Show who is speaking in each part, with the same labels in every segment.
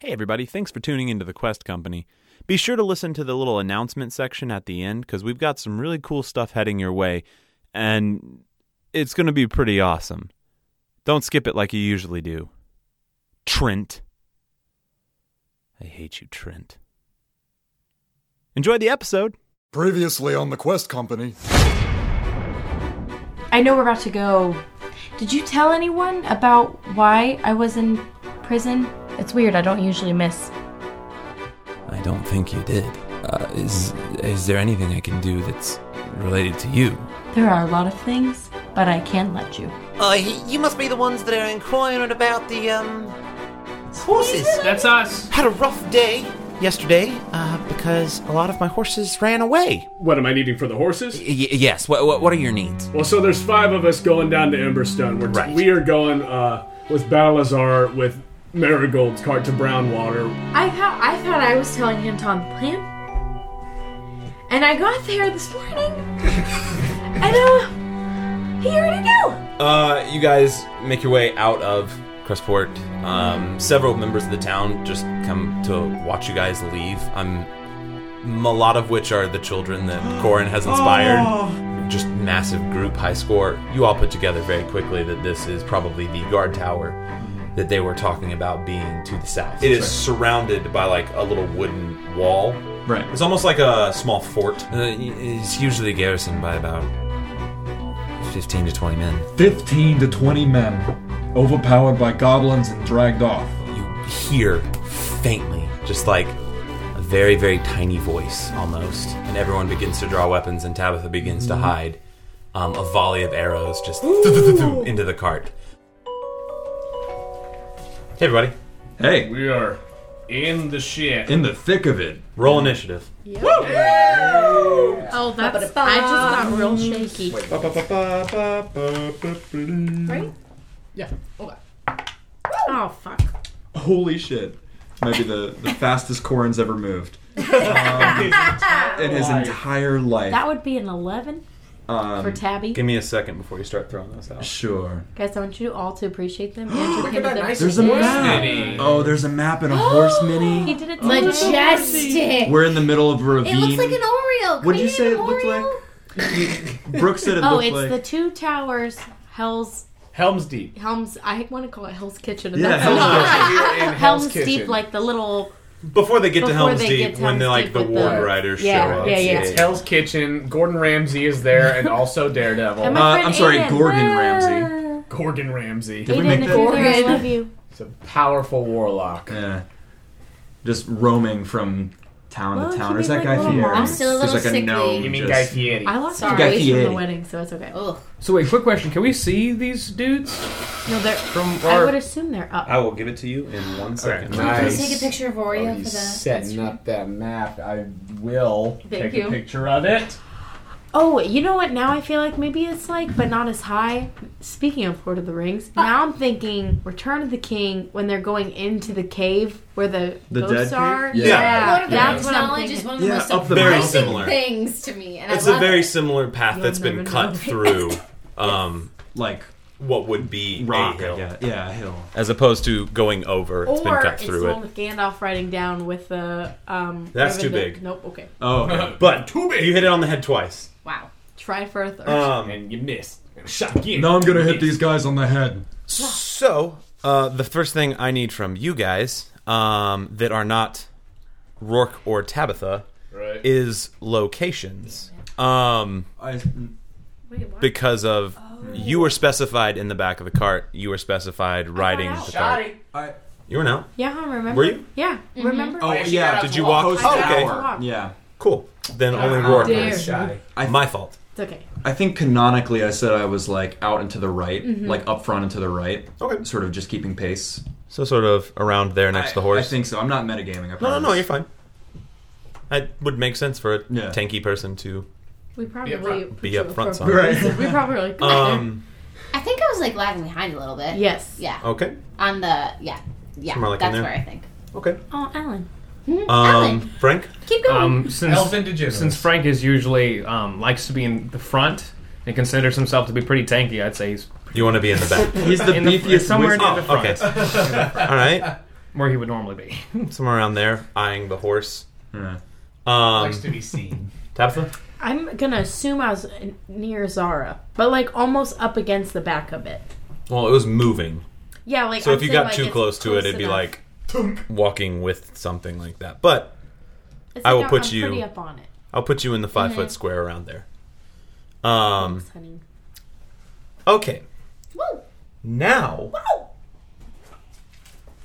Speaker 1: Hey, everybody, thanks for tuning into the Quest Company. Be sure to listen to the little announcement section at the end because we've got some really cool stuff heading your way, and it's going to be pretty awesome. Don't skip it like you usually do. Trent. I hate you, Trent. Enjoy the episode.
Speaker 2: Previously on the Quest Company.
Speaker 3: I know we're about to go. Did you tell anyone about why I was in prison? It's weird. I don't usually miss.
Speaker 4: I don't think you did. Uh, is is there anything I can do that's related to you?
Speaker 3: There are a lot of things, but I can let you.
Speaker 5: Oh, y- you must be the ones that are inquiring about the, um, horses.
Speaker 6: That's us.
Speaker 5: Had a rough day yesterday, uh, because a lot of my horses ran away.
Speaker 6: What am I needing for the horses?
Speaker 4: Y- yes. What, what what are your needs?
Speaker 6: Well, so there's five of us going down to Emberstone. We're
Speaker 4: Right.
Speaker 6: We are going uh, with Balazar, with Marigold's cart to Brownwater.
Speaker 3: I thought I thought I was telling him Tom the plan, and I got there this morning, and uh, he already knew.
Speaker 7: Uh, you guys make your way out of Crestport. Um, several members of the town just come to watch you guys leave. I'm um, a lot of which are the children that Corin has inspired. Just massive group high score. You all put together very quickly that this is probably the guard tower that they were talking about being to the south. It is surrounded by like a little wooden wall. Right. It's almost like a small fort.
Speaker 4: Uh, y- it's usually garrisoned by about fifteen to twenty men.
Speaker 2: 15 to 20 men, overpowered by goblins and dragged off.
Speaker 7: you hear faintly, just like a very, very tiny voice almost. And everyone begins to draw weapons, and Tabitha begins to hide um, a volley of arrows just into the cart. Hey, everybody.
Speaker 2: Hey,
Speaker 6: We are in the shit.
Speaker 2: in the thick of it.
Speaker 7: Roll initiative.
Speaker 3: Oh, that's. I just got real shaky. Right?
Speaker 8: Yeah. Okay.
Speaker 3: Oh fuck.
Speaker 9: Holy shit. Maybe the, the fastest Corin's ever moved. Um, in his entire life.
Speaker 3: That would be an eleven for Tabby.
Speaker 7: Give me a second before you start throwing those out.
Speaker 9: Sure.
Speaker 3: Guys, I want you all to appreciate them. Look at that nice
Speaker 9: There's a map. Oh, there's a map and a horse
Speaker 3: He
Speaker 9: mini.
Speaker 3: did it.
Speaker 8: Majestic.
Speaker 9: We're in the middle of a ravine.
Speaker 8: It looks like an Oreo.
Speaker 9: What'd you
Speaker 8: Can
Speaker 9: say
Speaker 8: eat
Speaker 9: it
Speaker 8: an
Speaker 9: looked
Speaker 8: Oreo?
Speaker 9: like? Brooke said it
Speaker 3: Oh,
Speaker 9: looked
Speaker 3: it's
Speaker 9: like.
Speaker 3: the two towers, Hell's
Speaker 6: Helm's Deep.
Speaker 3: Helm's. I want to call it Hell's Kitchen. And
Speaker 9: Yeah,
Speaker 3: that's
Speaker 9: Hell's
Speaker 3: not
Speaker 9: Kitchen.
Speaker 3: right.
Speaker 8: You're in
Speaker 3: Helm's,
Speaker 8: Hell's
Speaker 3: Deep,
Speaker 8: Kitchen.
Speaker 3: like the little.
Speaker 7: Before they get to
Speaker 3: Before
Speaker 7: Helm's
Speaker 3: they
Speaker 7: Deep,
Speaker 3: get to
Speaker 7: when the,
Speaker 3: Helm's
Speaker 7: like
Speaker 3: Deep
Speaker 7: the
Speaker 3: with
Speaker 7: Ward
Speaker 3: the-
Speaker 7: Riders
Speaker 3: Yeah,
Speaker 7: show up.
Speaker 3: yeah, yeah. It's
Speaker 6: Hell's Kitchen. Gordon Ramsay is there, and also Daredevil.
Speaker 3: And my
Speaker 9: Uh,
Speaker 3: friend
Speaker 9: I'm sorry,
Speaker 3: Aiden.
Speaker 9: Gorgon
Speaker 3: Ah.
Speaker 9: Ramsay.
Speaker 6: Gordon Ramsay.
Speaker 9: Did we
Speaker 3: Aiden,
Speaker 9: make
Speaker 3: if
Speaker 9: that?
Speaker 3: you're there, I
Speaker 8: Gorgon.
Speaker 3: love you.
Speaker 6: He's a powerful warlock.
Speaker 9: Yeah. Just roaming from town
Speaker 3: Well,
Speaker 9: to
Speaker 3: he
Speaker 9: town. Is
Speaker 3: made
Speaker 9: that
Speaker 3: like
Speaker 9: Guy
Speaker 3: little
Speaker 9: Fieri?
Speaker 3: moss. I'm still
Speaker 8: a little
Speaker 9: There's like
Speaker 8: sickly.
Speaker 9: a gnome.
Speaker 6: You mean
Speaker 9: just-
Speaker 6: Guy Fieri?
Speaker 3: I lost
Speaker 8: Sorry.
Speaker 3: my race from the
Speaker 9: Fieri.
Speaker 3: wedding, so it's okay.
Speaker 8: Ugh.
Speaker 10: So wait, quick question: Can we see these dudes
Speaker 3: No, they're.
Speaker 10: from
Speaker 3: I
Speaker 10: our?
Speaker 3: would assume they're up.
Speaker 7: I will give it to you in one second.
Speaker 8: Can you
Speaker 6: Nice.
Speaker 8: take a picture of Oreo
Speaker 6: Oh,
Speaker 8: for the
Speaker 6: he's setting
Speaker 8: Instagram?
Speaker 6: up that map. I will
Speaker 3: Thank
Speaker 6: take
Speaker 3: you.
Speaker 6: a picture of it.
Speaker 3: Oh, you know what? Now I feel like maybe it's like, but not as high. Speaking of Lord of the Rings,
Speaker 8: Uh,
Speaker 3: now I'm thinking Return of the King when they're going into the cave where the,
Speaker 9: The
Speaker 3: ghosts
Speaker 9: dead
Speaker 3: are. Yeah,
Speaker 9: cave? Yeah.
Speaker 8: Lord of the
Speaker 3: that's
Speaker 8: Rings
Speaker 3: what I'm
Speaker 8: knowledge is
Speaker 3: thinking.
Speaker 8: one of the
Speaker 9: Yeah,
Speaker 8: most
Speaker 9: up the mountain.
Speaker 7: Very
Speaker 8: surprising
Speaker 7: similar.
Speaker 8: things to me, and
Speaker 7: It's
Speaker 8: I
Speaker 7: a
Speaker 8: love
Speaker 7: very
Speaker 8: it.
Speaker 7: similar path that's been
Speaker 3: never
Speaker 7: cut
Speaker 3: know.
Speaker 7: through um,
Speaker 9: Like
Speaker 7: what would be
Speaker 9: rock,
Speaker 7: a
Speaker 9: I
Speaker 7: hill.
Speaker 9: guess. Yeah, a hill.
Speaker 7: as opposed to going over. It's been
Speaker 3: Or
Speaker 7: cut
Speaker 3: it's the
Speaker 7: through
Speaker 3: one
Speaker 7: it.
Speaker 3: with Gandalf riding down with the um.
Speaker 7: That's
Speaker 3: Rivendell-
Speaker 7: too big. Uh,
Speaker 3: Nope. Okay.
Speaker 9: Oh, okay.
Speaker 7: But you hit it on the head twice.
Speaker 3: Wow. Try for a third.
Speaker 7: Um,
Speaker 6: And you missed. Shot again.
Speaker 2: Now I'm gonna hit these guys on the head.
Speaker 7: so uh, the first thing I need from you guys um, that are not Rourke or Tabitha
Speaker 6: Right.
Speaker 7: is locations. Um,
Speaker 9: I,
Speaker 3: Wait, what?
Speaker 7: because of
Speaker 3: Oh.
Speaker 7: you were specified in the back of the cart. You were specified riding
Speaker 3: out.
Speaker 7: the cart.
Speaker 9: I,
Speaker 7: You were not.
Speaker 3: Yeah, I remember.
Speaker 7: Were you?
Speaker 3: Yeah,
Speaker 8: Mm-hmm.
Speaker 3: remember?
Speaker 9: oh,
Speaker 6: she got
Speaker 9: yeah.
Speaker 6: out
Speaker 7: Did you walk?
Speaker 9: Post
Speaker 7: Oh,
Speaker 3: okay.
Speaker 9: hour. Yeah.
Speaker 7: Cool. Then only Rourke.
Speaker 3: dare
Speaker 7: is.
Speaker 6: Shy.
Speaker 9: I-
Speaker 7: My fault.
Speaker 3: It's okay.
Speaker 9: I think canonically I said I was like out and to the right, like up front and to the right.
Speaker 7: Okay.
Speaker 9: Sort of just keeping pace.
Speaker 7: So sort of around there next
Speaker 9: I,
Speaker 7: to the horse.
Speaker 9: I think so. I'm not metagaming. I promise.
Speaker 7: No, no, no, you're fine. That would make sense for a
Speaker 9: Yeah.
Speaker 7: tanky person to
Speaker 3: We probably
Speaker 6: front.
Speaker 7: Be up front, son.
Speaker 3: We probably
Speaker 7: um
Speaker 8: I think I was like lagging behind a little bit.
Speaker 3: yes.
Speaker 8: Yeah.
Speaker 7: okay.
Speaker 8: On the yeah. Yeah.
Speaker 7: Somewhere Oh. like in
Speaker 8: that's
Speaker 7: there.
Speaker 8: where I think.
Speaker 7: Okay.
Speaker 3: Oh, Alan.
Speaker 7: Um
Speaker 8: Alan.
Speaker 7: Frank?
Speaker 8: Keep going.
Speaker 10: Um, since
Speaker 6: Elven DeGeneres.
Speaker 10: since Frank is usually um, likes to be in the front and considers himself to be pretty tanky, I'd say he's
Speaker 7: You wanna be in the back.
Speaker 9: He's the
Speaker 10: in the,
Speaker 9: beefiest
Speaker 10: somewhere
Speaker 9: wizard.
Speaker 10: near the
Speaker 7: oh,
Speaker 10: front.
Speaker 7: okay. Alright.
Speaker 10: where he would normally be.
Speaker 7: somewhere around there, eyeing the horse.
Speaker 9: Yeah.
Speaker 7: Um,
Speaker 11: Likes to be seen.
Speaker 7: Tabitha?
Speaker 3: I'm gonna assume I was n- near Zara, but like almost up against the back of it.
Speaker 7: Well, it was moving.
Speaker 3: Yeah, like
Speaker 7: so
Speaker 3: I'm
Speaker 7: if you
Speaker 3: saying,
Speaker 7: got
Speaker 3: like,
Speaker 7: too
Speaker 3: it's
Speaker 7: close to it, it'd be
Speaker 3: enough.
Speaker 7: like walking with something like that. But
Speaker 3: It's
Speaker 7: I
Speaker 3: like
Speaker 7: will
Speaker 3: I'm-
Speaker 7: put
Speaker 3: I'm
Speaker 7: you.
Speaker 3: pretty up on it.
Speaker 7: I'll put you in the 5 foot
Speaker 3: Mhm.
Speaker 7: square around there. Um.
Speaker 3: Exciting.
Speaker 7: Okay.
Speaker 3: Oh,
Speaker 7: Now.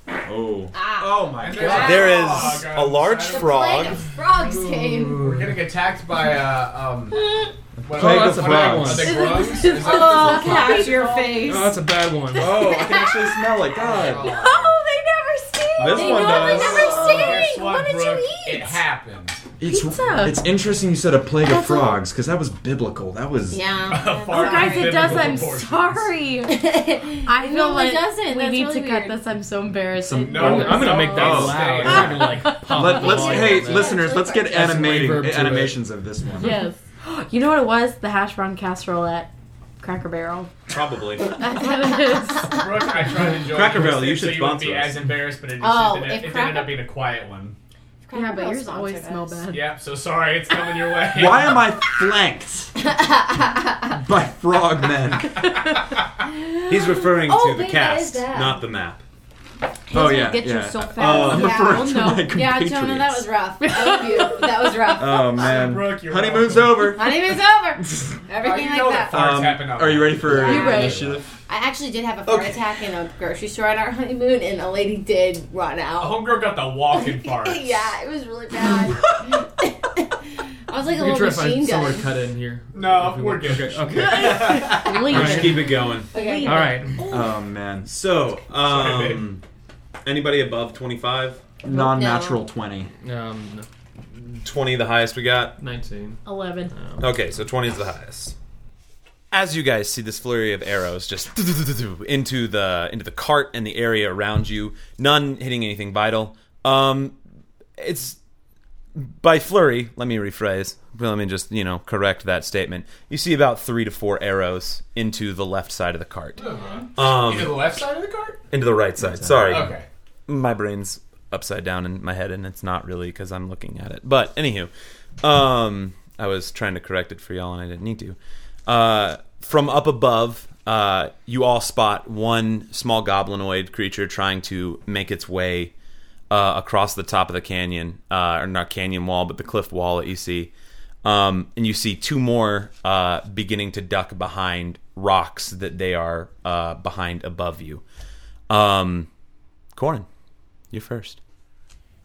Speaker 9: Oh.
Speaker 11: Oh my god.
Speaker 7: There is a large frog.
Speaker 8: Frogs came.
Speaker 11: We're getting attacked by a. Um, what,
Speaker 10: Plague
Speaker 11: what- what
Speaker 10: of
Speaker 11: are
Speaker 10: frogs.
Speaker 11: they, frogs? Is it-
Speaker 8: Oh, catch your face.
Speaker 10: Oh, that's a bad one.
Speaker 9: Oh, I can actually smell like God.
Speaker 8: Oh, they never sting.
Speaker 9: This
Speaker 8: they
Speaker 9: one
Speaker 8: normally
Speaker 9: does.
Speaker 3: Oh,
Speaker 8: never sting.
Speaker 11: What did you
Speaker 8: eat?
Speaker 11: It happened.
Speaker 9: It's
Speaker 3: Pizza.
Speaker 9: it's interesting you said a plague of frogs because that was biblical. That was
Speaker 8: Yeah.
Speaker 3: Oh, guys, it does. I'm
Speaker 11: proportions.
Speaker 3: sorry. I feel
Speaker 8: normally
Speaker 3: like
Speaker 8: doesn't.
Speaker 3: we
Speaker 8: That's
Speaker 3: need
Speaker 8: really
Speaker 3: to cut
Speaker 8: weird.
Speaker 3: this. I'm so embarrassed.
Speaker 9: Some-
Speaker 10: I'm, I'm gonna make that
Speaker 9: Oh.
Speaker 10: loud. I'm gonna, like, "Oh, pump
Speaker 9: Let,
Speaker 10: the
Speaker 9: let's
Speaker 10: volume
Speaker 9: hey
Speaker 10: on that.
Speaker 9: listeners, let's get
Speaker 10: Add some
Speaker 9: animating
Speaker 10: reverb to it.
Speaker 9: animations of this one.
Speaker 3: yes. You know what it was? The hash brown casserole at Cracker Barrel.
Speaker 7: Probably.
Speaker 3: That's what it is.
Speaker 11: Brooke, I tried to enjoy
Speaker 7: Cracker
Speaker 11: your
Speaker 7: Barrel, you
Speaker 11: so
Speaker 7: should
Speaker 11: you wouldn't be
Speaker 7: sponsor us.
Speaker 11: as embarrassed, but it just
Speaker 8: Oh,
Speaker 11: ended,
Speaker 8: if
Speaker 11: it did
Speaker 8: Cracker-
Speaker 11: end up being a quiet one.
Speaker 3: Yeah, but yours
Speaker 8: Sponsored
Speaker 3: always
Speaker 8: us.
Speaker 3: smell bad.
Speaker 11: Yep, so sorry, it's coming your way.
Speaker 9: Why am I flanked by frog men?
Speaker 7: He's referring
Speaker 8: Oh,
Speaker 7: to the
Speaker 8: wait, that is
Speaker 7: cast,
Speaker 8: that.
Speaker 7: not the map.
Speaker 9: Oh yeah,
Speaker 3: Get you
Speaker 9: yeah.
Speaker 3: so fast.
Speaker 9: Oh, I'm
Speaker 8: Yeah,
Speaker 9: referring
Speaker 3: we'll
Speaker 9: to
Speaker 3: know.
Speaker 9: my
Speaker 8: Yeah,
Speaker 9: compatriots.
Speaker 8: Jonah, Oh, that was rough. I love you. That was rough.
Speaker 9: Oh man,
Speaker 11: Brooke, you're
Speaker 9: honeymoon's
Speaker 11: welcome.
Speaker 9: over.
Speaker 8: Honeymoon's over.
Speaker 11: Oh,
Speaker 8: Everything
Speaker 11: you
Speaker 8: like
Speaker 11: know that
Speaker 8: that.
Speaker 11: farts
Speaker 9: Um,
Speaker 11: happen.
Speaker 9: Are you ready for
Speaker 8: Yeah. You ready.
Speaker 9: initiative?
Speaker 8: I actually did have a fart attack in a grocery store on our honeymoon, and a lady did run
Speaker 11: A
Speaker 8: out.
Speaker 11: homegirl got the walking
Speaker 7: Oh,
Speaker 11: fart.
Speaker 8: yeah, it was really bad. I was like a
Speaker 10: We can
Speaker 8: little
Speaker 10: try to find
Speaker 8: machine
Speaker 10: somewhere
Speaker 8: gun.
Speaker 10: to cut in here.
Speaker 11: No,
Speaker 10: If we
Speaker 11: we're
Speaker 10: want.
Speaker 11: good.
Speaker 10: Okay.
Speaker 3: Leave.
Speaker 10: Alright.
Speaker 7: Just keep it going.
Speaker 8: Okay.
Speaker 10: All right.
Speaker 9: Oh man,
Speaker 7: So,
Speaker 11: Sorry,
Speaker 7: um, anybody above 25?
Speaker 9: non-natural twenty.
Speaker 10: Um,
Speaker 7: 20 the highest we got.
Speaker 10: 19.
Speaker 3: Eleven.
Speaker 7: Okay, so 20 is the highest. As you guys see this flurry of arrows just into the into the cart and the area around you, none hitting anything vital. Um, it's by flurry. Let me rephrase. Let me just you know correct that statement. You see about three to four arrows into the left side of the cart,
Speaker 11: Oh.
Speaker 7: um,
Speaker 11: You to the left side of the cart?
Speaker 7: into the right side. Sorry,
Speaker 11: Okay.
Speaker 7: my brain's upside down in my head, and it's not really because I'm looking at it. But anywho, um, I was trying to correct it for y'all, and I didn't need to. Uh, from up above, uh, you all spot one small goblinoid creature trying to make its way uh, across the top of the canyon, uh, or not canyon wall, but the cliff wall that you see. Um, and you see two more uh, beginning to duck behind rocks that they are uh, behind above you. Um, Corin, you first.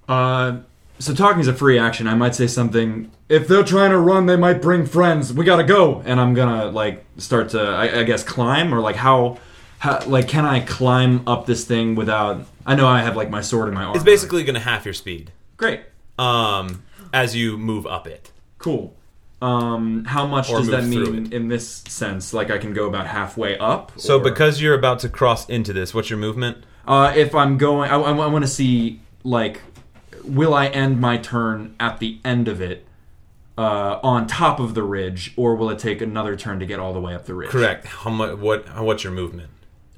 Speaker 9: Uh, so talking is a free action. I might say something. If they're trying to run, they might bring friends. We gotta go. And I'm gonna like start to, I, I guess, climb or like how, how, like can I climb up this thing without? I know I have like my sword in my arm.
Speaker 7: It's basically going to half your speed
Speaker 9: great,
Speaker 7: um, as you move up it.
Speaker 9: cool. Um, how much
Speaker 7: Or
Speaker 9: does that
Speaker 7: move through
Speaker 9: mean in this sense? Like I can go about halfway up.
Speaker 7: So
Speaker 9: or-
Speaker 7: because you're about to cross into this, what's your movement?
Speaker 9: uh, if I'm going, I, want to see like, will I end my turn at the end of it uh, on top of the ridge, or will it take another turn to get all the way up the ridge?
Speaker 7: Correct. How much? What? how- What's your movement?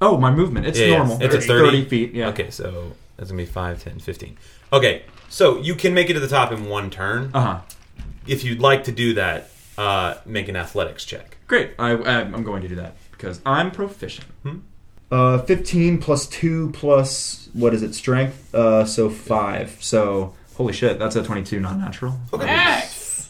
Speaker 9: Oh, my movement. It's
Speaker 7: Yeah, yeah.
Speaker 9: normal.
Speaker 7: It's a 30?
Speaker 9: feet. Yeah.
Speaker 7: Okay, so that's gonna be 5, 10, 15. Okay, so you can make it to the top in one turn.
Speaker 9: Uh huh.
Speaker 7: If you'd like to do that, uh, make an athletics check.
Speaker 9: Great. I, I I'm going to do that because I'm proficient.
Speaker 7: Hmm?
Speaker 9: Uh, 15 plus 2 plus, what is it, strength? Uh, so 5. So, holy shit, that's a 22, not natural.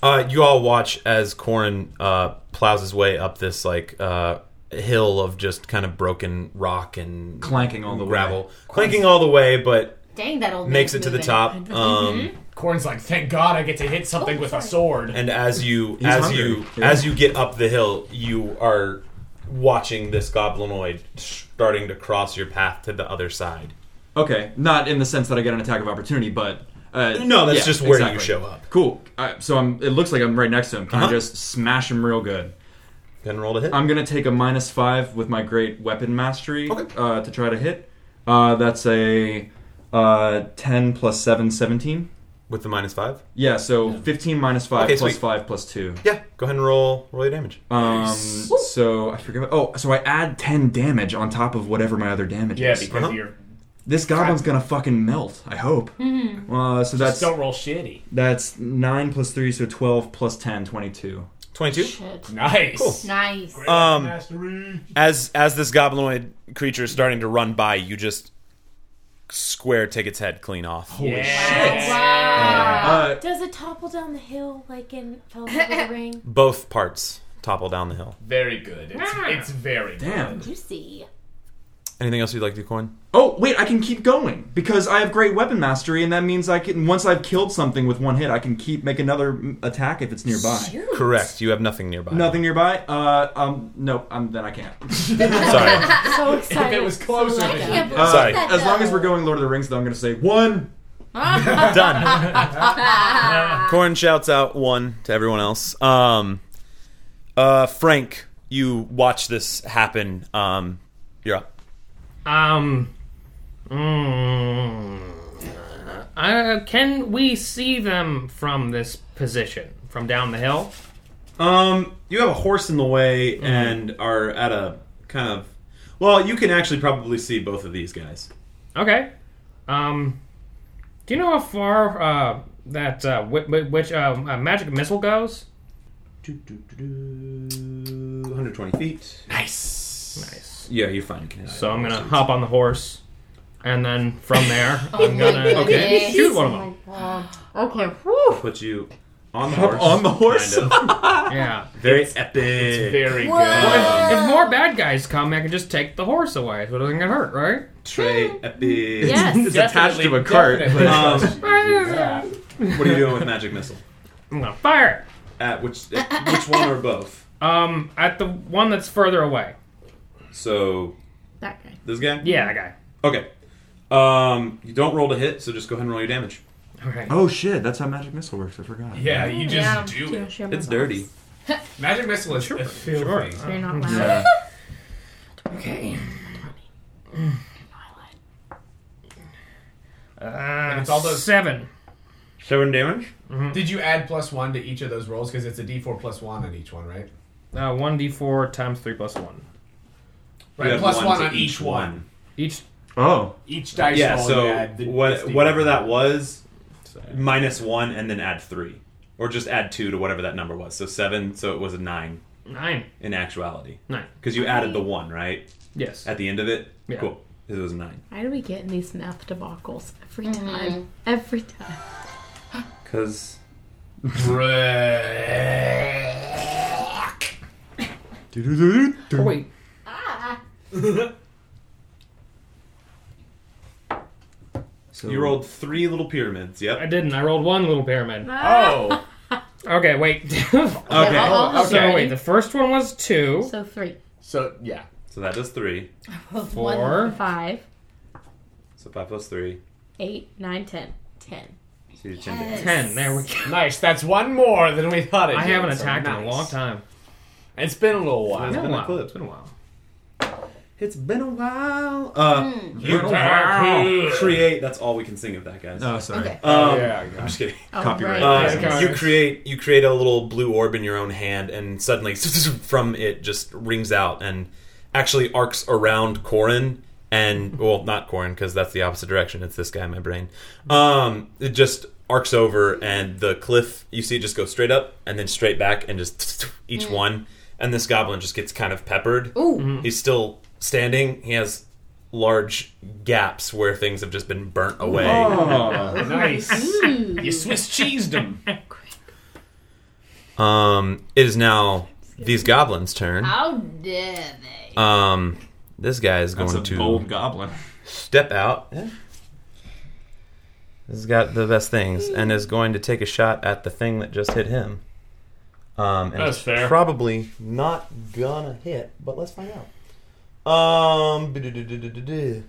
Speaker 7: Uh, you all watch as Corin uh, plows his way up this like uh, hill of just kind of broken rock and
Speaker 9: Clanking all the way.
Speaker 7: gravel, clanking all the way, but
Speaker 8: Dang, that old
Speaker 7: makes it
Speaker 8: man's
Speaker 7: to the
Speaker 8: moving.
Speaker 7: top. Um,
Speaker 11: Corn's like, thank God I get to hit something with a sword.
Speaker 7: And as you as
Speaker 9: hungry.
Speaker 7: you
Speaker 9: Yeah.
Speaker 7: as you get up the hill, you are watching this goblinoid starting to cross your path to the other side.
Speaker 9: Okay, not in the sense that I get an attack of opportunity, but uh,
Speaker 7: No, that's
Speaker 9: yeah,
Speaker 7: just where you
Speaker 9: exactly.
Speaker 7: show up.
Speaker 9: Cool. Uh, so I'm. It looks like I'm right next to him. Can I
Speaker 7: Uh-huh.
Speaker 9: just smash him real good?
Speaker 7: Then roll to hit.
Speaker 9: I'm gonna take a minus five with my great weapon mastery
Speaker 7: Okay.
Speaker 9: uh, to try to hit. Uh, that's a uh, ten plus seven, 17.
Speaker 7: with the minus five.
Speaker 9: Yeah, so fifteen minus five
Speaker 7: Okay,
Speaker 9: plus
Speaker 7: sweet.
Speaker 9: five plus two.
Speaker 7: Yeah, go ahead and roll roll your damage.
Speaker 9: Um, so I forget. What, oh, so I add ten damage on top of whatever my other damage
Speaker 11: yeah,
Speaker 9: is.
Speaker 7: uh-huh.
Speaker 11: because of your
Speaker 9: This goblin's gonna fucking melt. I hope.
Speaker 11: Mhm.
Speaker 9: Uh, so
Speaker 11: Just
Speaker 9: that's
Speaker 11: don't roll shitty.
Speaker 9: That's nine plus three, so twelve plus 10, 22.
Speaker 7: 22?
Speaker 11: Nice.
Speaker 7: Cool.
Speaker 8: Nice.
Speaker 7: Um, as as this goblinoid creature is starting to run by, you just square take its head clean off.
Speaker 9: Holy Wow.
Speaker 3: shit.
Speaker 7: Uh,
Speaker 3: Does it topple down the hill like in Fellowship of the Ring?
Speaker 7: both parts topple down the hill.
Speaker 11: Very good. It's,
Speaker 10: Ah.
Speaker 11: it's very
Speaker 9: Damn.
Speaker 3: Juicy.
Speaker 7: Anything else you'd like to do, Corn?
Speaker 9: Oh wait, I can keep going because I have great weapon mastery, and that means I can. Once I've killed something with one hit, I can keep make another mm, attack if it's nearby.
Speaker 7: Correct. You have nothing nearby.
Speaker 9: Nothing nearby. Uh, um, nope. Um, then I can't.
Speaker 7: Sorry.
Speaker 3: so
Speaker 11: excited. If it was closer,
Speaker 8: I
Speaker 11: then
Speaker 8: can't
Speaker 11: you-
Speaker 8: believe
Speaker 9: Uh,
Speaker 7: Sorry.
Speaker 9: As long as we're going Lord of the Rings, though, I'm going to say one.
Speaker 7: Corn shouts out one to everyone else. Um, uh, Frank, you watch this happen. Um, you're up.
Speaker 10: Um. mm, uh, can we see them from this position, from down the hill?
Speaker 12: Um, you have a horse in the way
Speaker 7: Mm-hmm.
Speaker 12: and are at a kind of. Well, you can actually probably see both of these guys.
Speaker 10: Okay. Um. Do you know how far uh, that uh, whi- whi- which uh, uh, magic missile goes?
Speaker 12: 120 feet.
Speaker 10: Nice. Nice.
Speaker 12: Yeah, you're fine. You can hit
Speaker 10: So I'm
Speaker 12: either
Speaker 10: gonna
Speaker 12: of those.
Speaker 10: hop on the horse, and then from there I'm gonna
Speaker 12: Okay.
Speaker 10: shoot one of them.
Speaker 3: Okay. Whew.
Speaker 12: Put you on the
Speaker 10: Hop
Speaker 12: horse.
Speaker 10: on the horse?
Speaker 12: kind of.
Speaker 10: Yeah.
Speaker 12: Very epic. It's
Speaker 11: very
Speaker 10: Well, if, if more bad guys come, I can just take the horse away. So it doesn't get hurt, right?
Speaker 12: Trey epic.
Speaker 10: Yes.
Speaker 12: it's attached to
Speaker 10: Definitely,
Speaker 12: a cart.
Speaker 10: definitely.
Speaker 12: Um,
Speaker 10: Yeah.
Speaker 12: what are you doing with magic missile?
Speaker 10: I'm gonna fire.
Speaker 12: At which at which one or both?
Speaker 10: it. Um, at the one that's further away.
Speaker 12: So
Speaker 8: That guy.
Speaker 12: this guy.
Speaker 10: Yeah, that guy.
Speaker 12: Okay. Um, you don't roll to hit, so just go ahead and roll your damage.
Speaker 10: Okay.
Speaker 9: Oh shit, that's how magic missile works. I forgot.
Speaker 11: Yeah, you just
Speaker 8: Yeah.
Speaker 11: do it.
Speaker 8: Sure.
Speaker 12: It's dirty.
Speaker 11: Magic missile is sure. filthy.
Speaker 8: You're not
Speaker 11: Yeah.
Speaker 8: loud.
Speaker 10: Okay. Uh,
Speaker 11: And it's all those-
Speaker 10: seven.
Speaker 12: Seven damage.
Speaker 11: Did you add plus one to each of those rolls? Because it's a D4 plus one on each one, right?
Speaker 10: Uh, one d4 times three plus one.
Speaker 11: Right, plus one, on each one.
Speaker 10: Each.
Speaker 9: Oh.
Speaker 11: Each dice
Speaker 12: Yeah.
Speaker 11: roll
Speaker 12: So
Speaker 11: you add the-
Speaker 12: what,
Speaker 11: it's the-
Speaker 12: whatever that was, minus one, and then add three, or just add two to whatever that number was. So seven. So it was a nine.
Speaker 10: Nine.
Speaker 12: In actuality.
Speaker 10: Nine.
Speaker 12: Because you added the one, right?
Speaker 10: Yes.
Speaker 12: At the end of it.
Speaker 10: Yeah.
Speaker 12: Cool. It was a nine.
Speaker 3: Why do we get in these math debacles every time? Every time.
Speaker 12: Because.
Speaker 9: Uh,
Speaker 10: Oh, wait.
Speaker 12: you rolled three little pyramids. Yep.
Speaker 10: I didn't. I rolled one little pyramid.
Speaker 12: Oh.
Speaker 10: Okay, wait.
Speaker 12: Okay.
Speaker 10: So
Speaker 3: uh-huh.
Speaker 12: Oh, okay.
Speaker 10: wait, the first one was two.
Speaker 3: So three.
Speaker 11: So yeah.
Speaker 12: So that does three.
Speaker 10: Four.
Speaker 3: Five,
Speaker 12: So five plus three.
Speaker 3: eight, nine, ten. Ten.
Speaker 12: So you ten damage.
Speaker 10: Ten. There we go.
Speaker 11: Nice. That's one more than we thought it.
Speaker 10: I
Speaker 11: did,
Speaker 10: haven't
Speaker 11: so
Speaker 10: attacked in a
Speaker 11: nice.
Speaker 10: long time.
Speaker 11: It's been a little while.
Speaker 10: It's been a
Speaker 11: Been a
Speaker 10: while. It's been a while.
Speaker 12: It's been a while. Uh, You
Speaker 11: Been a while.
Speaker 12: create. That's all we can sing of that, guys.
Speaker 9: Oh, sorry.
Speaker 12: Um,
Speaker 9: Okay.
Speaker 11: Yeah,
Speaker 12: I'm just kidding.
Speaker 3: Oh, Copyright.
Speaker 7: Uh,
Speaker 3: right.
Speaker 7: You create you create a little blue orb in your own hand, and suddenly from it just rings out and actually arcs around Corin and well, not Corin because that's the opposite direction. It's this guy in my brain. Um, it just arcs over, and the cliff you see just goes straight up and then straight back, and just each
Speaker 8: Mm.
Speaker 7: one, and this goblin just gets kind of peppered.
Speaker 8: Ooh. Mhm.
Speaker 7: He's still standing. He has large gaps where things have just been burnt away.
Speaker 11: Oh, nice. you Swiss cheesed them.
Speaker 7: Um, it is now these goblins' turn.
Speaker 8: How dare they?
Speaker 7: Um, this guy is going
Speaker 9: That's a
Speaker 7: to
Speaker 9: bold goblin.
Speaker 7: step out. Has got the best things and is going to take a shot at the thing that just hit him. Um, and
Speaker 11: That's
Speaker 7: it's
Speaker 11: fair.
Speaker 7: Probably not gonna hit, but let's find out. Um, ba-da-da-da-da-da.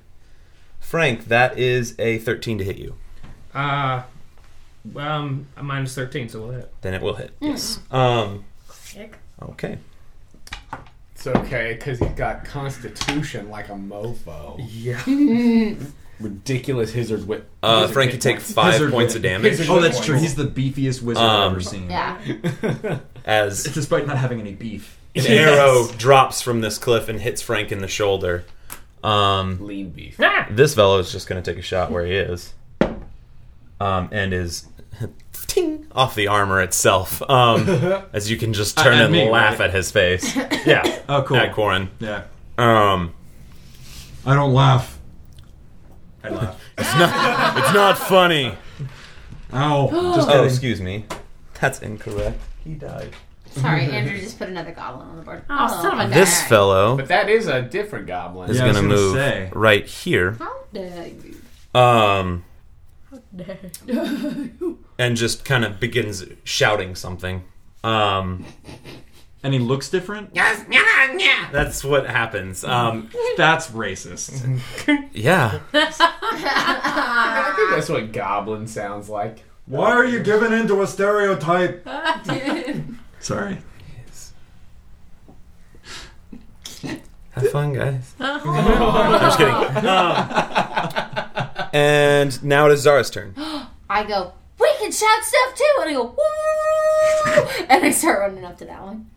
Speaker 7: Frank, that is a thirteen to hit you.
Speaker 10: Uh, um, minus thirteen, so we'll hit.
Speaker 7: Then it will hit.
Speaker 10: Mm.
Speaker 7: Yes. Um.
Speaker 10: Sick.
Speaker 7: Okay.
Speaker 11: It's okay because he's got constitution like a mofo.
Speaker 10: Yeah.
Speaker 11: Ridiculous Hizzard whip.
Speaker 7: Uh,
Speaker 11: Hizzard
Speaker 7: Frank, you
Speaker 11: whip
Speaker 7: take
Speaker 11: points.
Speaker 7: five
Speaker 11: Hizzard
Speaker 7: points
Speaker 11: whip.
Speaker 7: of damage.
Speaker 11: Hizzard
Speaker 9: Oh,
Speaker 11: whip
Speaker 9: that's
Speaker 11: points.
Speaker 9: true. He's the beefiest wizard I've
Speaker 7: Um,
Speaker 9: ever seen.
Speaker 8: Yeah.
Speaker 7: As
Speaker 9: despite not having any beef.
Speaker 7: An arrow drops from this cliff and hits Frank in the shoulder. Um,
Speaker 11: Lean beef.
Speaker 7: This fellow is just going to take a shot where he is, um, and is ting off the armor itself. Um, as you can just turn
Speaker 9: At
Speaker 7: and
Speaker 9: me,
Speaker 7: laugh
Speaker 9: right?
Speaker 7: at his face. Yeah.
Speaker 9: Oh, cool.
Speaker 7: At Corin.
Speaker 9: Yeah.
Speaker 7: Um,
Speaker 9: I don't laugh.
Speaker 7: I laugh. it's not. It's not funny.
Speaker 9: Ow. Just
Speaker 7: oh,
Speaker 9: kidding.
Speaker 7: excuse me. That's incorrect. He died.
Speaker 8: Sorry, Andrew just put another goblin on the board.
Speaker 3: Oh, son of a
Speaker 7: This fellow
Speaker 11: But that is a different goblin.
Speaker 7: is going to move right here.
Speaker 8: How dare you?
Speaker 7: Um,
Speaker 8: Dare you?
Speaker 7: and just kind of begins shouting something. Um,
Speaker 9: and he looks different.
Speaker 7: Yes, That's what happens. Um,
Speaker 9: That's racist.
Speaker 7: yeah.
Speaker 11: I think that's what goblin sounds like.
Speaker 9: Why are you giving in to a stereotype?
Speaker 3: Ah,
Speaker 9: Sorry.
Speaker 7: Have fun, guys. I'm just kidding. Um, and now it is Zara's turn.
Speaker 8: I go, we can shout stuff too, and I go, woo! and I start running up to that one.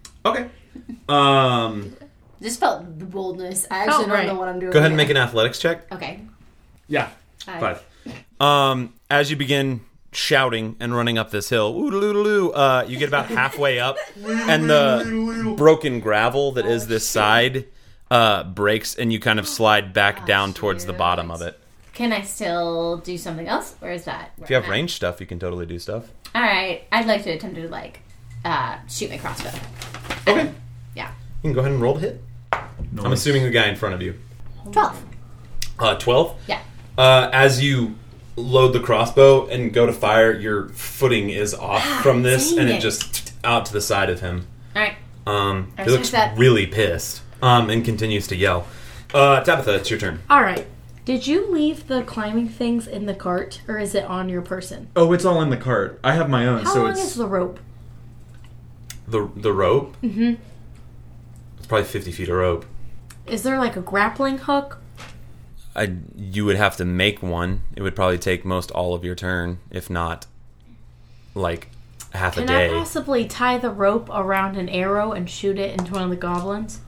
Speaker 7: Um,
Speaker 8: Just felt the boldness. I
Speaker 10: Oh,
Speaker 8: actually
Speaker 3: Felt
Speaker 8: don't
Speaker 3: right.
Speaker 8: know what I'm doing.
Speaker 7: go ahead and make an athletics check.
Speaker 8: Okay. Uh,
Speaker 7: Yeah.
Speaker 8: All right.
Speaker 7: Five. Um, as you begin shouting and running up this hill, oodaloo, uh, you get about halfway up, and the broken gravel that is this side uh, breaks, and you kind of slide back down towards the bottom of it.
Speaker 8: Can I still do something else? Where is that?
Speaker 7: If you have range stuff, you can totally do stuff.
Speaker 8: All right. I'd like to attempt to like uh, shoot my crossbow.
Speaker 7: Okay.
Speaker 8: Yeah.
Speaker 7: You can go ahead and roll the hit. I'm assuming the guy in front of you.
Speaker 8: Twelve.
Speaker 7: Uh, 12?
Speaker 8: Yeah.
Speaker 7: Uh, as you load the crossbow and go to fire, your footing is off from this,
Speaker 8: Ah, Dang
Speaker 7: and
Speaker 8: it.
Speaker 7: it just out to the side of him.
Speaker 8: All right.
Speaker 7: Um,
Speaker 8: I
Speaker 7: he looks
Speaker 8: sense that.
Speaker 7: really pissed um, and continues to yell. Uh, Tabitha, it's your turn.
Speaker 3: All right. Did you leave the climbing things in the cart, or is it on your person?
Speaker 9: Oh, it's all in the cart. I have my own,
Speaker 3: How
Speaker 9: so
Speaker 3: long
Speaker 9: it's
Speaker 3: is the rope?
Speaker 7: The the rope.
Speaker 8: Mm-hmm.
Speaker 3: hmm
Speaker 7: It's probably 50 feet of rope.
Speaker 3: Is there like a grappling hook?
Speaker 7: I you would have to make one. It would probably take most all of your turn, if not like half
Speaker 3: Can
Speaker 7: a day.
Speaker 3: I possibly tie the rope around an arrow and shoot it into one of the goblins?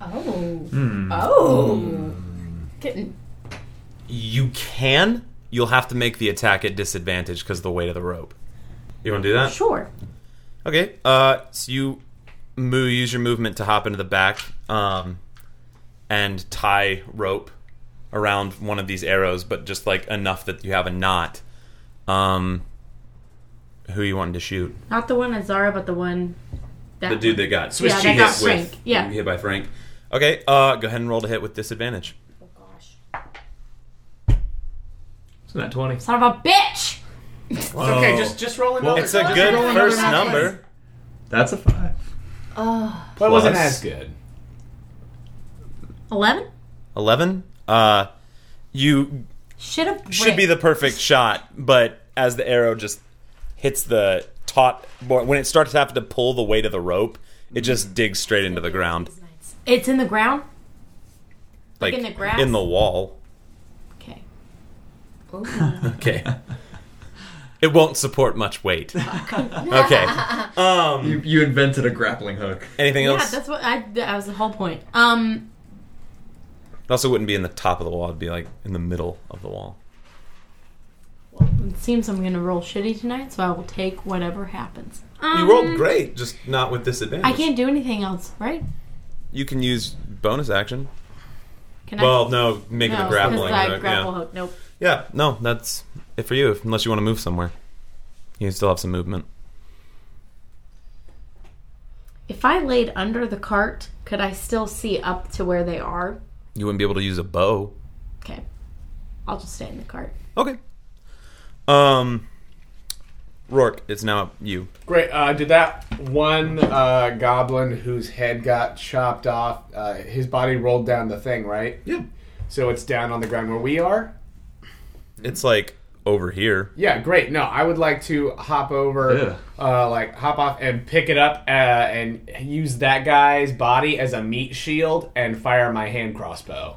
Speaker 8: Oh.
Speaker 7: Hmm.
Speaker 8: Oh. Kitten.
Speaker 7: You can. You'll have to make the attack at disadvantage because of the weight of the rope. You want to do that?
Speaker 3: Sure.
Speaker 7: Okay. Uh, so you move, use your movement to hop into the back, um, and tie rope around one of these arrows, but just like enough that you have a knot. Um, who you wanted to shoot?
Speaker 3: Not the one at Zara, but the one. That
Speaker 7: the dude
Speaker 3: one.
Speaker 7: that got Swiss
Speaker 3: yeah,
Speaker 7: cheese
Speaker 3: that got
Speaker 7: hit
Speaker 3: Frank.
Speaker 7: with
Speaker 3: Yeah.
Speaker 7: hit by Frank. Okay. Uh, go ahead and roll to hit with disadvantage.
Speaker 10: Isn't that 20?
Speaker 3: Son of a bitch!
Speaker 7: Oh,
Speaker 11: okay, just just roll another.
Speaker 7: It's a
Speaker 11: just
Speaker 7: good
Speaker 11: roll another
Speaker 7: first
Speaker 11: die.
Speaker 7: number.
Speaker 9: That's a five.
Speaker 8: Oh.
Speaker 11: But it wasn't
Speaker 7: Plus.
Speaker 11: as good.
Speaker 3: 11?
Speaker 7: 11 uh you
Speaker 3: Should have.
Speaker 7: should be the perfect shot but as the arrow just hits the taut board when it starts to have to pull the weight of the rope it
Speaker 3: Mm.
Speaker 7: just digs straight into the ground
Speaker 3: It's in the ground?
Speaker 7: like,
Speaker 3: in the grass?
Speaker 7: in the wall
Speaker 3: Okay.
Speaker 7: okay it won't support much weight okay um
Speaker 9: you, you invented a grappling hook
Speaker 7: anything
Speaker 3: Yeah,
Speaker 7: else
Speaker 3: that's what I. That was the whole point. Um,
Speaker 7: it also wouldn't be in the top of the wall it'd be like in the middle of the wall
Speaker 3: it seems I'm gonna roll shitty tonight, so I will take whatever happens.
Speaker 7: you
Speaker 3: Um,
Speaker 7: rolled great just not with disadvantage
Speaker 3: I can't do anything else, right?
Speaker 7: you can use bonus action
Speaker 3: Can
Speaker 7: well
Speaker 3: I?
Speaker 7: no making
Speaker 3: No,
Speaker 7: a grappling
Speaker 3: because I
Speaker 7: hook,
Speaker 3: grapple
Speaker 7: yeah.
Speaker 3: hook. Nope.
Speaker 7: Yeah, no, that's it for you. if- Unless you want to move somewhere, you still have some movement.
Speaker 3: If I laid under the cart, could I still see up to where they are?
Speaker 7: You wouldn't be able to use a bow.
Speaker 3: Okay. I'll just stay in the cart.
Speaker 7: Okay. Um, Rourke, it's now you.
Speaker 11: Great. Uh, did that one uh, goblin whose head got chopped off? Uh, his body rolled down the thing, right?
Speaker 7: Yeah.
Speaker 11: So it's down on the ground where we are.
Speaker 7: It's like over here.
Speaker 11: Yeah. Great. No, I would like to hop over, uh, like hop off and pick it up uh, and use that guy's body as a meat shield and fire my hand crossbow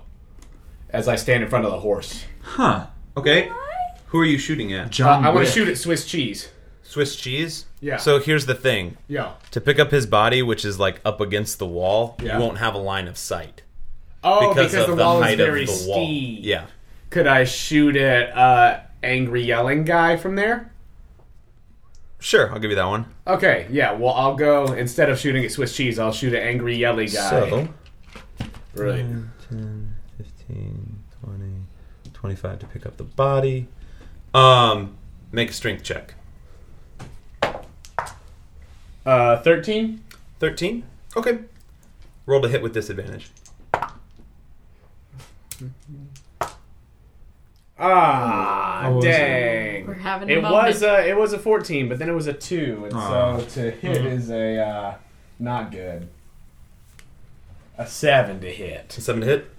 Speaker 11: as I stand in front of the horse.
Speaker 9: Huh.
Speaker 7: Okay. Who are you shooting at?
Speaker 9: John
Speaker 11: I want
Speaker 9: Wick.
Speaker 11: to shoot at Swiss cheese.
Speaker 7: Swiss cheese.
Speaker 11: Yeah.
Speaker 7: So here's the thing.
Speaker 11: Yeah.
Speaker 7: To pick up his body, which is like up against the wall,
Speaker 11: Yeah.
Speaker 7: you won't have a line of sight.
Speaker 11: Oh, because,
Speaker 7: of
Speaker 11: the wall is
Speaker 7: height of
Speaker 11: very
Speaker 7: the wall.
Speaker 11: steep.
Speaker 7: Yeah.
Speaker 11: Could I shoot at uh, angry yelling guy from there?
Speaker 7: Sure, I'll give you that one.
Speaker 11: Okay, yeah. Well, I'll go instead of shooting at Swiss cheese, I'll shoot at angry yelling guy.
Speaker 7: So-
Speaker 11: right.
Speaker 7: 10, 15, 20, 25 to pick up the body. Um, make a strength check.
Speaker 11: Uh, 13?
Speaker 7: 13? Okay. Roll to hit with disadvantage.
Speaker 11: Ah,
Speaker 7: What was it?
Speaker 11: Ah, dang!
Speaker 3: We're having a
Speaker 11: it
Speaker 3: moment.
Speaker 11: was a it was a fourteen, but then it was a two, and
Speaker 12: Aw.
Speaker 11: so to hit is a uh, not good. A seven to hit.
Speaker 7: Seven to hit.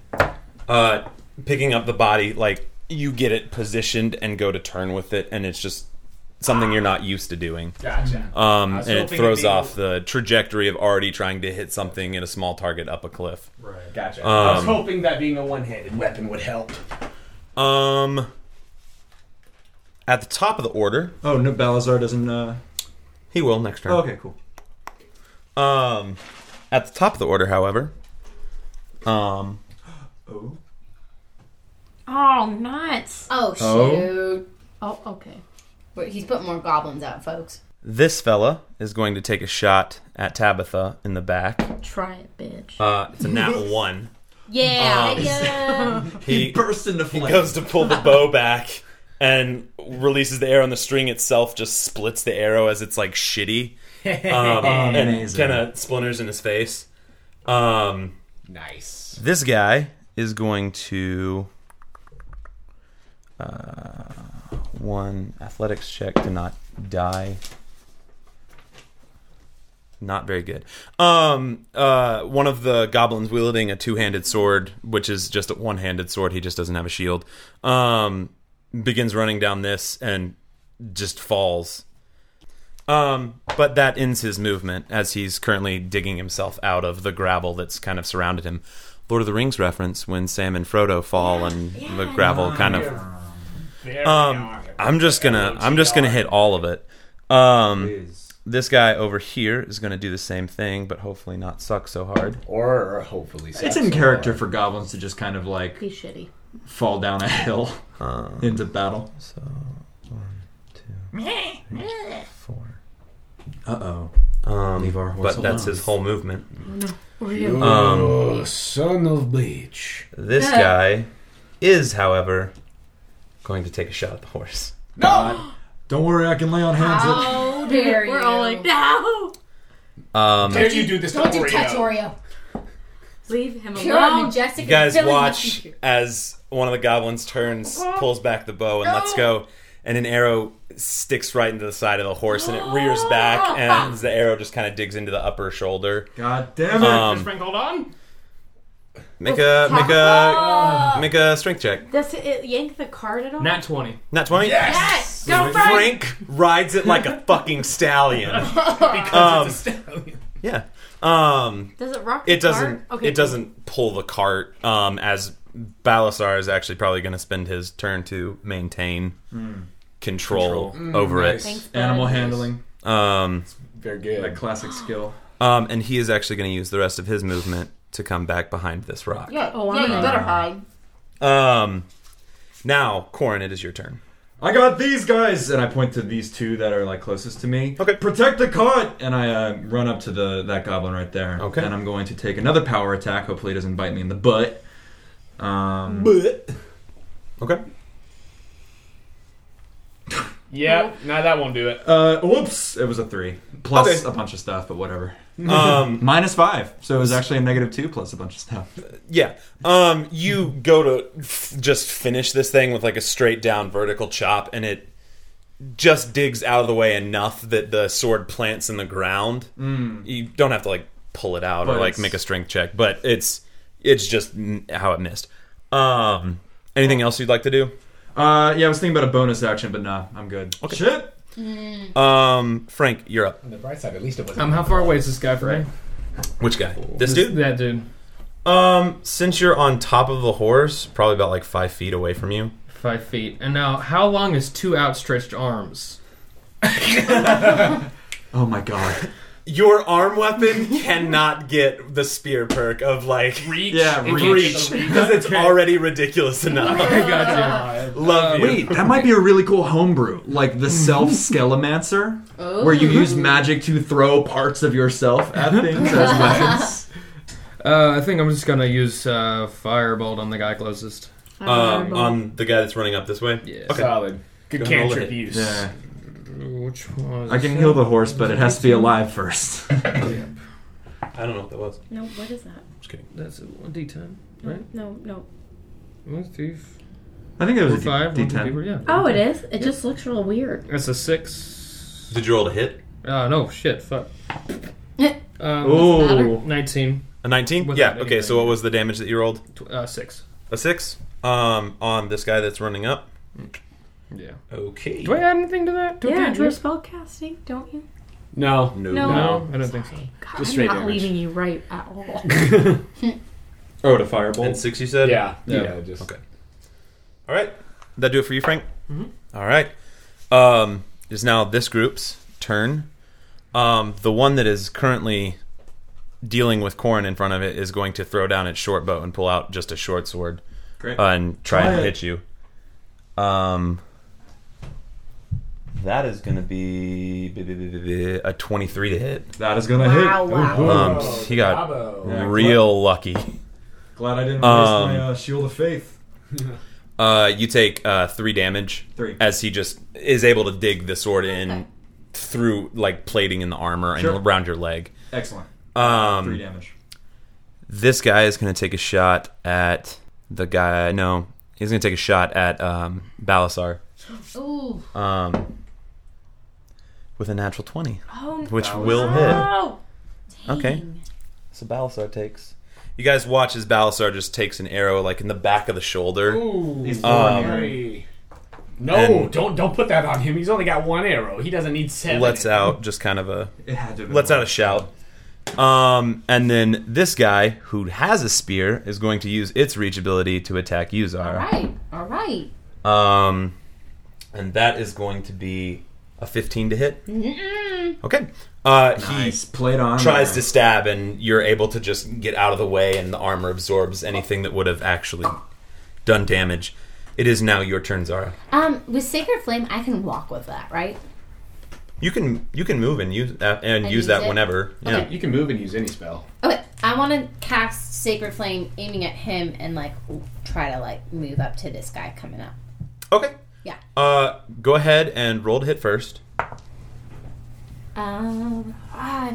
Speaker 7: Uh, picking up the body, like you get it positioned and go to turn with it, and it's just something you're not used to doing.
Speaker 11: Gotcha.
Speaker 7: Um,
Speaker 11: I was
Speaker 7: and it
Speaker 11: hoping
Speaker 7: throws
Speaker 11: it'd be-
Speaker 7: off the trajectory of already trying to hit something in a small target up a cliff.
Speaker 11: Right. Gotcha. I was
Speaker 7: Um,
Speaker 11: hoping that being a one handed weapon would help.
Speaker 7: Um, at the top of the order.
Speaker 9: Oh no, Balazar doesn't. Uh...
Speaker 7: He will next turn.
Speaker 9: Oh, okay, cool.
Speaker 7: Um, at the top of the order, however. Um,
Speaker 3: Oh, nuts.
Speaker 8: Oh,
Speaker 7: Oh.
Speaker 8: shoot.
Speaker 3: Oh, okay.
Speaker 8: But he's put more goblins out, folks.
Speaker 7: this fella is going to take a shot at Tabitha in the back.
Speaker 3: Try it, bitch.
Speaker 7: Uh, it's a nat one.
Speaker 8: Yeah.
Speaker 7: Um,
Speaker 8: yeah.
Speaker 7: He bursts into flame. He goes to pull the bow back and releases the arrow, and the string itself just splits the arrow as it's like shitty. Um, and
Speaker 9: Amazing.
Speaker 7: kind of splinters in his face. Um,
Speaker 11: nice.
Speaker 7: This guy is going to. Uh, one athletics check to not die. Not very good. Um, uh, one of the goblins wielding a two-handed sword, which is just a one-handed sword. He just doesn't have a shield. Um, begins running down this and just falls. Um, but that ends his movement as he's currently digging himself out of the gravel that's kind of surrounded him. Lord of the Rings reference when Sam and Frodo fall and the gravel kind of.
Speaker 11: There we
Speaker 7: Um, I'm just gonna I'm just gonna hit all of it. Um, this guy over here is gonna do the same thing, but hopefully not suck so hard.
Speaker 11: Or hopefully,
Speaker 9: It's in character for goblins to just kind of like
Speaker 3: Be shitty.
Speaker 9: fall down a hill into battle.
Speaker 7: Uh, So
Speaker 9: Uh
Speaker 7: oh. Um,
Speaker 9: Leave our
Speaker 7: but
Speaker 9: horse
Speaker 7: that's
Speaker 9: alone.
Speaker 7: his whole movement.
Speaker 11: You
Speaker 7: Um,
Speaker 11: son of bleach.
Speaker 7: This guy is, however, going to take a shot at the horse.
Speaker 11: No.
Speaker 9: Don't worry, I can lay on hands. that-
Speaker 8: How dare you?
Speaker 3: We're all like, no!
Speaker 7: Um,
Speaker 11: Dare you do this to
Speaker 8: Don't you
Speaker 11: Oreo.
Speaker 8: touch Oreo.
Speaker 3: Leave him
Speaker 8: Pure
Speaker 3: alone.
Speaker 8: majestic.
Speaker 7: You guys
Speaker 8: villain.
Speaker 7: watch as one of the goblins turns, pulls back the bow, and lets go. And an arrow sticks right into the side of the horse, and it rears back, and the arrow just kind of digs into the upper shoulder.
Speaker 9: God
Speaker 10: Damn
Speaker 7: damn
Speaker 10: it!
Speaker 7: Um,
Speaker 10: Frank, hold on.
Speaker 7: make a make a make a strength check.
Speaker 3: Does it, it yank the card at all?
Speaker 10: Nat twenty.
Speaker 7: Not twenty.
Speaker 3: Yes! Go, Frank!
Speaker 7: rides it like a fucking stallion.
Speaker 11: because it's a
Speaker 7: Um, Yeah. Um,
Speaker 3: Does it rock the
Speaker 7: It doesn't.
Speaker 3: cart? Okay,
Speaker 7: it
Speaker 3: cool.
Speaker 7: doesn't pull the cart. Um, as Balasar is actually probably going to spend his turn to maintain
Speaker 9: Hmm.
Speaker 7: control,
Speaker 9: Control. Mm,
Speaker 7: over
Speaker 9: nice.
Speaker 7: it.
Speaker 9: Thanks, bud. Animal handling.
Speaker 7: Um,
Speaker 11: Very good.
Speaker 9: That classic skill.
Speaker 7: um, and he is actually going to use the rest of his movement to come back behind this rock.
Speaker 8: Yeah,
Speaker 3: Oh,
Speaker 8: yeah,
Speaker 3: wow.
Speaker 8: you better hide.
Speaker 7: Um, now, Corin, it is your turn.
Speaker 9: I got these guys, and I point to these two that are like closest to me. Okay, protect the cart, and I uh, run up to the that goblin right there. Okay, and I'm going to take another power attack. Hopefully, it doesn't bite me in the butt. Um,
Speaker 7: butt. Okay.
Speaker 11: Yep. No, that won't do it.
Speaker 9: Uh, whoops! It was a three plus
Speaker 11: Okay.
Speaker 9: a bunch of stuff, but whatever.
Speaker 7: Um,
Speaker 9: minus five, so it was actually a negative two plus a bunch of stuff.
Speaker 7: Yeah. Um, you go to f- just finish this thing with like a straight down vertical chop, and it just digs out of the way enough that the sword plants in the ground.
Speaker 9: Mm.
Speaker 7: You don't have to like pull it out or
Speaker 9: But
Speaker 7: like
Speaker 9: it's-
Speaker 7: make a strength check, but it's it's just n- how it missed. Um, anything else you'd like to do?
Speaker 9: Uh, yeah, I was thinking about a bonus action, but nah, I'm good. Okay. Shit.
Speaker 7: Um, Frank, you're up.
Speaker 11: On the bright side, at least it wasn't.
Speaker 10: Um, how far away is this guy from me?
Speaker 7: Which guy? This,
Speaker 10: This-
Speaker 7: dude?
Speaker 10: That dude.
Speaker 7: Um, since you're on top of the horse, probably about like five feet away from you.
Speaker 10: Five feet. And now, how long is two outstretched arms?
Speaker 9: Oh my god.
Speaker 7: Your arm weapon cannot get the spear perk of like reach,
Speaker 9: Yeah,
Speaker 7: reach,
Speaker 9: reach.
Speaker 7: because it's already ridiculous enough.
Speaker 10: I got
Speaker 7: you. Love you.
Speaker 9: Wait, that might be a really cool homebrew, like the self skelemancer, where you use magic to throw parts of yourself at things as weapons.
Speaker 10: Uh, I think I'm just gonna use uh, firebolt on the guy closest.
Speaker 7: Um, on the guy that's running up this way. Yeah,
Speaker 10: Solid. Good
Speaker 7: Go ahead and roll
Speaker 10: cantrip
Speaker 7: to hit.
Speaker 10: use. Yeah. Which one?
Speaker 9: I can heal the horse, but it has to be alive first.
Speaker 7: I don't know what that was.
Speaker 3: No, what is that?
Speaker 7: Just kidding.
Speaker 10: That's a D10,
Speaker 3: No,
Speaker 10: right?
Speaker 3: no, no.
Speaker 10: One, two, f-
Speaker 9: I think it was
Speaker 10: four,
Speaker 9: a D-
Speaker 10: five, one, two,
Speaker 9: D10.
Speaker 10: three, four, yeah.
Speaker 3: Oh, it is. It just looks real weird.
Speaker 10: That's a six.
Speaker 7: Did you roll a hit?
Speaker 10: Uh, no shit. Fuck. Um,
Speaker 7: Ooh.
Speaker 10: nineteen.
Speaker 7: A 19? Yeah. Okay, so what was the damage that you rolled?
Speaker 10: Uh, six.
Speaker 7: A 6 um on this guy that's running up.
Speaker 10: Yeah.
Speaker 7: Okay.
Speaker 10: Do I add anything to that? To a
Speaker 3: yeah,
Speaker 10: cantrip?
Speaker 3: you're spellcasting, don't you?
Speaker 11: No.
Speaker 7: No.
Speaker 3: No.
Speaker 10: No, I don't think so.
Speaker 3: God, I'm not leaving you right at all.
Speaker 9: Oh, to firebolt.
Speaker 7: And 6 you said?
Speaker 11: Yeah.
Speaker 7: Yeah.
Speaker 11: Yeah, just-
Speaker 7: Okay. All right. That do it for you, Frank? Mm-hmm. All right. Um it is now this group's turn. Um the one that is currently dealing with Corin in front of it is going to throw down its short bow and pull out just a short sword.
Speaker 9: Great.
Speaker 7: Uh, and try,
Speaker 9: Try
Speaker 7: and
Speaker 9: it.
Speaker 7: hit you. Um that is going to be a 23 to hit.
Speaker 9: That is gonna hit. Wow, wow.
Speaker 7: Um, he got
Speaker 9: Bravo. Yeah,
Speaker 7: real lucky.
Speaker 9: Glad I didn't waste
Speaker 7: Um,
Speaker 9: my uh, shield of faith.
Speaker 7: Uh, you take uh, three damage.
Speaker 9: Three.
Speaker 7: As he just is able to dig the sword in through like plating in the armor
Speaker 9: Sure.
Speaker 7: and around your leg.
Speaker 9: Excellent.
Speaker 7: Um,
Speaker 9: Three damage.
Speaker 7: This guy is going to take a shot at the guy. No, he's going to take a shot at um, Balasar.
Speaker 8: Ooh.
Speaker 7: Um, with a natural twenty,
Speaker 8: Oh,
Speaker 7: which
Speaker 8: Balasar.
Speaker 7: will hit.
Speaker 8: No.
Speaker 7: Okay. So Balasar takes. You guys watch as Balasar just takes an arrow like in the back of the shoulder.
Speaker 11: Ooh. He's
Speaker 7: Um,
Speaker 11: very- No,
Speaker 7: and-
Speaker 11: don't don't put that on him. He's only got one arrow. He doesn't need seven.
Speaker 7: lets uh, out just kind of a
Speaker 11: It had to have been
Speaker 7: lets out a shout. Um, and then this guy who has a spear is going to use its reach ability to attack Uzar.
Speaker 8: Right. All right.
Speaker 7: Um, and that is going to be a 15 to hit.
Speaker 8: Mm-mm.
Speaker 7: Okay. Uh, He
Speaker 9: played on
Speaker 7: tries to
Speaker 9: there.
Speaker 7: stab, and you're able to just get out of the way, and the armor absorbs anything that would have actually done damage. It is now your turn, Zara.
Speaker 8: Um, with Sacred Flame, I can walk with that, right?
Speaker 7: You can you can move and use that, and, use,
Speaker 8: use
Speaker 7: that
Speaker 8: it?
Speaker 7: whenever. Yeah,
Speaker 8: Okay.
Speaker 11: you can move and use any spell.
Speaker 8: Okay, I want to cast Sacred Flame, aiming at him, and like w- try to like move up to this guy coming up.
Speaker 7: Okay.
Speaker 8: Yeah.
Speaker 7: Uh, go ahead and roll to hit first.
Speaker 8: Um. ah,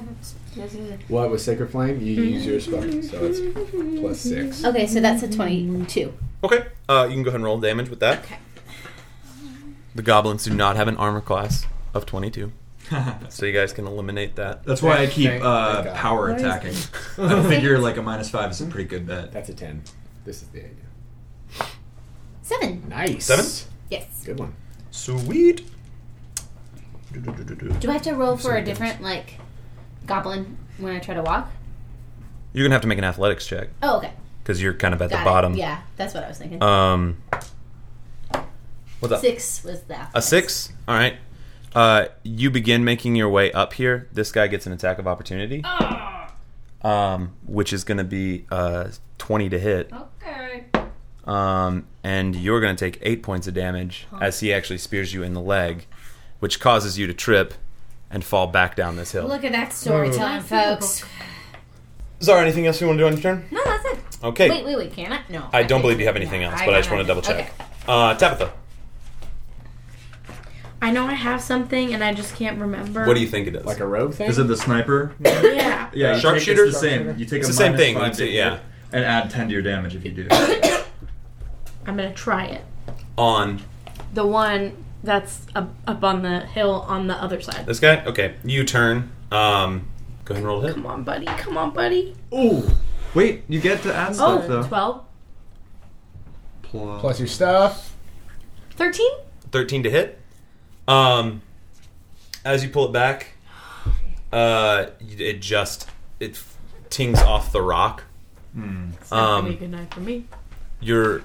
Speaker 11: What with Sacred Flame? You use your spell, so it's plus six.
Speaker 8: Okay, so that's a twenty-two.
Speaker 7: Okay. Uh, you can go ahead and roll damage with that. Okay. The goblins do not have an armor class of 22. so you guys can eliminate that.
Speaker 9: That's why I keep
Speaker 11: Thank-
Speaker 9: uh,
Speaker 11: thank God.
Speaker 9: power
Speaker 11: Where is
Speaker 9: attacking.
Speaker 11: it?
Speaker 9: I figure like a minus five is a pretty good bet.
Speaker 11: That's a ten. This is the idea.
Speaker 8: Seven.
Speaker 11: Nice.
Speaker 7: Seven?
Speaker 8: Yes.
Speaker 11: Good one.
Speaker 7: Sweet.
Speaker 8: Do I have to roll for a different like goblin when I try to walk?
Speaker 7: You're going to have to make an athletics check
Speaker 8: Oh, okay.
Speaker 7: because you're kind of at
Speaker 8: Got
Speaker 7: the
Speaker 8: it.
Speaker 7: bottom.
Speaker 8: Yeah, that's what I was thinking.
Speaker 7: Um, what's up?
Speaker 8: Six was that.
Speaker 7: A six? All right. Uh, you begin making your way up here. This guy gets an attack of opportunity,
Speaker 8: Ah.
Speaker 7: um, which is going to be uh, 20 to hit.
Speaker 8: Okay.
Speaker 7: um, and you're going to take eight points of damage as he actually spears you in the leg, which causes you to trip and fall back down this hill.
Speaker 8: Look at that storytelling, folks.
Speaker 7: Zara, anything else you want to do on your turn?
Speaker 8: No, that's it.
Speaker 7: Okay.
Speaker 8: Wait, wait, wait. Can I? No.
Speaker 7: I don't
Speaker 8: think-
Speaker 7: believe you have anything
Speaker 8: no,
Speaker 7: else, but I just
Speaker 8: have
Speaker 7: want to double
Speaker 8: nothing.
Speaker 7: check. Uh, Tabitha,
Speaker 3: I know I have something and I just can't remember.
Speaker 7: what do you think it is? Like
Speaker 11: a rogue thing?
Speaker 9: Is it the sniper?
Speaker 3: Yeah.
Speaker 9: Yeah, you
Speaker 7: Sharpshooter?
Speaker 9: Take, it's the same. You take
Speaker 7: It's
Speaker 9: a
Speaker 7: the same
Speaker 9: minus
Speaker 7: thing,
Speaker 9: five
Speaker 7: it's-
Speaker 9: to hit
Speaker 7: yeah.
Speaker 9: and add ten to your damage if you do.
Speaker 3: I'm gonna try it.
Speaker 7: On
Speaker 3: The one that's up, up on the hill on the other side.
Speaker 7: this guy? Okay, you turn. Um, go ahead and roll to hit.
Speaker 3: Come on, buddy. Come on, buddy.
Speaker 9: Ooh. Wait, you get to add stuff
Speaker 3: Oh,
Speaker 9: though.
Speaker 3: 12.
Speaker 11: Plus your stuff.
Speaker 3: 13?
Speaker 7: 13 to hit. Um, as you pull it back, uh, it just it f- tings off the rock.
Speaker 3: It's not gonna be a
Speaker 7: Um,
Speaker 3: good night for me.
Speaker 7: you're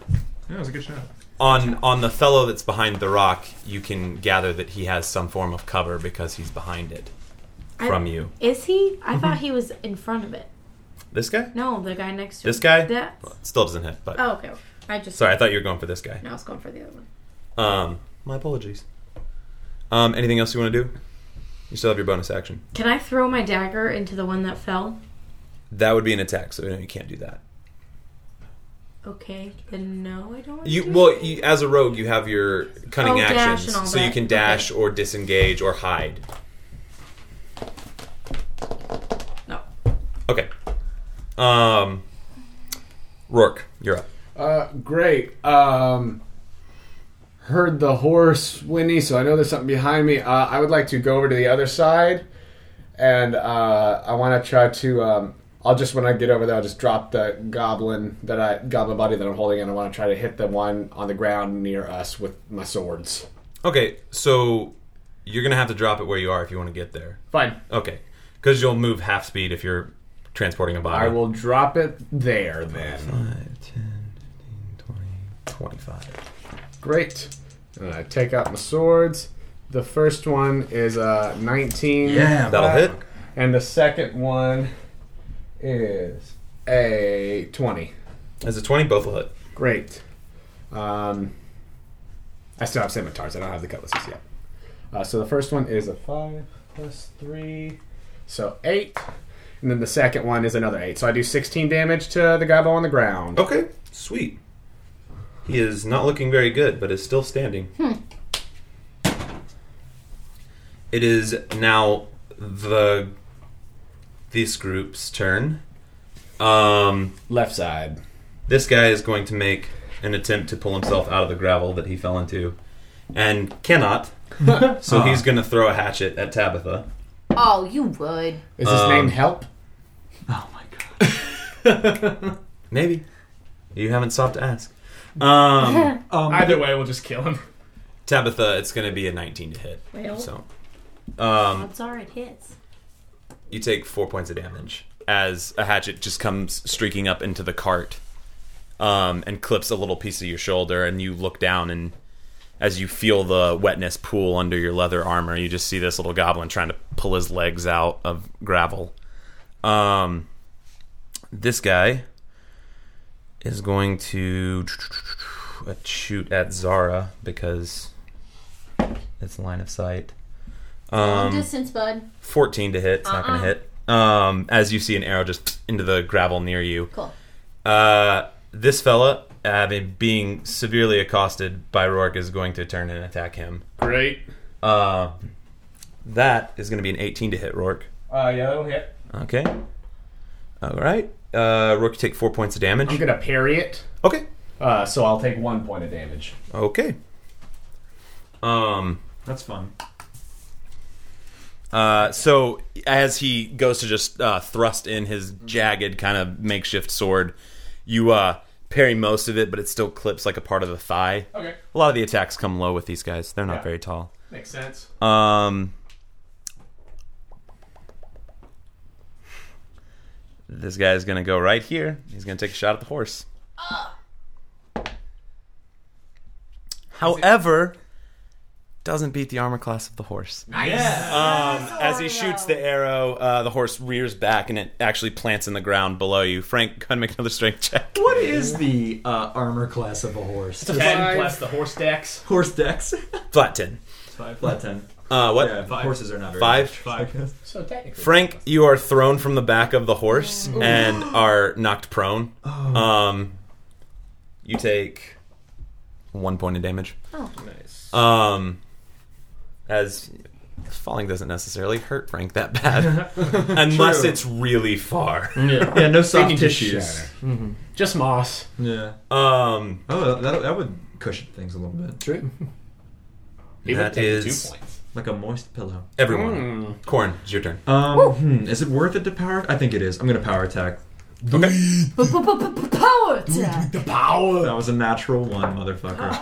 Speaker 9: Yeah, it was a good shot.
Speaker 7: on on the fellow that's behind the rock. You can gather that he has some form of cover because he's behind it.
Speaker 3: I-
Speaker 7: from you. Mhm.
Speaker 3: Is he? I thought he was in front of it.
Speaker 7: This guy?
Speaker 3: No, the guy next to
Speaker 7: This
Speaker 3: him.
Speaker 7: guy?
Speaker 3: That.
Speaker 7: Well, it still doesn't hit, but.
Speaker 3: Oh, okay. I just.
Speaker 7: Sorry, I thought you were going for this guy.
Speaker 3: No, I was going for the other one.
Speaker 7: Um, my apologies. Um, anything else you want to do? You still have your bonus action.
Speaker 3: Can I throw my dagger into the one that fell?
Speaker 7: That would be an attack, so no, you can't do that.
Speaker 3: Okay, then no, I don't.
Speaker 7: You well, you, as a rogue, you have your cunning
Speaker 3: Oh, dash
Speaker 7: actions,
Speaker 3: and all
Speaker 7: so you
Speaker 3: that.
Speaker 7: can dash or disengage or hide.
Speaker 3: No.
Speaker 7: Okay. Um, Rourke, you're up.
Speaker 11: Uh, great. Um, heard the horse whinny, so I know there's something behind me. Uh, I would like to go over to the other side, and uh, I want to try to. Um, I'll just when I get over there, I'll just drop the goblin that I goblin body that I'm holding, and I want to try to hit the one on the ground near us with my swords.
Speaker 7: Okay, so you're gonna have to drop it where you are if you want to get there.
Speaker 11: Fine.
Speaker 7: Okay, because you'll move half speed if you're transporting a body.
Speaker 11: I will drop it there then.
Speaker 7: 25.
Speaker 11: Great. And I take out my swords. The first one is uh, 19.
Speaker 7: Yeah, That'll hit.
Speaker 11: And the second one is a 20.
Speaker 7: Is a 20 both will hit?
Speaker 11: Great. Um, I still have scimitars. I don't have the cutlasses yet. Uh, so the first one is a 5 plus 3. So 8. And then the second one is another 8. So I do 16 damage to the gobbo on the ground.
Speaker 7: Okay, sweet. He is not looking very good, but is still standing.
Speaker 8: Hmm.
Speaker 7: It is now the this group's turn. Um,
Speaker 11: Left side.
Speaker 7: This guy is going to make an attempt to pull himself out of the gravel that he fell into, and cannot. so he's going to throw a hatchet at Tabitha.
Speaker 8: Oh, you would.
Speaker 11: Is his
Speaker 7: Um,
Speaker 11: name Help?
Speaker 7: Maybe. You haven't stopped to ask. Um,
Speaker 6: Either way, we'll just kill him.
Speaker 7: Tabitha, it's going to be a 19 to hit.
Speaker 3: Well.
Speaker 7: so, um,
Speaker 3: Odds are it hits.
Speaker 7: you take four points of damage as a hatchet just comes streaking up into the cart um, and clips a little piece of your shoulder. And you look down, and as you feel the wetness pool under your leather armor, you just see this little goblin trying to pull his legs out of gravel. Um, this guy is going to shoot at Zara because it's line of sight.
Speaker 8: Long
Speaker 7: Um,
Speaker 8: distance, bud.
Speaker 7: 14 to hit. It's not going
Speaker 8: Uh-uh.
Speaker 7: to hit. Um, as you see an arrow just into the gravel near you.
Speaker 8: Cool.
Speaker 7: Uh, this fella, uh, being- being severely accosted by Rourke, is going to turn and attack him.
Speaker 6: Great.
Speaker 7: Uh, that is going to be an 18 to hit, Rourke.
Speaker 11: Uh, yeah, that'll hit.
Speaker 7: Okay. All right. Uh, Rourke, you take four points of damage.
Speaker 11: I'm gonna parry it.
Speaker 7: Okay.
Speaker 11: Uh, so I'll take one point of damage.
Speaker 7: Okay. Um,
Speaker 9: That's fun.
Speaker 7: Uh, so as he goes to just uh, thrust in his jagged kind of makeshift sword, you uh, parry most of it, but it still clips like a part of the thigh.
Speaker 6: Okay.
Speaker 7: A lot of the attacks come low with these guys. They're not very tall.
Speaker 6: Makes sense.
Speaker 7: Um. This guy is gonna go right here. He's gonna take a shot at the horse. However, doesn't beat the armor class of the horse.
Speaker 1: Nice.
Speaker 7: Um, as he shoots the arrow, uh, the horse rears back and it actually plants in the ground below you. Frank, go ahead and make another strength check.
Speaker 13: What is the uh, armor class of a horse?
Speaker 6: Ten plus the horse decks.
Speaker 13: horse dex.
Speaker 7: Flat ten.
Speaker 13: Five. Flat ten.
Speaker 7: Uh, what?
Speaker 13: Yeah, Five. horses are not very
Speaker 7: five.
Speaker 13: much. Five.
Speaker 6: So technically-
Speaker 7: Frank, you are thrown from the back of the horse
Speaker 6: Ooh.
Speaker 7: and are knocked prone.
Speaker 6: Oh.
Speaker 7: Um, you take one point of damage.
Speaker 6: Oh. Nice.
Speaker 7: Um, as falling doesn't necessarily hurt Frank that bad, unless
Speaker 6: True.
Speaker 7: it's really far.
Speaker 6: They can just shatter.
Speaker 11: Mhm. Just moss.
Speaker 9: Yeah.
Speaker 7: Um.
Speaker 9: Oh, that, that would cushion things a little bit.
Speaker 11: True.
Speaker 7: That is
Speaker 9: like a moist pillow.
Speaker 6: Hmm.
Speaker 7: everyone. Corn, it's your turn.
Speaker 9: Um, hmm, is it worth it to power? I think it is. I'm gonna power attack. Okay.
Speaker 8: Power attack.
Speaker 9: The power. That was a natural one, motherfucker.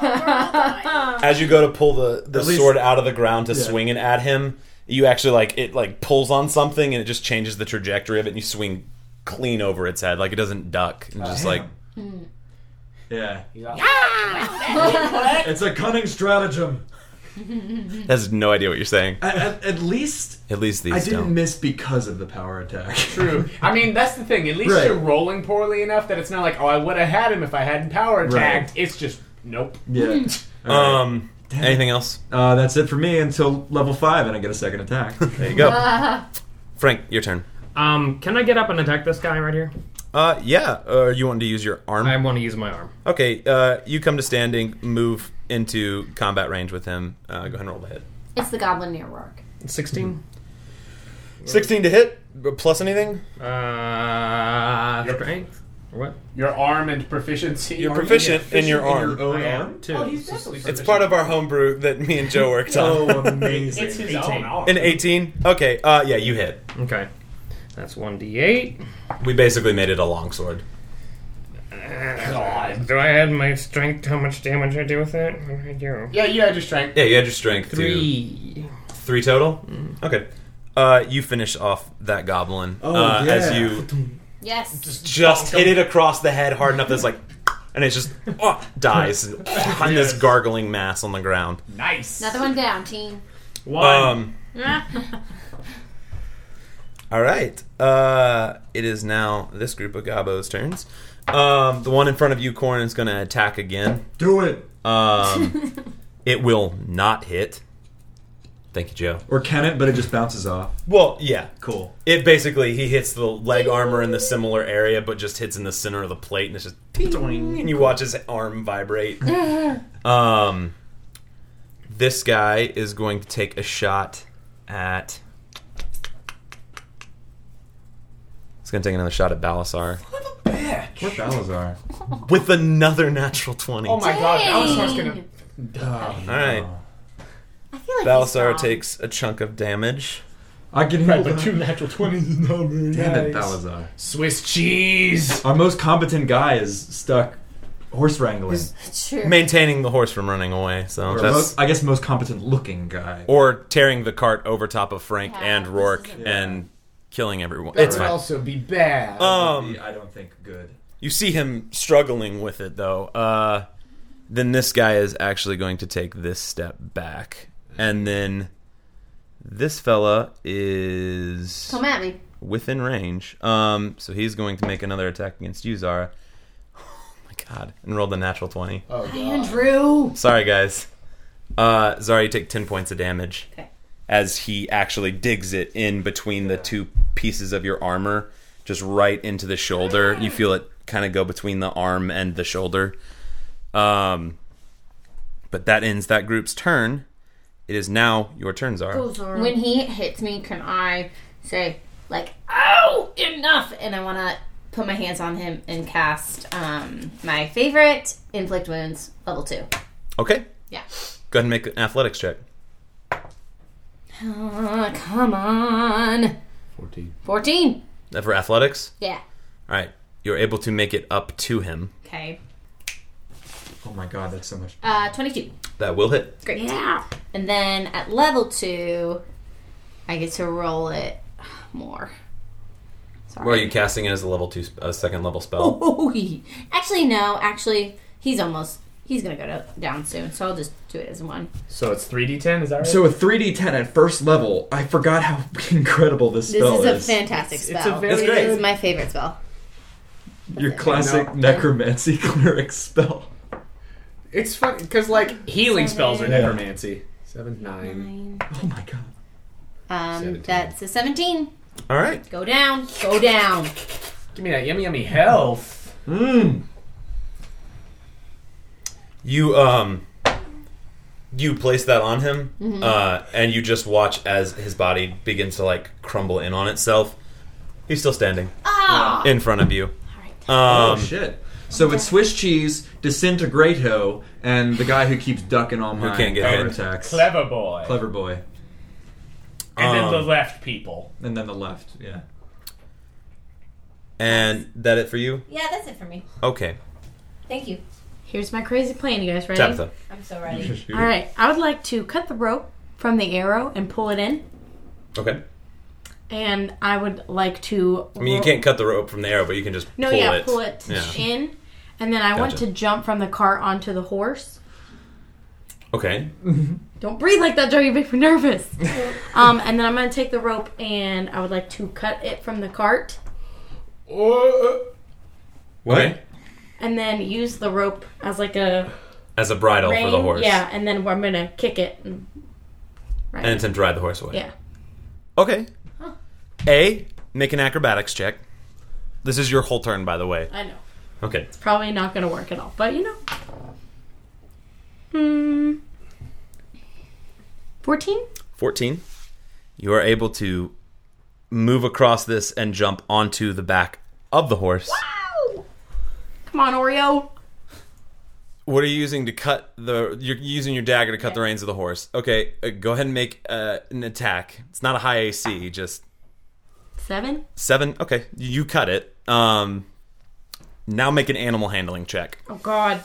Speaker 7: As you go to pull the, the
Speaker 9: At least-
Speaker 7: sword out of the ground to
Speaker 9: Yeah.
Speaker 7: swing it at him, you actually like it like pulls on something and it just changes the trajectory of it and you swing clean over its head. Like it doesn't duck. And just
Speaker 9: Damn.
Speaker 7: like
Speaker 9: Yeah.
Speaker 11: Yeah!
Speaker 9: it's a cunning stratagem.
Speaker 7: has no idea what you're saying.
Speaker 9: At, at- at least
Speaker 7: At least these
Speaker 9: I didn't
Speaker 7: don't.
Speaker 9: miss because of the power attack.
Speaker 11: True. I mean, that's the thing. At least
Speaker 9: Right.
Speaker 11: you're rolling poorly enough that it's not like, oh, I would have had him if I hadn't power attacked. It's just, nope.
Speaker 7: Um. Anything else?
Speaker 9: Uh, that's it for me until level five, and I get a second attack.
Speaker 7: there you go. Frank, your turn.
Speaker 10: Um, can I get up and attack this guy right here?
Speaker 7: Uh, yeah. Uh, you want to use your arm? I
Speaker 10: want to use my arm.
Speaker 7: Okay. Uh, you come to standing, move into combat range with him. Uh, go ahead and roll the hit.
Speaker 8: It's the goblin near Rourke.
Speaker 10: 16?
Speaker 7: 16 to hit, plus anything?
Speaker 10: Uh, strength? Or what?
Speaker 11: Your arm and proficiency.
Speaker 7: You're proficient in your arm.
Speaker 11: I am.
Speaker 10: Too.
Speaker 11: Oh, he's definitely
Speaker 7: It's part of our homebrew that me and Joe worked on.
Speaker 10: Oh, amazing. It's his own arm.
Speaker 7: An 18? Okay, uh, yeah, you hit.
Speaker 10: Okay. That's 1d8.
Speaker 7: We basically made it a longsword.
Speaker 10: God. Do I add my strength to how much damage I do with it? What do I do?
Speaker 11: Yeah, you had your strength.
Speaker 7: Yeah, you had your strength. to-
Speaker 10: Three. Mm-hmm.
Speaker 7: Three total? Okay. Uh, you finish off that goblin
Speaker 10: Oh,
Speaker 7: uh, as
Speaker 10: yeah.
Speaker 7: you
Speaker 8: Yes.
Speaker 7: just hit it across the head hard enough that's like, and it just oh, dies on this gargling mass on the ground.
Speaker 11: Nice.
Speaker 8: Another one down, team.
Speaker 7: Um, All right. Uh, it is now this group of gobos' turns. Um, the one in front of you, Corn, is going to attack again.
Speaker 9: Do it.
Speaker 7: Um, it will not hit. Thank you, Joe.
Speaker 9: Or can it, but it just bounces off.
Speaker 7: Well, yeah,
Speaker 9: cool.
Speaker 7: It basically he hits the leg armor in the similar area, but just hits in the center of the plate, and it's just ding, and you watch his arm vibrate. Um, this guy is going to take a shot at. He's going to take another shot at Balasar.
Speaker 9: Poor Balazar.
Speaker 7: With another natural 20.
Speaker 11: Oh my god,
Speaker 8: Dang.
Speaker 11: Alistar's gonna die.
Speaker 7: All right.
Speaker 8: I feel like
Speaker 7: Balasar
Speaker 8: he's
Speaker 7: takes a chunk of damage.
Speaker 9: I can
Speaker 11: Right, but two natural 20s is not very
Speaker 9: Damn it,
Speaker 11: nice.
Speaker 9: Balazar.
Speaker 11: Swiss cheese.
Speaker 9: Our most competent guy is stuck horse wrangling.
Speaker 8: Sure.
Speaker 7: Maintaining the horse from running away, so
Speaker 9: Or
Speaker 7: Oh, that's.
Speaker 9: most- I guess most competent looking guy.
Speaker 7: or tearing the cart over top of Frank and Rourke and killing everyone.
Speaker 11: That
Speaker 7: It's
Speaker 11: would
Speaker 7: fine.
Speaker 11: also be bad.
Speaker 7: Um,
Speaker 9: I don't think good.
Speaker 7: You see him struggling with it though. Uh, then this guy is actually going to take this step back, and then this fella is
Speaker 8: Come at me.
Speaker 7: within range. Um, so he's going to make another attack against you, Zara. Oh my god! And rolled a natural twenty.
Speaker 11: Oh,
Speaker 8: Andrew.
Speaker 7: Sorry, guys. Uh, Zara, you take 10 points of damage
Speaker 8: Okay.
Speaker 7: as he actually digs it in between the two pieces of your armor, just right into the shoulder. You feel it kind of go between the arm and the shoulder. Um, but that ends that group's turn. It is now your turn, Zara.
Speaker 8: When he hits me, can I say like, "Ow, enough!" And I want to put my hands on him and cast um, my favorite inflict wounds, level two.
Speaker 7: Okay.
Speaker 8: Yeah.
Speaker 7: Go ahead and make an athletics check.
Speaker 8: Ah, come on.
Speaker 7: 14.
Speaker 8: Fourteen.
Speaker 7: For athletics?
Speaker 8: Yeah.
Speaker 7: All right. You're able to make it up to him.
Speaker 8: Okay.
Speaker 9: Oh my god, that's so much.
Speaker 8: Uh, twenty-two.
Speaker 7: That will hit.
Speaker 8: Great. Yeah. And then at level two, I get to roll it more.
Speaker 7: Where are you casting it as a level two, sp- a second level spell?
Speaker 8: Oh, he- actually, no. Actually, he's almost. He's gonna go to, down soon, so I'll just do it as one.
Speaker 11: So it's 3d10, is that right?
Speaker 9: So a 3d10 at first level. I forgot how incredible this,
Speaker 8: This
Speaker 9: spell
Speaker 8: is a
Speaker 9: is.
Speaker 8: fantastic
Speaker 11: It's- it's
Speaker 8: spell.
Speaker 11: a
Speaker 8: this
Speaker 11: very good-
Speaker 8: is my favorite spell.
Speaker 9: Your classic necromancy cleric spell.
Speaker 11: It's fun because like healing spells are
Speaker 9: Yeah.
Speaker 11: necromancy. Seven nine.
Speaker 9: Oh my god.
Speaker 8: Um, that's a seventeen.
Speaker 7: All right.
Speaker 8: Go down. Go down.
Speaker 11: Give me that yummy yummy health.
Speaker 9: Mmm.
Speaker 7: You um you place that on him
Speaker 3: Mm-hmm.
Speaker 11: Mhm.
Speaker 7: uh and you just watch as his body begins to like crumble in on itself. He's still standing
Speaker 8: Ah!
Speaker 7: in front of you.
Speaker 9: oh
Speaker 7: Um,
Speaker 9: shit. So it's Swiss cheese, disintegrato, and the guy who keeps ducking all
Speaker 7: Who
Speaker 9: my
Speaker 7: can't get
Speaker 9: power
Speaker 7: hit.
Speaker 9: attacks.
Speaker 11: Clever boy.
Speaker 9: Clever boy.
Speaker 11: And then the
Speaker 7: Um,
Speaker 11: left people.
Speaker 9: And then the left, yeah.
Speaker 7: And that it for you?
Speaker 8: Yeah, that's it for me.
Speaker 7: Okay.
Speaker 8: Thank you.
Speaker 3: Here's my crazy plan. You guys ready?
Speaker 7: Tabitha.
Speaker 8: I'm so ready.
Speaker 3: All right. I would like to cut the rope from the arrow and pull it in,
Speaker 7: Okay.
Speaker 3: and I would like to.
Speaker 7: I mean you can't cut the rope from the arrow, but you can just
Speaker 3: No,
Speaker 7: pull
Speaker 3: yeah,
Speaker 7: it.
Speaker 3: pull it
Speaker 7: Yeah.
Speaker 3: in, and then I want
Speaker 7: Gotcha.
Speaker 3: to jump from the cart onto the horse.
Speaker 7: Okay.
Speaker 3: Don't breathe like that, Joe. You make me nervous. um, and then I'm gonna take the rope and I would like to cut it from the cart
Speaker 7: What?
Speaker 3: and then use the rope as like a
Speaker 7: As a bridle for the
Speaker 3: rein.
Speaker 7: horse.
Speaker 3: Yeah, and then I'm gonna kick it. And,
Speaker 7: And attempt to ride the horse away.
Speaker 3: yeah.
Speaker 7: Okay. A, make an acrobatics check. This is your whole turn, by the way.
Speaker 3: I know.
Speaker 7: Okay.
Speaker 3: It's probably not going to work at all, but you know. Hmm. 14?
Speaker 7: 14. You are able to move across this and jump onto the back of the horse.
Speaker 3: Come on, Oreo.
Speaker 7: What are you using to cut the? You're using your dagger to cut the reins of the horse. Okay, uh, go ahead and make uh, an attack. It's not a high AC, just
Speaker 3: Seven?
Speaker 7: seven. Okay, you cut it. Um, now make an animal handling check.
Speaker 3: Oh, God.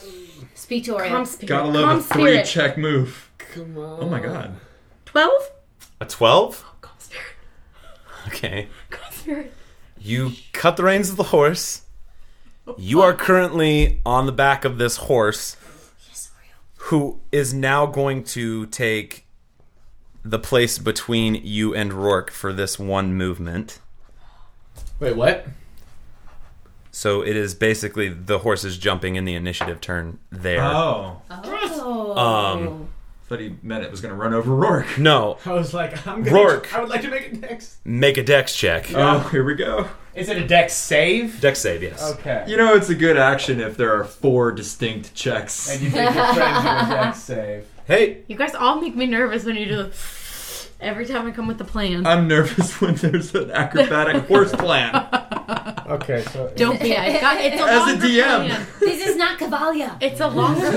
Speaker 8: Speak to Oreo.
Speaker 3: Calm spirit.
Speaker 9: Gotta love
Speaker 3: Calm
Speaker 9: a three
Speaker 3: spirit.
Speaker 9: check move.
Speaker 3: Come on.
Speaker 9: Oh my god.
Speaker 3: 12?
Speaker 7: A twelve. Okay, you cut the reins of the horse. You are currently on the back of this horse, who is now going to take the place between you and Rourke for this one movement.
Speaker 11: Wait, what?
Speaker 7: So it is basically the horse is jumping in the initiative turn there.
Speaker 9: Oh.
Speaker 8: Oh.
Speaker 7: Um,
Speaker 9: Thought he meant it was going to run over Rourke.
Speaker 7: No.
Speaker 11: I was like, I'm gonna,
Speaker 7: Rourke.
Speaker 11: I would like to make it next.
Speaker 7: Make a dex check.
Speaker 9: Oh, here we go.
Speaker 11: Is it a dex save?
Speaker 7: Dex save, yes.
Speaker 11: Okay.
Speaker 9: You know, it's a good action if there are four distinct checks.
Speaker 11: And you think your friends do a dex save.
Speaker 7: Hey!
Speaker 3: You guys all make me nervous when you do the. Every time I come with a plan.
Speaker 9: I'm nervous when there's an acrobatic horse plan.
Speaker 11: Okay, so.
Speaker 3: Don't be. I got, it's a
Speaker 9: As a
Speaker 3: longer
Speaker 9: DM.
Speaker 3: plan.
Speaker 8: This is not Cavalia.
Speaker 3: It's a longer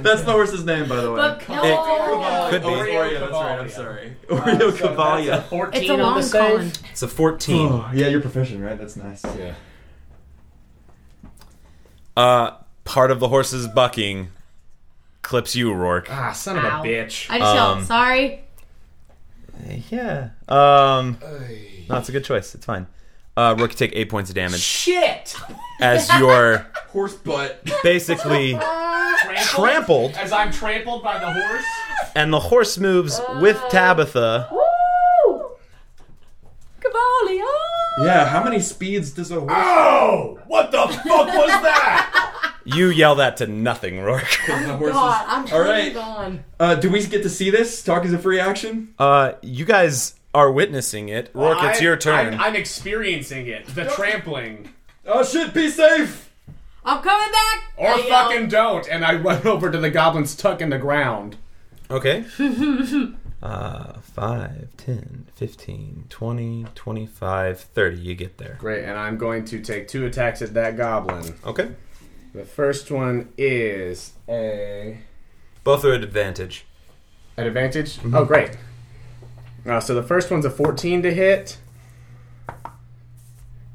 Speaker 9: That's the horse's name, by the way.
Speaker 3: But- Oh.
Speaker 9: It could be.
Speaker 7: Oreo
Speaker 9: Oreo, that's right, I'm sorry. Oreo Cavalia.
Speaker 3: It's a long con.
Speaker 7: It's a 14.
Speaker 9: Oh, yeah, you're proficient, right? That's nice. Yeah.
Speaker 7: Uh, part of the horse's bucking clips you, Rourke.
Speaker 11: Ah, son of
Speaker 3: Ow.
Speaker 11: a bitch.
Speaker 3: I just yelled,
Speaker 7: Um,
Speaker 3: sorry.
Speaker 7: Yeah. Um, no, it's a good choice. It's fine. Uh, Rourke, you take eight points of damage
Speaker 11: Shit!
Speaker 7: as you're
Speaker 9: Horse butt.
Speaker 7: basically, Trampled?
Speaker 11: As I'm trampled by the horse?
Speaker 7: and the horse moves with Tabitha.
Speaker 3: Woo! Cavalia! oh.
Speaker 9: Yeah, how many speeds does a horse
Speaker 11: Oh! What the fuck was that?
Speaker 7: You yell that to nothing, Rourke.
Speaker 9: the horse
Speaker 3: God, I'm
Speaker 9: All right.
Speaker 3: gone.
Speaker 9: Uh, do we get to see this? Talk is a free action?
Speaker 7: Uh, you guys are witnessing it. Rourke, it's
Speaker 11: I-
Speaker 7: your turn.
Speaker 11: I'm, I'm experiencing it. The trampling.
Speaker 9: Oh shit, be safe!
Speaker 3: I'm coming back!
Speaker 11: Or fucking don't. And I run over to the goblins tuck in the ground.
Speaker 7: okay.
Speaker 3: fucking.
Speaker 7: Uh, 5, 10, 15, 20, 25, 30. You get there.
Speaker 11: Great, and I'm going to take two attacks at that goblin.
Speaker 7: Okay.
Speaker 11: The first one is a.
Speaker 7: Both are at advantage.
Speaker 11: At advantage? Oh, great. Uh, so the first one's a 14 to hit.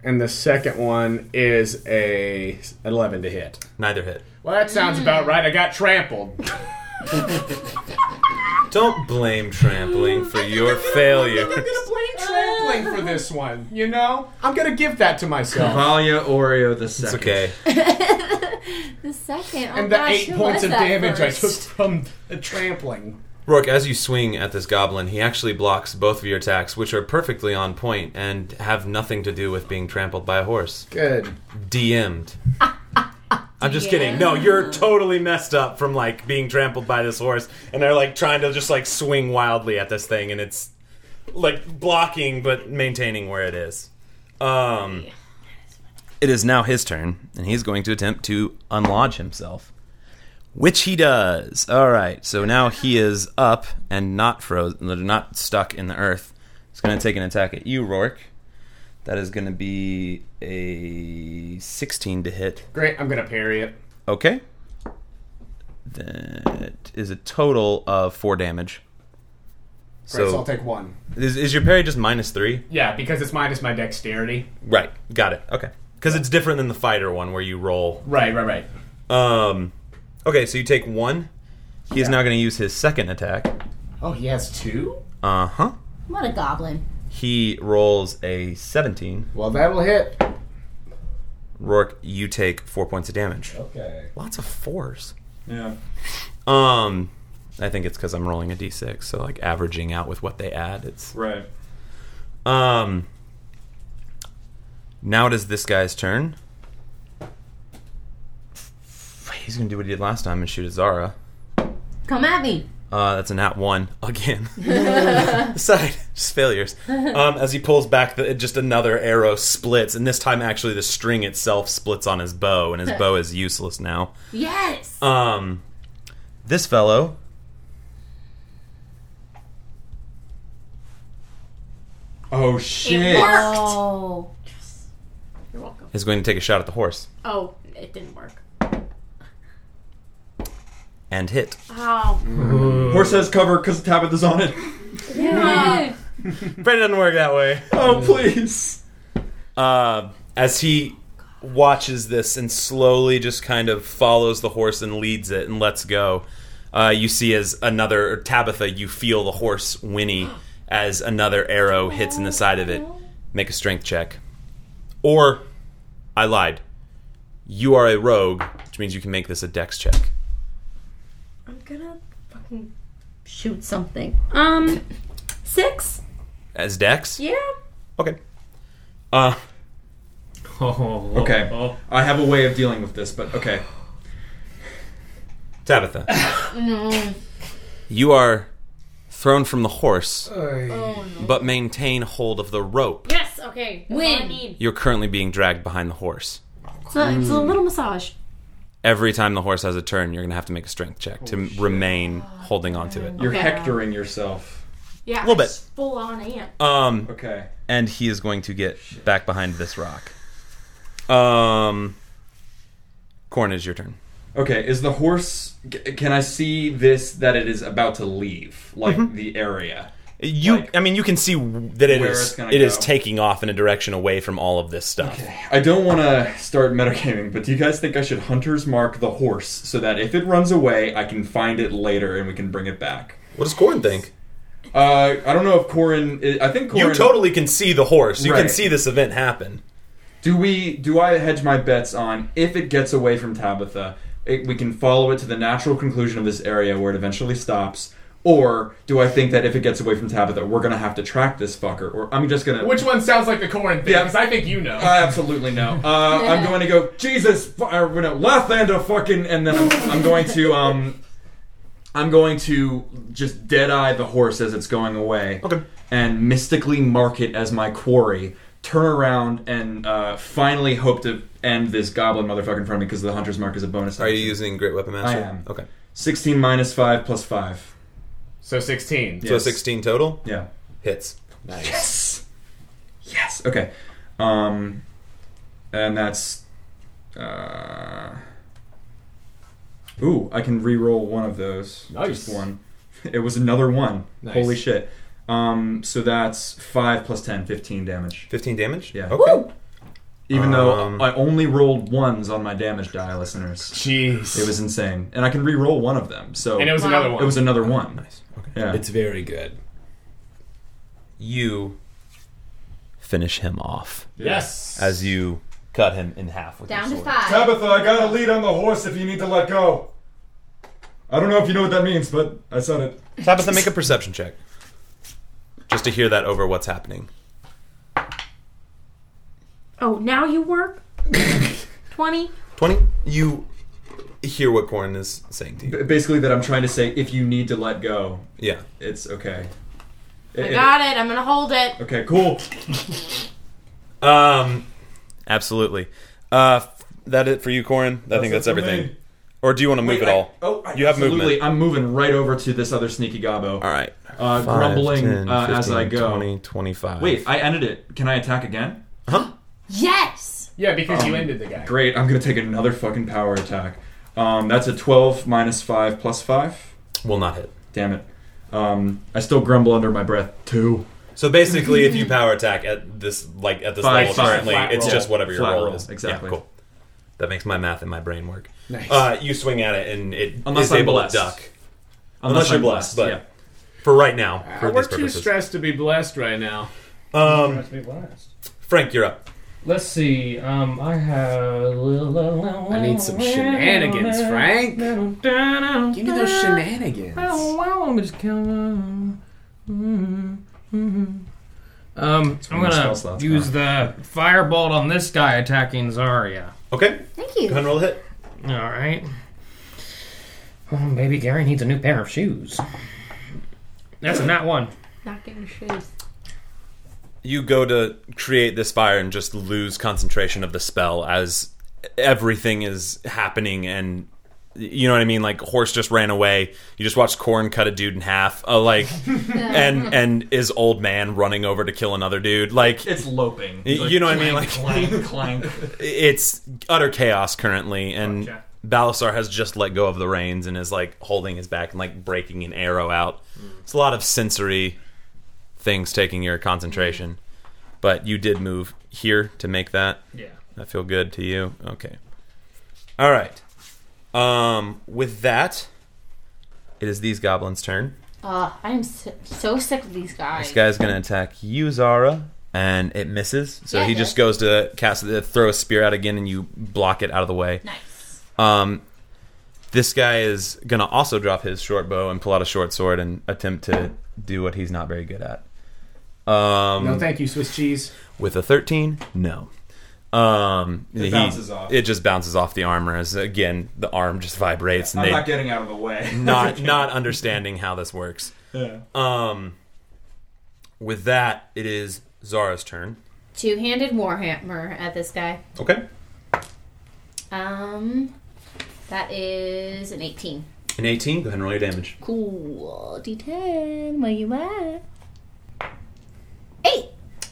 Speaker 11: And the second one is a 11 to hit.
Speaker 7: Neither hit.
Speaker 11: Well, that sounds about right. I got trampled.
Speaker 7: Don't blame trampling for your failure.
Speaker 11: I'm gonna blame trampling for this one. You know, I'm gonna give that to myself.
Speaker 9: Cavalia Oreo the
Speaker 7: It's
Speaker 9: second.
Speaker 7: okay.
Speaker 8: The second. Oh
Speaker 11: and the
Speaker 8: gosh,
Speaker 11: eight
Speaker 8: who
Speaker 11: points
Speaker 8: was
Speaker 11: of
Speaker 8: that
Speaker 11: damage
Speaker 8: first?
Speaker 11: I took from the trampling.
Speaker 7: Rourke, as you swing at this goblin, he actually blocks both of your attacks, which are perfectly on point and have nothing to do with being trampled by a horse.
Speaker 11: Good.
Speaker 7: DM'd. I'm just kidding. No, you're totally messed up from like being trampled by this horse, and they're like trying to just like swing wildly at this thing, and it's like blocking but maintaining where it is. Um, it is now his turn, and he's going to attempt to unlodge himself, which he does. All right, so now he is up and not frozen, not stuck in the earth. He's going to take an attack at you, Rourke. That is going to be a 16 to hit.
Speaker 11: Great. I'm gonna parry it.
Speaker 7: Okay. That is a total of four damage.
Speaker 11: Great. So, I'll take one.
Speaker 7: Is, is your parry just minus three?
Speaker 11: Yeah, because it's minus my dexterity.
Speaker 7: Right. Got it. Okay. Because it's different than the fighter one where you roll.
Speaker 11: Right. Right. Right.
Speaker 7: Um. Okay, so you take one. He is now going to use his second attack.
Speaker 11: Oh, he has two.
Speaker 7: Uh huh.
Speaker 8: What a goblin.
Speaker 7: He rolls a 17.
Speaker 11: Well, that will hit.
Speaker 7: Rourke, you take four points of damage.
Speaker 11: Okay.
Speaker 7: Lots of fours.
Speaker 9: Yeah.
Speaker 7: Um, I think it's because I'm rolling a d6, so like averaging out with what they add, it's
Speaker 9: Right.
Speaker 7: Um. Now it is this guy's turn. He's gonna do what he did last time and shoot at Zara.
Speaker 14: Come at me.
Speaker 7: Uh, that's an at one again. Side just failures. Um, as he pulls back, the, just another arrow splits, and this time actually the string itself splits on his bow, and his bow is useless now.
Speaker 14: Yes.
Speaker 7: Um, this fellow.
Speaker 9: Oh
Speaker 14: It worked. Oh. You're welcome.
Speaker 7: Is going to take a shot at the horse
Speaker 3: Oh, it didn't work.
Speaker 7: and hit.
Speaker 3: Oh.
Speaker 9: Horse has cover because Tabitha's is on it.
Speaker 3: Mm. Yeah.
Speaker 7: But it doesn't work that way.
Speaker 9: Oh please.
Speaker 7: Uh, as he watches this and slowly just kind of follows the horse and leads it and lets go, uh, you see as another or Tabitha, you feel the horse whinny as another arrow hits in the side of it. Make a strength check. Or, I lied. You are a rogue, which means you can make this a dex check.
Speaker 14: I'm gonna fucking shoot something. Um, six.
Speaker 7: As dex?
Speaker 14: Yeah.
Speaker 7: Okay. Uh,
Speaker 9: okay. I have a way of dealing with this, but okay.
Speaker 7: Tabitha.
Speaker 14: No.
Speaker 7: You are thrown from the horse,
Speaker 14: Oy. Oh, no.
Speaker 7: but maintain hold of the rope.
Speaker 3: Yes. Okay. Win.
Speaker 7: You're currently being dragged behind the horse.
Speaker 3: So it's
Speaker 7: Mm.
Speaker 3: a little massage.
Speaker 7: Every time the horse has a turn, you're going to have to make a strength check to m remain holding onto it.
Speaker 3: You're Okay. hectoring
Speaker 7: yourself.
Speaker 3: Yeah.
Speaker 7: A little bit.
Speaker 3: Full on amp.
Speaker 7: Um,
Speaker 9: okay.
Speaker 7: And he is going to get back behind this rock. Um, Corn is your turn.
Speaker 9: Okay, is the horse? c- Can I see this that it is about to leave, like
Speaker 7: Mm-hmm.
Speaker 9: the area?
Speaker 7: You, I mean, you can see that it
Speaker 9: Where
Speaker 7: is
Speaker 9: it's gonna
Speaker 7: it is
Speaker 9: go.
Speaker 7: taking off in a direction away from all of this stuff.
Speaker 9: I don't want to start metagaming, but do you guys think I should hunter's mark the horse so that if it runs away, I can find it later and we can bring it back?
Speaker 7: What does Corin think?
Speaker 9: Uh, I don't know if Corin. I think Corin.
Speaker 7: You totally can see the horse. You can
Speaker 9: Right.
Speaker 7: see this event happen.
Speaker 9: Do we? Do I hedge my bets on if it gets away from Tabitha, it, we can follow it to the natural conclusion of this area where it eventually stops, or do I think that if it gets away from Tabitha, we're gonna have to track this fucker, or I'm just gonna
Speaker 11: Which one sounds like the Corin thing? Because I think you know.
Speaker 9: I absolutely know. Uh, I'm going to go Jesus, fu- or, no, Lathander, fucking, and then I'm, I'm going to um, I'm going to just dead eye the horse as it's going away, okay, and mystically mark it as my quarry. Turn around and uh, finally hope to end this goblin motherfucker in front of me because the hunter's mark is a bonus.
Speaker 7: Are you using Great Weapon Master?
Speaker 9: I am.
Speaker 7: Okay.
Speaker 9: Sixteen minus five plus five.
Speaker 11: So 16.
Speaker 7: So 16 total?
Speaker 9: Yeah.
Speaker 7: Hits.
Speaker 11: Nice.
Speaker 9: Yes. Yes. Okay. Um, and that's. Uh, ooh, I can re-roll one of those.
Speaker 11: Nice.
Speaker 9: Just one. It was another one.
Speaker 11: Nice.
Speaker 9: Holy shit. Um, so that's 5 plus 10, 15 damage.
Speaker 7: 15 damage?
Speaker 9: Yeah.
Speaker 7: Okay.
Speaker 9: Even though
Speaker 7: Um,
Speaker 9: I only rolled ones on my damage die, listeners.
Speaker 11: Jeez.
Speaker 9: It was insane. And I can re-roll one of them. So
Speaker 11: And it was Wow. another one.
Speaker 9: It was another one. Nice. Yeah.
Speaker 7: It's
Speaker 9: very good.
Speaker 7: You finish him off.
Speaker 9: Yes.
Speaker 7: As you cut him in half with
Speaker 14: Down
Speaker 7: your
Speaker 14: to
Speaker 7: sword.
Speaker 14: five.
Speaker 15: Tabitha, I got a lead on the horse if you need to let go. I don't know if you know what that means, but I said it.
Speaker 7: Tabitha, make a perception check. Just to hear that over what's happening.
Speaker 3: Oh, now you work. Twenty.
Speaker 7: 20? You hear what Corin is saying to you.
Speaker 9: B- basically that I'm trying to say if you need to let go,
Speaker 7: Yeah.
Speaker 9: it's okay.
Speaker 3: I got it. I'm gonna hold it.
Speaker 9: Okay, cool.
Speaker 7: Um, absolutely. Uh, f- that it for you, Corin? I think
Speaker 9: That's
Speaker 7: that's
Speaker 9: it for
Speaker 7: everything.
Speaker 9: me.
Speaker 7: Or do you want to move
Speaker 9: Wait,
Speaker 7: at
Speaker 9: I-
Speaker 7: all?
Speaker 9: oh, I-
Speaker 7: you have
Speaker 9: absolutely.
Speaker 7: movement.
Speaker 9: I'm moving right over to this other sneaky gobbo. All
Speaker 7: right.
Speaker 9: Uh,
Speaker 7: Five,
Speaker 9: grumbling
Speaker 7: 10,
Speaker 9: uh, as
Speaker 7: 15,
Speaker 9: I go.
Speaker 7: 20, 25.
Speaker 9: Wait, I ended it. Can I attack again?
Speaker 14: Yes.
Speaker 11: Yeah, because you
Speaker 9: Um,
Speaker 11: ended the guy.
Speaker 9: Great. I'm gonna take another fucking power attack. Um, that's a 12 minus five plus five.
Speaker 7: Will not hit.
Speaker 9: Damn it. Um, I still grumble under my breath. Two.
Speaker 7: So basically, if you power attack at this, like at this
Speaker 9: Five,
Speaker 7: level
Speaker 9: five,
Speaker 7: currently,
Speaker 9: flat
Speaker 7: it's
Speaker 9: roll.
Speaker 7: just whatever your
Speaker 9: Flat
Speaker 7: roll,
Speaker 9: roll,
Speaker 7: is.
Speaker 9: exactly.
Speaker 7: Yeah, cool. That makes my math in my brain work.
Speaker 9: Nice.
Speaker 7: Uh, you swing at it, and it is
Speaker 9: Unless I'm
Speaker 7: able
Speaker 9: blessed.
Speaker 7: to duck.
Speaker 9: Unless
Speaker 7: Unless, you're
Speaker 9: I'm
Speaker 7: blessed,
Speaker 9: blessed,
Speaker 7: but for right now, for
Speaker 11: We're
Speaker 7: these
Speaker 11: Uh, too
Speaker 7: purposes,
Speaker 11: stressed to be blessed right now.
Speaker 7: Um, Frank, you're up.
Speaker 10: Let's see. Um, I have. I
Speaker 11: need some shenanigans, Frank.
Speaker 10: Give
Speaker 11: me those shenanigans.
Speaker 10: Oh, wow, I'm just kind Um,
Speaker 11: one
Speaker 10: I'm
Speaker 11: of my spell
Speaker 10: gonna
Speaker 11: slots,
Speaker 10: use the firebolt on this guy attacking Zarya.
Speaker 7: Okay.
Speaker 8: Thank you.
Speaker 7: Go ahead and roll a hit.
Speaker 10: All right. Oh, baby Gary needs a new pair of shoes. That's a not one.
Speaker 3: Not getting shoes.
Speaker 7: you go to create this fire and just lose concentration of the spell as everything is happening and you know what I mean? Like horse just ran away. You just watched Corn cut a dude in half. Uh, like, and and is old man running over to kill another dude. Like
Speaker 9: It's loping.
Speaker 7: Y- you know what I mean? Like
Speaker 9: clank, clank.
Speaker 7: it's utter chaos currently, and Balasar has just let go of the reins and is like holding his back and like breaking an arrow out. It's a lot of sensory things taking your concentration, but you did move here to make that.
Speaker 10: Yeah.
Speaker 7: that feel good to you. Okay, all right. Um, with that, it is these goblins' turn.
Speaker 8: Uh, I'm so, so sick of these guys.
Speaker 7: This guy's gonna attack you, Zara, and it misses. So
Speaker 8: Yeah,
Speaker 7: he
Speaker 8: it
Speaker 7: just goes to cast uh, throw a spear out again, and you block it out of the way.
Speaker 8: Nice.
Speaker 7: Um, this guy is gonna also drop his short bow and pull out a short sword and attempt to do what he's not very good at. Um,
Speaker 11: no, thank you, Swiss cheese.
Speaker 7: with a 13, no. Um,
Speaker 11: It
Speaker 7: he-
Speaker 11: bounces off.
Speaker 7: It just bounces off the armor as again the arm just vibrates. and
Speaker 12: I'm
Speaker 7: they-
Speaker 12: not getting out of the way.
Speaker 7: Not not understanding how this works.
Speaker 12: Yeah.
Speaker 7: Um, with that, it is Zara's turn.
Speaker 8: Two-handed warhammer at this guy.
Speaker 7: Okay.
Speaker 8: Um, that is an 18.
Speaker 7: An 18. Go ahead and roll your damage.
Speaker 8: Cool. D10. Where you at?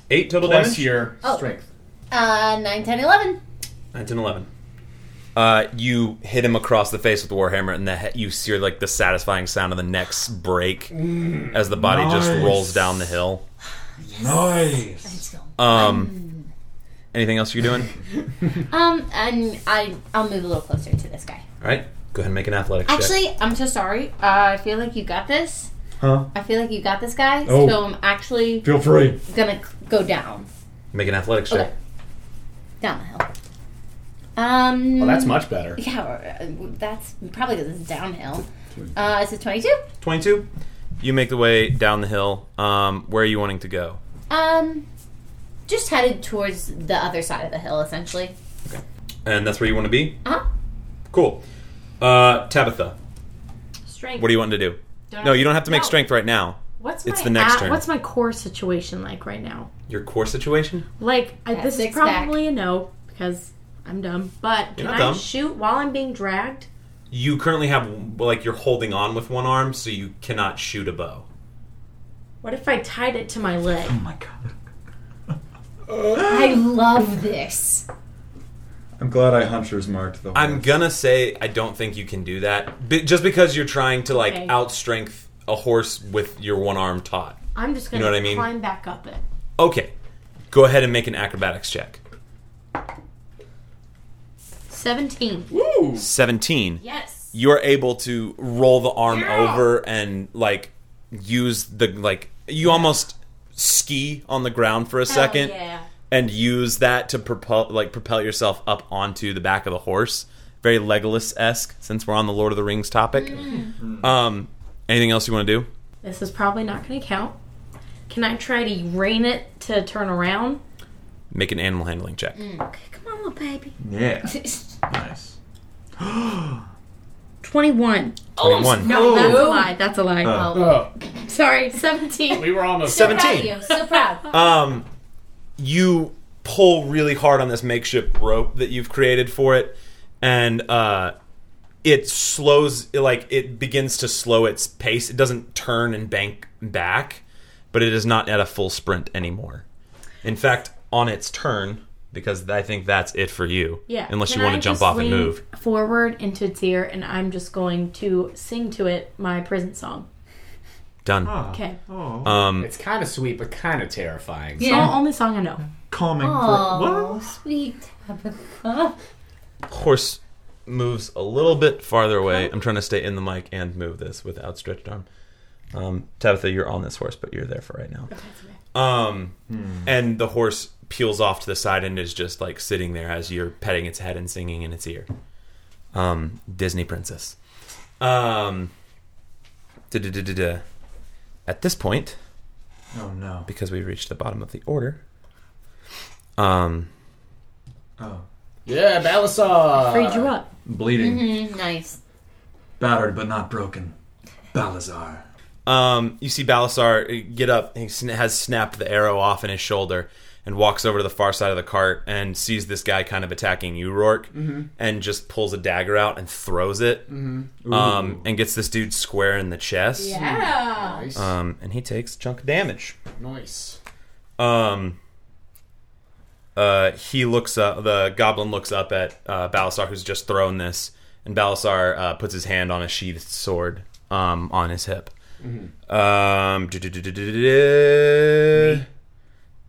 Speaker 7: Eight total
Speaker 11: Plus
Speaker 7: damage.
Speaker 11: your
Speaker 8: Oh. strength. Uh, 9, 10, 11.
Speaker 7: 19, 11. Uh, you hit him across the face with the warhammer, and the he- you hear like the satisfying sound of the neck's break
Speaker 12: Mm,
Speaker 7: as the body just
Speaker 12: nice.
Speaker 7: rolls down the hill.
Speaker 12: Nice.
Speaker 8: Mm.
Speaker 7: Um, anything else you're doing?
Speaker 8: Um, and I, I'll move a little closer to this guy.
Speaker 7: All right, go ahead and make an athletics check.
Speaker 8: Actually, I'm so sorry. Uh, I feel like you got this.
Speaker 7: Huh?
Speaker 8: I feel like you got this guy.
Speaker 7: Oh.
Speaker 8: So I'm actually
Speaker 7: Feel free.
Speaker 8: gonna c- go down,
Speaker 7: Make an athletics
Speaker 8: Okay.
Speaker 7: check.
Speaker 8: down the hill. Um.
Speaker 7: Well, that's much better.
Speaker 8: Yeah, uh, that's probably because it's downhill. Uh, it's a 22.
Speaker 7: 22. You make the way down the hill. Um, where are you wanting to go?
Speaker 8: Um, just headed towards the other side of the hill, essentially.
Speaker 7: And that's where you want to be?
Speaker 8: Uh-huh.
Speaker 7: Cool. Uh, Tabitha,
Speaker 3: Strength.
Speaker 7: what do you want to do?
Speaker 3: Don't-
Speaker 7: no, you don't have to make
Speaker 3: no.
Speaker 7: strength right now.
Speaker 3: What's
Speaker 7: it's
Speaker 3: my
Speaker 7: the next
Speaker 3: a-
Speaker 7: turn.
Speaker 3: What's my core situation like right now?
Speaker 7: Your core situation?
Speaker 3: Like I,
Speaker 8: That
Speaker 3: this is
Speaker 8: six pack.
Speaker 3: probably a no because I'm dumb. But
Speaker 7: You're
Speaker 3: can
Speaker 7: not
Speaker 3: I
Speaker 7: dumb.
Speaker 3: shoot while I'm being dragged?
Speaker 7: You currently have, well, like, you're holding on with one arm, so you cannot shoot a bow.
Speaker 3: What if I tied it to my leg? Oh
Speaker 7: my
Speaker 8: I love this.
Speaker 9: I'm glad I hunter's marked the.
Speaker 7: I'm gonna say I don't think you can do that. Be- just because you're trying to, like,
Speaker 3: Okay.
Speaker 7: outstrength a horse with your one arm taut.
Speaker 3: I'm just
Speaker 7: You
Speaker 3: gonna
Speaker 7: know what I mean?
Speaker 3: climb back up it.
Speaker 7: Okay. Go ahead and make an acrobatics check.
Speaker 3: Seventeen.
Speaker 7: 17.
Speaker 3: Yes.
Speaker 7: You're able to roll the arm
Speaker 3: Yeah.
Speaker 7: over and like use the like you almost ski on the ground for a
Speaker 3: Hell
Speaker 7: second
Speaker 3: yeah.
Speaker 7: and use that to propel like propel yourself up onto the back of the horse. Very Legolas-esque since we're on the Lord of the Rings topic.
Speaker 3: Mm.
Speaker 7: Um anything else you want to do?
Speaker 3: This is probably not gonna count. Can I try to rein it to turn around?
Speaker 7: Make an animal handling check.
Speaker 3: Okay, come on, little baby.
Speaker 7: Yeah.
Speaker 3: nice. Twenty-one.
Speaker 7: 21.
Speaker 3: No, that's a
Speaker 8: Oh.
Speaker 3: lie. That's a lie.
Speaker 7: Oh.
Speaker 3: Sorry, seventeen.
Speaker 11: We were almost
Speaker 8: so uh, Proud
Speaker 7: 17.
Speaker 8: of you. So proud.
Speaker 7: Um, you pull really hard on this makeshift rope that you've created for it, and uh, it slows, like it begins to slow its pace. It doesn't turn and bank back, but it is not at a full sprint anymore. In fact, on its turn, because I think that's it for you.
Speaker 3: Yeah.
Speaker 7: Unless
Speaker 3: Can
Speaker 7: you want
Speaker 3: I
Speaker 7: to jump
Speaker 3: just
Speaker 7: off and
Speaker 3: lean
Speaker 7: move.
Speaker 3: Forward into its ear, and I'm just going to sing to it my prison song.
Speaker 7: Done.
Speaker 3: Okay. Oh.
Speaker 7: Um,
Speaker 11: it's kind of sweet, but kind of terrifying.
Speaker 3: only song I know.
Speaker 9: Calming.
Speaker 8: Oh, sweet Tabitha.
Speaker 7: horse moves a little bit farther away. I'm trying to stay in the mic and move this with outstretched arm. Um, Tabitha, you're on this horse, but you're there for right now. Um, and the horse peels off to the side and is just like sitting there as you're petting its head and singing in its ear. Um, Disney princess. Um, da-da-da-da-da. At this point,
Speaker 13: Oh, no.
Speaker 7: because we reached the bottom of the order. Um,
Speaker 11: Yeah, Balasar.
Speaker 3: Freed you up.
Speaker 9: Bleeding.
Speaker 8: Mm-hmm, nice.
Speaker 9: Battered but not broken. Balazar.
Speaker 7: Um, you see Balasar uh, get up. He sn- has snapped the arrow off in his shoulder and walks over to the far side of the cart and sees this guy kind of attacking you, Rourke,
Speaker 11: Mhm.
Speaker 7: and just pulls a dagger out and throws it
Speaker 11: Mhm.
Speaker 7: um, and gets this dude square in the chest.
Speaker 11: Yeah. Nice.
Speaker 7: Um, and he takes chunk of damage.
Speaker 11: Nice.
Speaker 7: Um, uh, he looks up. The goblin looks up at uh, Balasar, who's just thrown this, and Balasar uh, puts his hand on a sheathed sword um, on his hip.
Speaker 11: Mhm.
Speaker 7: Um, du-du-du-du-du-du.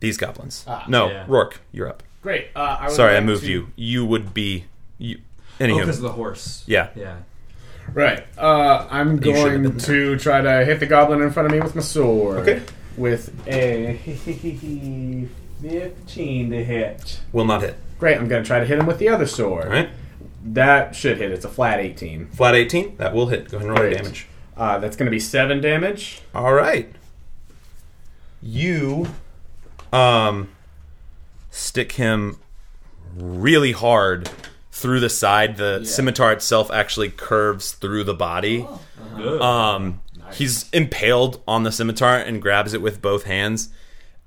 Speaker 7: these goblins.
Speaker 11: Ah.
Speaker 7: no,
Speaker 11: Yeah.
Speaker 7: Rourke, you're up.
Speaker 11: Great, uh, I would
Speaker 7: Sorry, I
Speaker 11: like
Speaker 7: moved
Speaker 11: to-
Speaker 7: you. You would be. You, anywho,
Speaker 9: 'cause of the horse.
Speaker 7: Yeah.
Speaker 9: Yeah.
Speaker 11: Right. Uh, I'm
Speaker 7: You should've
Speaker 11: going to try to hit the goblin in front of me with my sword. Okay. With a 15 to hit.
Speaker 7: Will not hit.
Speaker 11: Great. I'm going to try to hit him with the other sword. All
Speaker 7: right.
Speaker 11: That should hit. It's a flat 18.
Speaker 7: Flat 18? That will hit. Go ahead and roll your damage.
Speaker 11: Uh, that's going to be 7 damage.
Speaker 7: All right. You um stick him really hard through the side. The scimitar itself actually curves through the body.
Speaker 9: Good.
Speaker 7: Um he's impaled on the scimitar and grabs it with both hands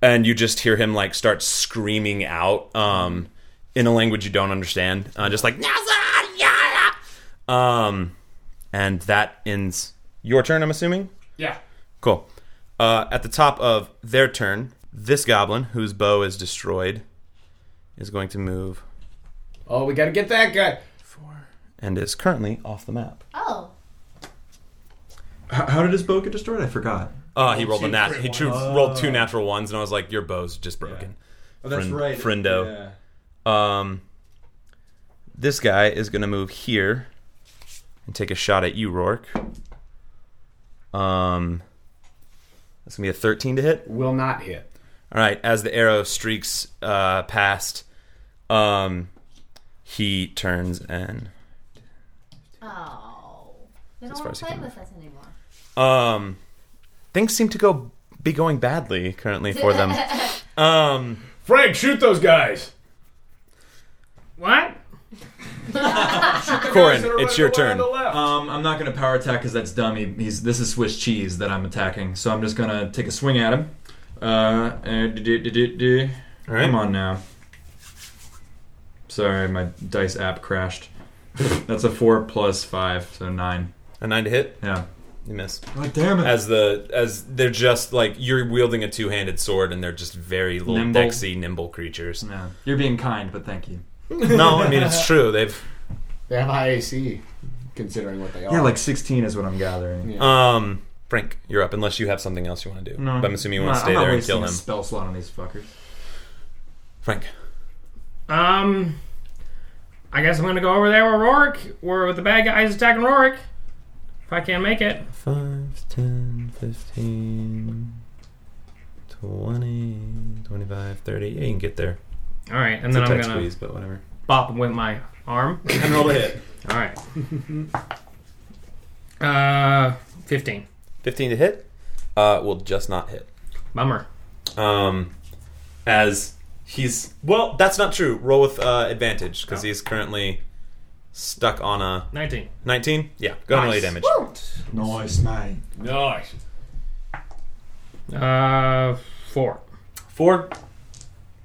Speaker 7: and you just hear him like start screaming out um in a language you don't understand. Uh, just like um and that ends your turn, I'm assuming?
Speaker 10: Yeah.
Speaker 7: Cool. Uh, at the top of their turn, this goblin, whose bow is destroyed, is going to move
Speaker 11: Oh, we got to get that guy.
Speaker 7: and is currently off the map.
Speaker 8: Oh.
Speaker 9: How, how did his bow get destroyed? I forgot.
Speaker 7: Uh, he rolled a nat.
Speaker 9: crit
Speaker 7: He
Speaker 9: ones.
Speaker 7: tru- rolled two natural ones, and I was like, "Your bow's just broken."
Speaker 9: Oh, that's right.
Speaker 7: friendo. Um, this guy is gonna move here and take a shot at you, Rourke. Um, that's gonna be a thirteen to hit.
Speaker 11: Will not hit.
Speaker 7: All right, as the arrow streaks uh, past, um, he turns and
Speaker 8: Oh. They
Speaker 7: As
Speaker 8: don't
Speaker 7: far
Speaker 8: want
Speaker 7: as
Speaker 8: to
Speaker 7: he
Speaker 8: play
Speaker 7: can
Speaker 8: with us anymore.
Speaker 7: um, things seem to go be going badly currently for them. um,
Speaker 11: Frank, shoot those guys.
Speaker 10: What?
Speaker 7: Corin, it's your turn.
Speaker 11: Uh,
Speaker 9: Um, I'm not going to power attack because that's dumb. He, he's this is Swiss cheese that I'm attacking, so I'm just going to take a swing at him. Uh, uh, do, do, do, do.
Speaker 7: right.
Speaker 9: Come on now. Sorry, my dice app crashed. that's a four plus five, so nine.
Speaker 7: A nine to hit.
Speaker 9: Yeah.
Speaker 7: You miss.
Speaker 9: God damn it.
Speaker 7: As the as they're just like you're wielding a two handed sword and they're just very little
Speaker 9: Nimble.
Speaker 7: dexy, nimble creatures.
Speaker 9: No. You're being kind, but thank you.
Speaker 7: no, I mean it's true. They've
Speaker 11: They have high AC, considering what they are.
Speaker 9: Yeah, like 16 is what I'm gathering.
Speaker 7: um Frank, you're up unless you have something else you want to do.
Speaker 9: No.
Speaker 7: But I'm assuming you want
Speaker 9: I'm
Speaker 7: to stay
Speaker 9: not- I'm not
Speaker 7: there and
Speaker 9: wasting
Speaker 7: kill
Speaker 9: a
Speaker 7: him.
Speaker 9: spell slot on these fuckers.
Speaker 7: Frank.
Speaker 10: Um, I guess I'm gonna go over there where Rorik, where the bad guy is attacking Rorik. If I can't make it,
Speaker 7: 5, 10, 15, 20, 25, 30. Yeah, you can get there.
Speaker 10: all right, and
Speaker 7: It's
Speaker 10: then
Speaker 7: a
Speaker 10: I'm
Speaker 7: tight
Speaker 10: gonna
Speaker 7: squeeze, but whatever.
Speaker 10: bop him with my arm
Speaker 7: And roll to hit.
Speaker 10: All right, uh, fifteen.
Speaker 7: 15 to hit uh, will just not hit.
Speaker 10: Bummer.
Speaker 7: Um, as he's well, that's not true. Roll with uh, advantage because he's currently stuck on a
Speaker 10: 19.
Speaker 7: 19. Yeah, go ahead and roll your damage.
Speaker 13: Nice, mate.
Speaker 10: Nice. Uh, four.
Speaker 7: Four.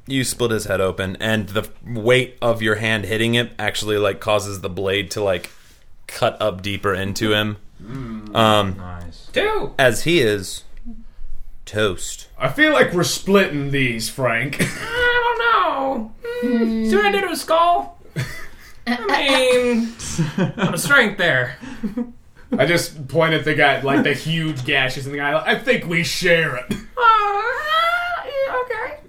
Speaker 7: You split his head open, and the weight of your hand hitting it actually like causes the blade to like cut up deeper into him.
Speaker 11: Mm,
Speaker 7: um,
Speaker 9: nice.
Speaker 10: Two.
Speaker 7: As he is toast.
Speaker 11: I feel like we're splitting these, Frank.
Speaker 10: I don't know. Hmm. See what I did with skull. I mean, I'm a strength there.
Speaker 11: I just point at the guy, like the huge gashes in the guy. Like, I think we share it.
Speaker 10: Oh, Uh,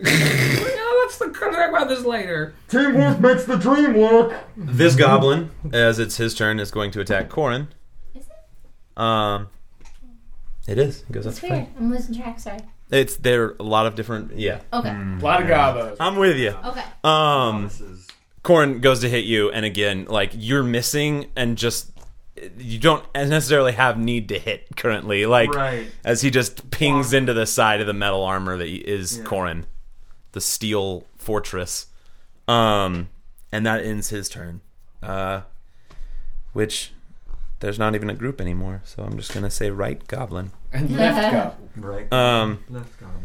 Speaker 10: yeah, okay. Well, let's talk about this later.
Speaker 9: Teamwork makes the dream work.
Speaker 7: This goblin, as it's his turn, is going to attack Corin. Is it? Um, it is. He goes
Speaker 8: It's
Speaker 7: after
Speaker 8: fair.
Speaker 7: Frank.
Speaker 8: I'm losing track, sorry.
Speaker 7: It's there are a lot of different. Yeah.
Speaker 8: Okay.
Speaker 11: A lot of gobos.
Speaker 7: I'm with you.
Speaker 8: Okay.
Speaker 7: Um, Corn goes to hit you, and again, like you're missing, and just you don't necessarily have need to hit currently. Like
Speaker 12: Right.
Speaker 7: as he just pings into the side of the metal armor that is Corrin, the steel fortress. Um, and that ends his turn. Uh, which there's not even a group anymore, so I'm just gonna say right goblin
Speaker 11: And left goblin.
Speaker 12: Right.
Speaker 7: Um,
Speaker 12: Left goblin.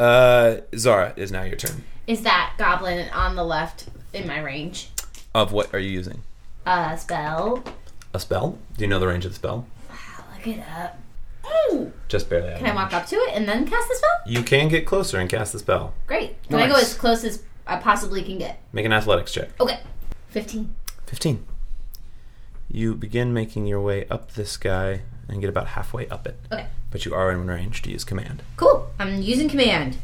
Speaker 7: Uh, Zara is now your turn.
Speaker 8: Is that goblin on the left in my range?
Speaker 7: Of what are you using?
Speaker 8: Uh, spell.
Speaker 7: A spell? Do you know the range of the spell?
Speaker 8: Look it up. Ooh!
Speaker 7: Just barely. out of
Speaker 8: Can I
Speaker 7: range.
Speaker 8: walk up to it and then cast the spell?
Speaker 7: You can get closer and cast the spell.
Speaker 8: Great. Can I go
Speaker 7: Nice.
Speaker 8: as close as I possibly can get?
Speaker 7: Make an athletics check.
Speaker 8: Okay. 15.
Speaker 7: 15. You begin making your way up this guy and get about halfway up it.
Speaker 8: Okay.
Speaker 7: But you are in range to use command.
Speaker 8: Cool. I'm using command.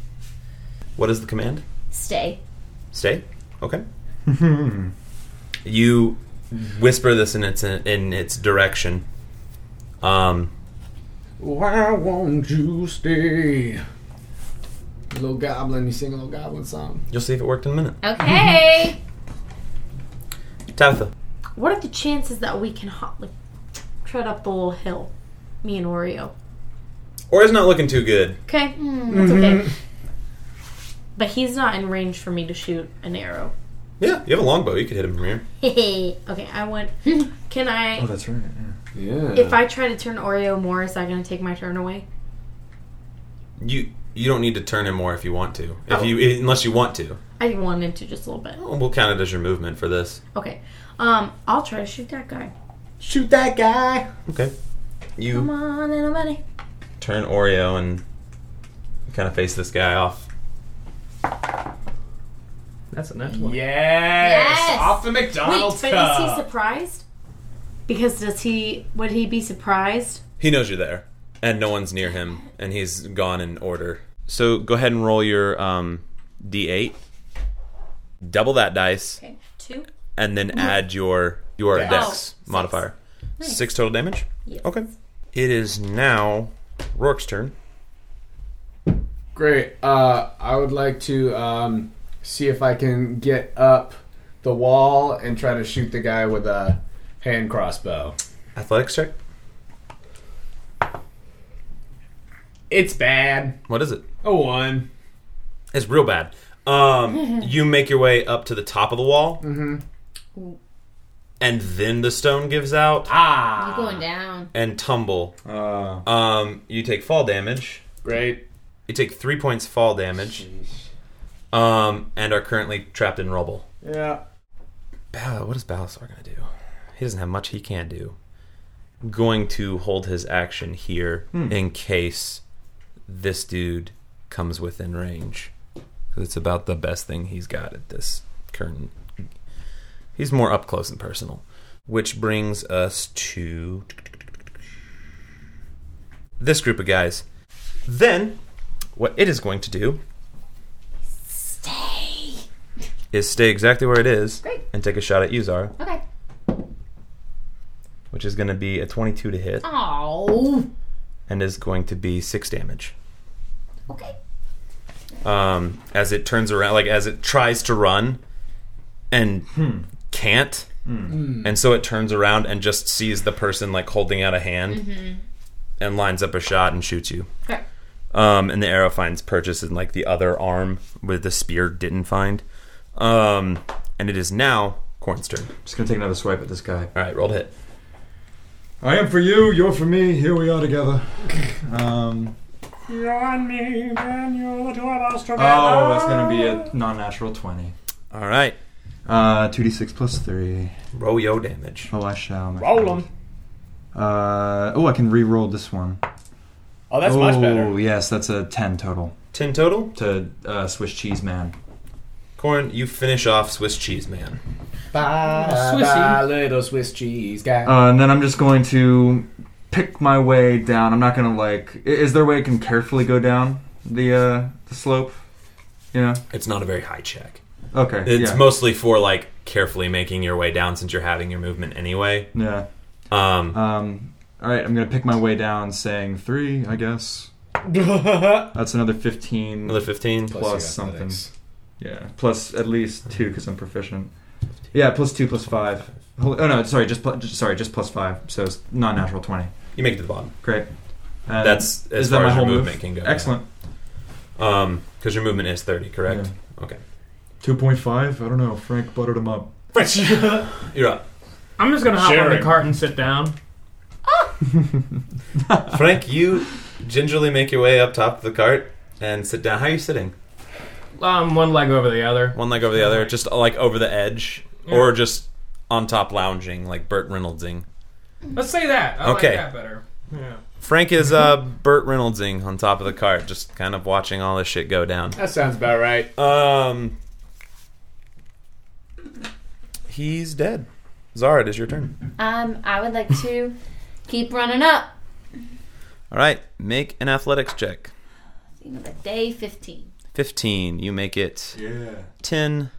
Speaker 7: What is the command?
Speaker 8: Stay.
Speaker 7: Stay. Okay. you whisper this in its in its direction. Um,
Speaker 11: Why won't you stay? Little Goblin, you sing a little Goblin song.
Speaker 7: you'll see if it worked in a minute.
Speaker 8: Okay.
Speaker 7: Tabitha.
Speaker 3: What are the chances that we can hop, like, tread up the little hill? Me and Oreo.
Speaker 7: Ora's not looking too good.
Speaker 3: Okay, that's okay. But he's not in range for me to shoot an arrow.
Speaker 7: Yeah, you have a longbow. You could hit him from here.
Speaker 3: okay, I want. Can
Speaker 9: Oh,
Speaker 3: I?
Speaker 7: right. Yeah.
Speaker 3: If I try to turn Oreo more, is that going to take my turn away?
Speaker 7: you you don't need to turn him more if you want to. If you unless you want to.
Speaker 3: I wanted to just a little bit.
Speaker 7: We'll count it as your movement for this.
Speaker 3: Okay, um, I'll try to shoot that guy.
Speaker 11: Shoot that guy.
Speaker 7: Okay. You
Speaker 3: Come on, anybody?
Speaker 7: turn Oreo and kind of face this guy off.
Speaker 10: That's a natural.
Speaker 11: Yes.
Speaker 3: Yes!
Speaker 11: Off the
Speaker 3: Wait,
Speaker 11: McDonald's
Speaker 3: but
Speaker 11: cup.
Speaker 3: is he surprised? Because does he? Would he be surprised?
Speaker 7: He knows you're there, and no one's near him, and he's gone in order. So go ahead and roll your um, d8. Double that dice,
Speaker 3: Okay, two.
Speaker 7: and then add your your
Speaker 3: Dex.
Speaker 7: dex
Speaker 3: Oh, six.
Speaker 7: modifier.
Speaker 3: Nice.
Speaker 7: Six total damage.
Speaker 3: Yes.
Speaker 7: Okay. It is now Rourke's turn.
Speaker 11: Great. Uh, I would like to um, see if I can get up the wall and try to shoot the guy with a hand crossbow.
Speaker 7: Athletics check.
Speaker 11: It's bad.
Speaker 7: What is it?
Speaker 11: A one.
Speaker 7: It's real bad. Um, you make your way up to the top of the wall,
Speaker 11: Mm-hmm.
Speaker 7: and then the stone gives out.
Speaker 11: Ah. Uh.
Speaker 8: You're going down.
Speaker 7: and tumble. um, you take fall damage.
Speaker 11: Great.
Speaker 7: You take three points fall damage. Um, and are currently trapped in rubble.
Speaker 11: Yeah.
Speaker 7: Bal- what is Balasar going to do? He doesn't have much he can do. Going to hold his action here
Speaker 4: Hmm.
Speaker 7: in case this dude comes within range. 'Cause it's about the best thing he's got at this current. He's more up close and personal. Which brings us to this group of guys. Then, what it is going to do is stay exactly where it is
Speaker 8: Great.
Speaker 7: and take a shot at Uzar,
Speaker 8: Okay.
Speaker 7: which is going to be a 22 to hit
Speaker 8: Oh.
Speaker 7: and is going to be 6 damage.
Speaker 8: Okay.
Speaker 7: Um, as it turns around, like as it tries to run and can't.
Speaker 4: Hmm.
Speaker 7: And so it turns around and just sees the person like holding out a hand
Speaker 8: Mhm.
Speaker 7: and lines up a shot and shoots you.
Speaker 8: Okay.
Speaker 7: Um, and the arrow finds purchase in like the other arm where the spear didn't find. Um, and it is now Corn's turn.
Speaker 9: Just gonna take another swipe at this guy.
Speaker 7: All right, rolled hit.
Speaker 13: I am for you, you're for me, here we are together. Um,
Speaker 6: You're on me, and you're the two of us together.
Speaker 9: Oh, that's gonna be a non-natural twenty.
Speaker 7: All right.
Speaker 13: Uh, 2d6 plus 3.
Speaker 7: Roll yo damage.
Speaker 13: Oh, I shall. my
Speaker 6: Roll
Speaker 13: friend. Uh, oh, I can re-roll this one.
Speaker 11: Oh, that's much better.
Speaker 13: Oh, yes, that's a 10 total.
Speaker 7: 10 total?
Speaker 9: To uh, Swiss Cheese Man.
Speaker 7: Corn, you finish off Swiss Cheese Man.
Speaker 11: Bye,
Speaker 7: Swissy.
Speaker 11: bye, little Swiss cheese guy.
Speaker 9: Uh, and then I'm just going to pick my way down. I'm not gonna like. i- Is there a way I can carefully go down the uh, the slope? You know.
Speaker 7: It's not a very high check.
Speaker 9: Okay.
Speaker 7: It's
Speaker 9: yeah.
Speaker 7: mostly for like carefully making your way down since you're having your movement anyway.
Speaker 9: Yeah.
Speaker 7: Um,
Speaker 9: Um. All right. I'm gonna pick my way down, saying three, I guess. That's another fifteen.
Speaker 7: Another 15?
Speaker 9: plus,
Speaker 7: Plus your
Speaker 9: something.
Speaker 7: athletics.
Speaker 9: Yeah, plus at least two because I'm proficient. Yeah, plus two, plus five. Holy, oh no, sorry, just, pl- just sorry, just plus five. So it's non-natural twenty.
Speaker 7: You make it to the bottom.
Speaker 9: Great. And
Speaker 7: That's as
Speaker 9: is that
Speaker 7: far
Speaker 9: my
Speaker 7: as
Speaker 9: whole
Speaker 7: your movement
Speaker 9: move?
Speaker 7: can go.
Speaker 9: Excellent.
Speaker 7: Because your movement is thirty, correct? Okay.
Speaker 13: Two point five. I don't know. Frank buttered him up.
Speaker 7: You're up.
Speaker 10: I'm just gonna hop on
Speaker 7: Sharing.
Speaker 10: the cart and sit down.
Speaker 7: Frank, you gingerly make your way up top of the cart and sit down. How are you sitting?
Speaker 10: Um, one leg over the other.
Speaker 7: One leg over the other, just uh, like over the edge,
Speaker 10: Yeah.
Speaker 7: or just on top lounging, like Burt Reynoldsing.
Speaker 10: Let's say that. I
Speaker 7: Okay.
Speaker 10: like that better. Yeah.
Speaker 7: Frank is uh, Burt Reynoldsing on top of the cart, just kind of watching all this shit go down.
Speaker 11: That sounds about right.
Speaker 7: Um, he's dead. Zara, it is your turn.
Speaker 8: Um, I would like to keep running up.
Speaker 7: All right, make an athletics check.
Speaker 8: You know, like day 15.
Speaker 7: 15. You make it
Speaker 8: Yeah.
Speaker 7: 10,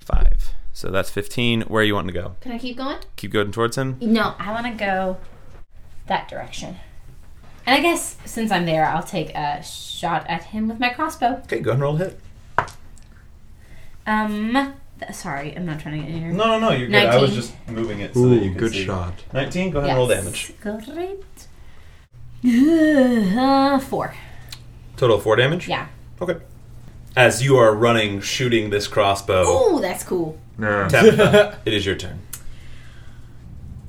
Speaker 7: 5. So that's 15. Where are you wanting to go?
Speaker 8: Can I keep going?
Speaker 7: Keep going towards him?
Speaker 8: No, I want to go that direction. And I guess since I'm there, I'll take a shot at him with my crossbow.
Speaker 7: Okay, go ahead and roll hit.
Speaker 8: Um, th- sorry, I'm not trying to get in here.
Speaker 7: No, no, no, you're good. I was just moving it so that you could
Speaker 9: good
Speaker 7: see.
Speaker 9: shot.
Speaker 7: 19, go ahead and roll damage.
Speaker 8: Yes, Great. Uh, four.
Speaker 7: Total 4 damage?
Speaker 8: Yeah.
Speaker 7: Okay. As you are running, shooting this crossbow,
Speaker 8: Ooh, that's cool.
Speaker 7: Tabitha, it is your turn.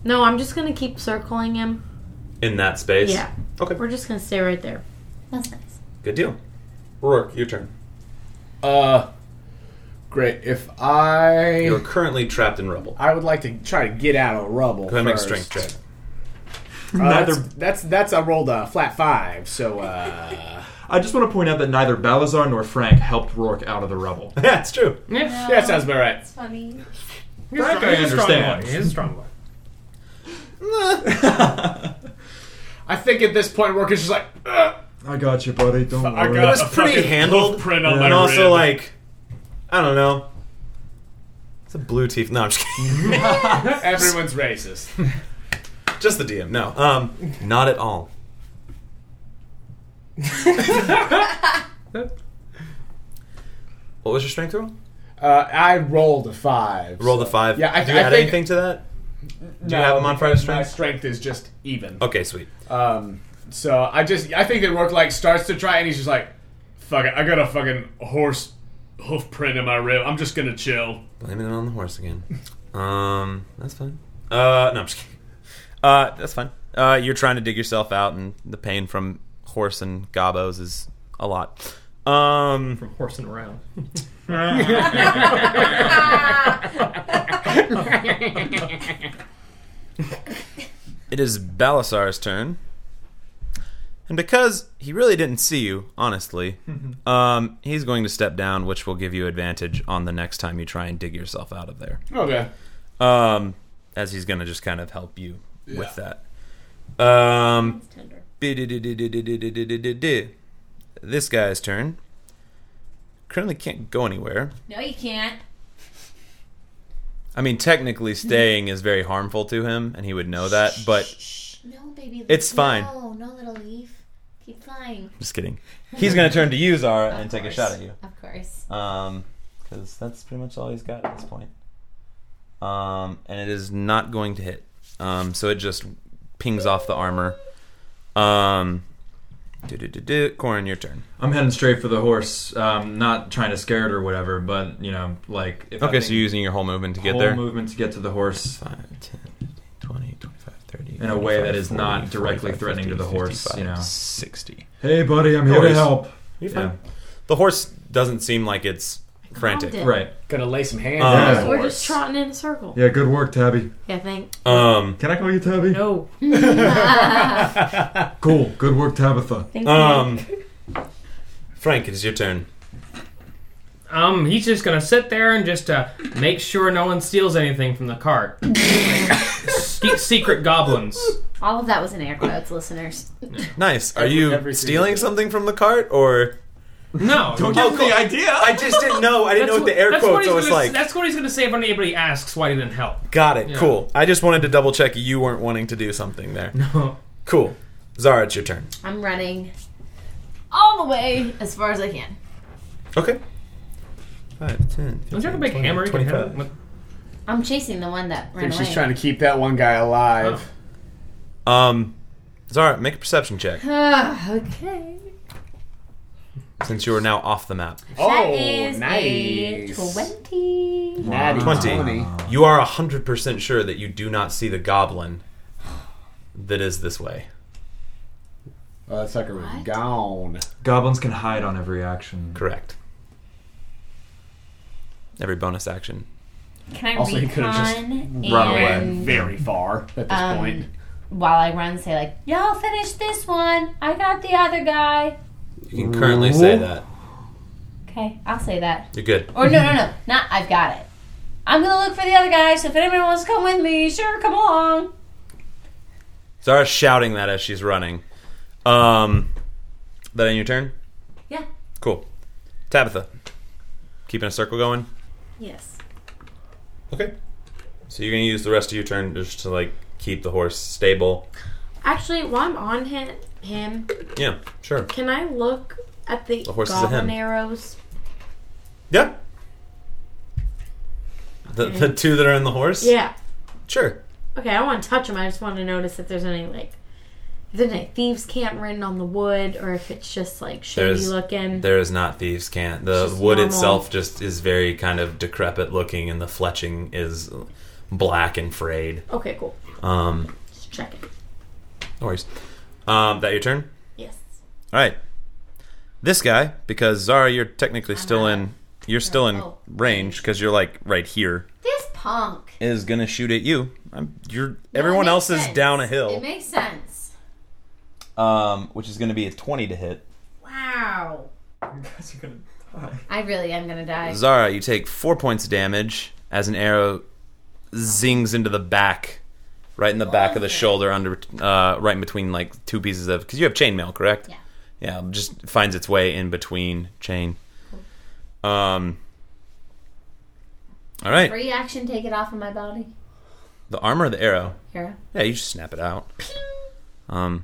Speaker 3: No, I'm just gonna keep circling him.
Speaker 7: In that space?
Speaker 3: Yeah.
Speaker 7: Okay.
Speaker 3: We're just gonna stay right there.
Speaker 8: That's nice.
Speaker 7: Good deal. Rourke, your turn.
Speaker 11: Uh, great. If I
Speaker 7: You're currently trapped in rubble.
Speaker 11: I would like to try to get out of rubble.
Speaker 7: Go ahead and make a
Speaker 11: first.
Speaker 7: strength check.
Speaker 11: Uh,
Speaker 9: Neither-
Speaker 11: that's, that's that's I rolled a flat five. So uh,
Speaker 9: I just want to point out that neither Balazar nor Frank helped Rourke out of the rubble.
Speaker 7: yeah, it's true.
Speaker 10: Yeah,
Speaker 11: yeah, sounds about right.
Speaker 8: It's funny.
Speaker 9: Frank, I understand.
Speaker 10: He's a strong boy.
Speaker 11: I think at this point, Rourke is just like, "Ugh."
Speaker 13: I got you, buddy. Don't
Speaker 11: I
Speaker 13: worry.
Speaker 11: got
Speaker 7: It's pretty handled.
Speaker 13: print on
Speaker 7: and
Speaker 13: my
Speaker 7: also,
Speaker 13: rib.
Speaker 7: like, I don't know. It's a blue teeth. No, I'm just kidding.
Speaker 11: everyone's racist.
Speaker 7: just the DM. No, um, not at all. what was your strength roll?
Speaker 11: Uh, I rolled a five.
Speaker 7: Roll the
Speaker 11: so-
Speaker 7: five.
Speaker 11: Yeah, I,
Speaker 7: Do
Speaker 11: I
Speaker 7: you add
Speaker 11: think
Speaker 7: anything to that? Do you
Speaker 11: No,
Speaker 7: have him on five
Speaker 11: because
Speaker 7: strength?
Speaker 11: My strength is just even.
Speaker 7: Okay, sweet.
Speaker 11: Um, so I just I think that Rourke like starts to try and he's just like, fuck it, I got a fucking horse hoof print in my rib. I'm just gonna chill.
Speaker 7: Blaming it on the horse again. Um, that's fine. Uh, no, I'm just kidding. Uh, that's fine. Uh, you're trying to dig yourself out, and the pain from horse and gobos is a lot. Um,
Speaker 10: from horsing around.
Speaker 7: It is Balasar's turn. And because he really didn't see you, honestly, um, he's going to step down, which will give you advantage on the next time you try and dig yourself out of there.
Speaker 11: Okay.
Speaker 7: Um, as he's going to just kind of help you with that. Um, this guy's turn. Currently can't go anywhere.
Speaker 8: No, you can't.
Speaker 7: I mean, technically, staying is very harmful to him, and he would know that, but
Speaker 8: No, baby.
Speaker 7: It's fine.
Speaker 8: No, no, little leaf. Keep flying.
Speaker 7: Just kidding. He's going to turn to you, Zara, and take a shot at you.
Speaker 8: Of course.
Speaker 7: Um, because that's pretty much all he's got at this point. Um, and it is not going to hit. Um, so it just pings off the armor. Um, do do do do. Corin, your turn.
Speaker 9: I'm heading straight for the horse. Um, not trying to scare it or whatever, but you know, like if I
Speaker 7: Okay,
Speaker 9: think
Speaker 7: so you're using your whole movement to get
Speaker 9: whole
Speaker 7: there.
Speaker 9: movement to get to the horse.
Speaker 7: 5, 10, 20, 25, 30,
Speaker 9: in a way
Speaker 7: 45,
Speaker 9: that is not
Speaker 7: 40,
Speaker 9: directly
Speaker 7: 45,
Speaker 9: threatening to the
Speaker 7: 50,
Speaker 9: horse. You
Speaker 7: 55,
Speaker 9: know,
Speaker 7: 60.
Speaker 13: Hey, buddy, I'm
Speaker 7: No
Speaker 13: here to
Speaker 7: worries.
Speaker 13: help.
Speaker 7: You're fine. The horse doesn't seem like it's frantic.
Speaker 3: it.
Speaker 9: Right.
Speaker 11: Gonna lay some hands.
Speaker 7: Um,
Speaker 11: on the
Speaker 3: We're
Speaker 11: horse.
Speaker 3: just trotting in a circle.
Speaker 13: Yeah, good work, Tabby.
Speaker 3: Yeah, thank.
Speaker 7: Um,
Speaker 13: Can I call you Tabby?
Speaker 3: No.
Speaker 13: cool. Good work, Tabitha.
Speaker 3: Thank
Speaker 11: Uh,
Speaker 7: Um, Frank, it is your turn.
Speaker 10: Um, he's just gonna sit there and just uh, make sure no one steals anything from the cart. Se- secret goblins.
Speaker 8: All of that was in air quotes, listeners.
Speaker 7: Nice. Are you stealing something from the cart or?
Speaker 10: No.
Speaker 7: Don't give me the idea. I just didn't know. I didn't know what the air
Speaker 10: that's
Speaker 7: quotes.
Speaker 10: he's
Speaker 7: I was
Speaker 10: gonna,
Speaker 7: like,
Speaker 10: That's what he's gonna say if anybody asks why he didn't help.
Speaker 7: got it.
Speaker 10: Yeah.
Speaker 7: Cool. I just wanted to double check you weren't wanting to do something there.
Speaker 10: No.
Speaker 7: Cool. Zara, it's your turn.
Speaker 8: I'm running. all the way as far as I can.
Speaker 7: Okay. 5, 10,
Speaker 10: Don't you have a big hammer you can hit him with?
Speaker 8: I'm chasing the one that
Speaker 11: I
Speaker 8: ran
Speaker 11: think
Speaker 8: away. Oh.
Speaker 11: she's trying to keep that one guy alive.
Speaker 7: Um, Zara, make a perception check
Speaker 8: Ah, okay.
Speaker 7: since you are now off the map.
Speaker 8: that is
Speaker 11: Oh, nice.
Speaker 8: a twenty.
Speaker 11: Natty
Speaker 7: 20.
Speaker 11: 20.
Speaker 7: You are 100% sure that you do not see the goblin that is this way.
Speaker 11: Oh, that sucker was gone.
Speaker 9: Goblins can hide on every action.
Speaker 7: Correct. Every bonus action.
Speaker 8: Can I
Speaker 11: Also, he
Speaker 8: recon
Speaker 11: could have just
Speaker 8: and
Speaker 7: run away.
Speaker 11: Very far at this
Speaker 8: um,
Speaker 11: point.
Speaker 8: While I run, say like, "Y'all finish this one. I got the other guy."
Speaker 7: You can currently say that.
Speaker 8: Okay, I'll say that.
Speaker 7: You're good.
Speaker 8: Or no, no, no, not. I've got it. I'm gonna look for the other guy. So if anyone wants to come with me, sure, come along.
Speaker 7: Zara's shouting that as she's running. Um, that in your turn?
Speaker 8: Yeah.
Speaker 7: Cool. Tabitha, keeping a circle going.
Speaker 8: Yes.
Speaker 7: So you're gonna use the rest of your turn just to like keep the horse stable.
Speaker 3: Actually, while I'm on him, him
Speaker 7: Yeah, sure.
Speaker 3: can I look at the,
Speaker 7: The horse is a him.
Speaker 3: goblin arrows?
Speaker 7: Yeah. The, the two that are in the horse.
Speaker 3: Yeah.
Speaker 7: Sure.
Speaker 3: Okay, I don't want to touch them. I just want to notice if there's any like, if there's any thieves camp written on the wood, or if it's just like shady
Speaker 7: There's-
Speaker 3: looking.
Speaker 7: There is not thieves can't.
Speaker 3: It's
Speaker 7: The
Speaker 3: just
Speaker 7: wood
Speaker 3: normal.
Speaker 7: itself just is very kind of decrepit looking, and the fletching is black and frayed.
Speaker 3: Okay, cool.
Speaker 7: Um,
Speaker 3: Just checking.
Speaker 7: no worries. Um, that your turn.
Speaker 3: Yes.
Speaker 7: All right. This guy, because Zara, you're technically still in. You're still in range because you're like right here.
Speaker 8: This punk.
Speaker 7: Is gonna shoot at you. I'm, you're. everyone else is down a
Speaker 8: It
Speaker 7: hill,
Speaker 8: makes sense.
Speaker 7: um, which is gonna be a twenty to hit.
Speaker 8: Wow. You guys are gonna die. I really am gonna die.
Speaker 7: Zara, you take four points of damage as an arrow zings into the back, right in the back of the shoulder, under uh, right in between like two pieces of because you have chainmail, correct? Yeah. Yeah, just finds its way in between chain. Um. All right,
Speaker 8: Free action, take it off of my body.
Speaker 7: the armor, of the arrow.
Speaker 8: Arrow.
Speaker 7: Yeah, you just snap it out. Um.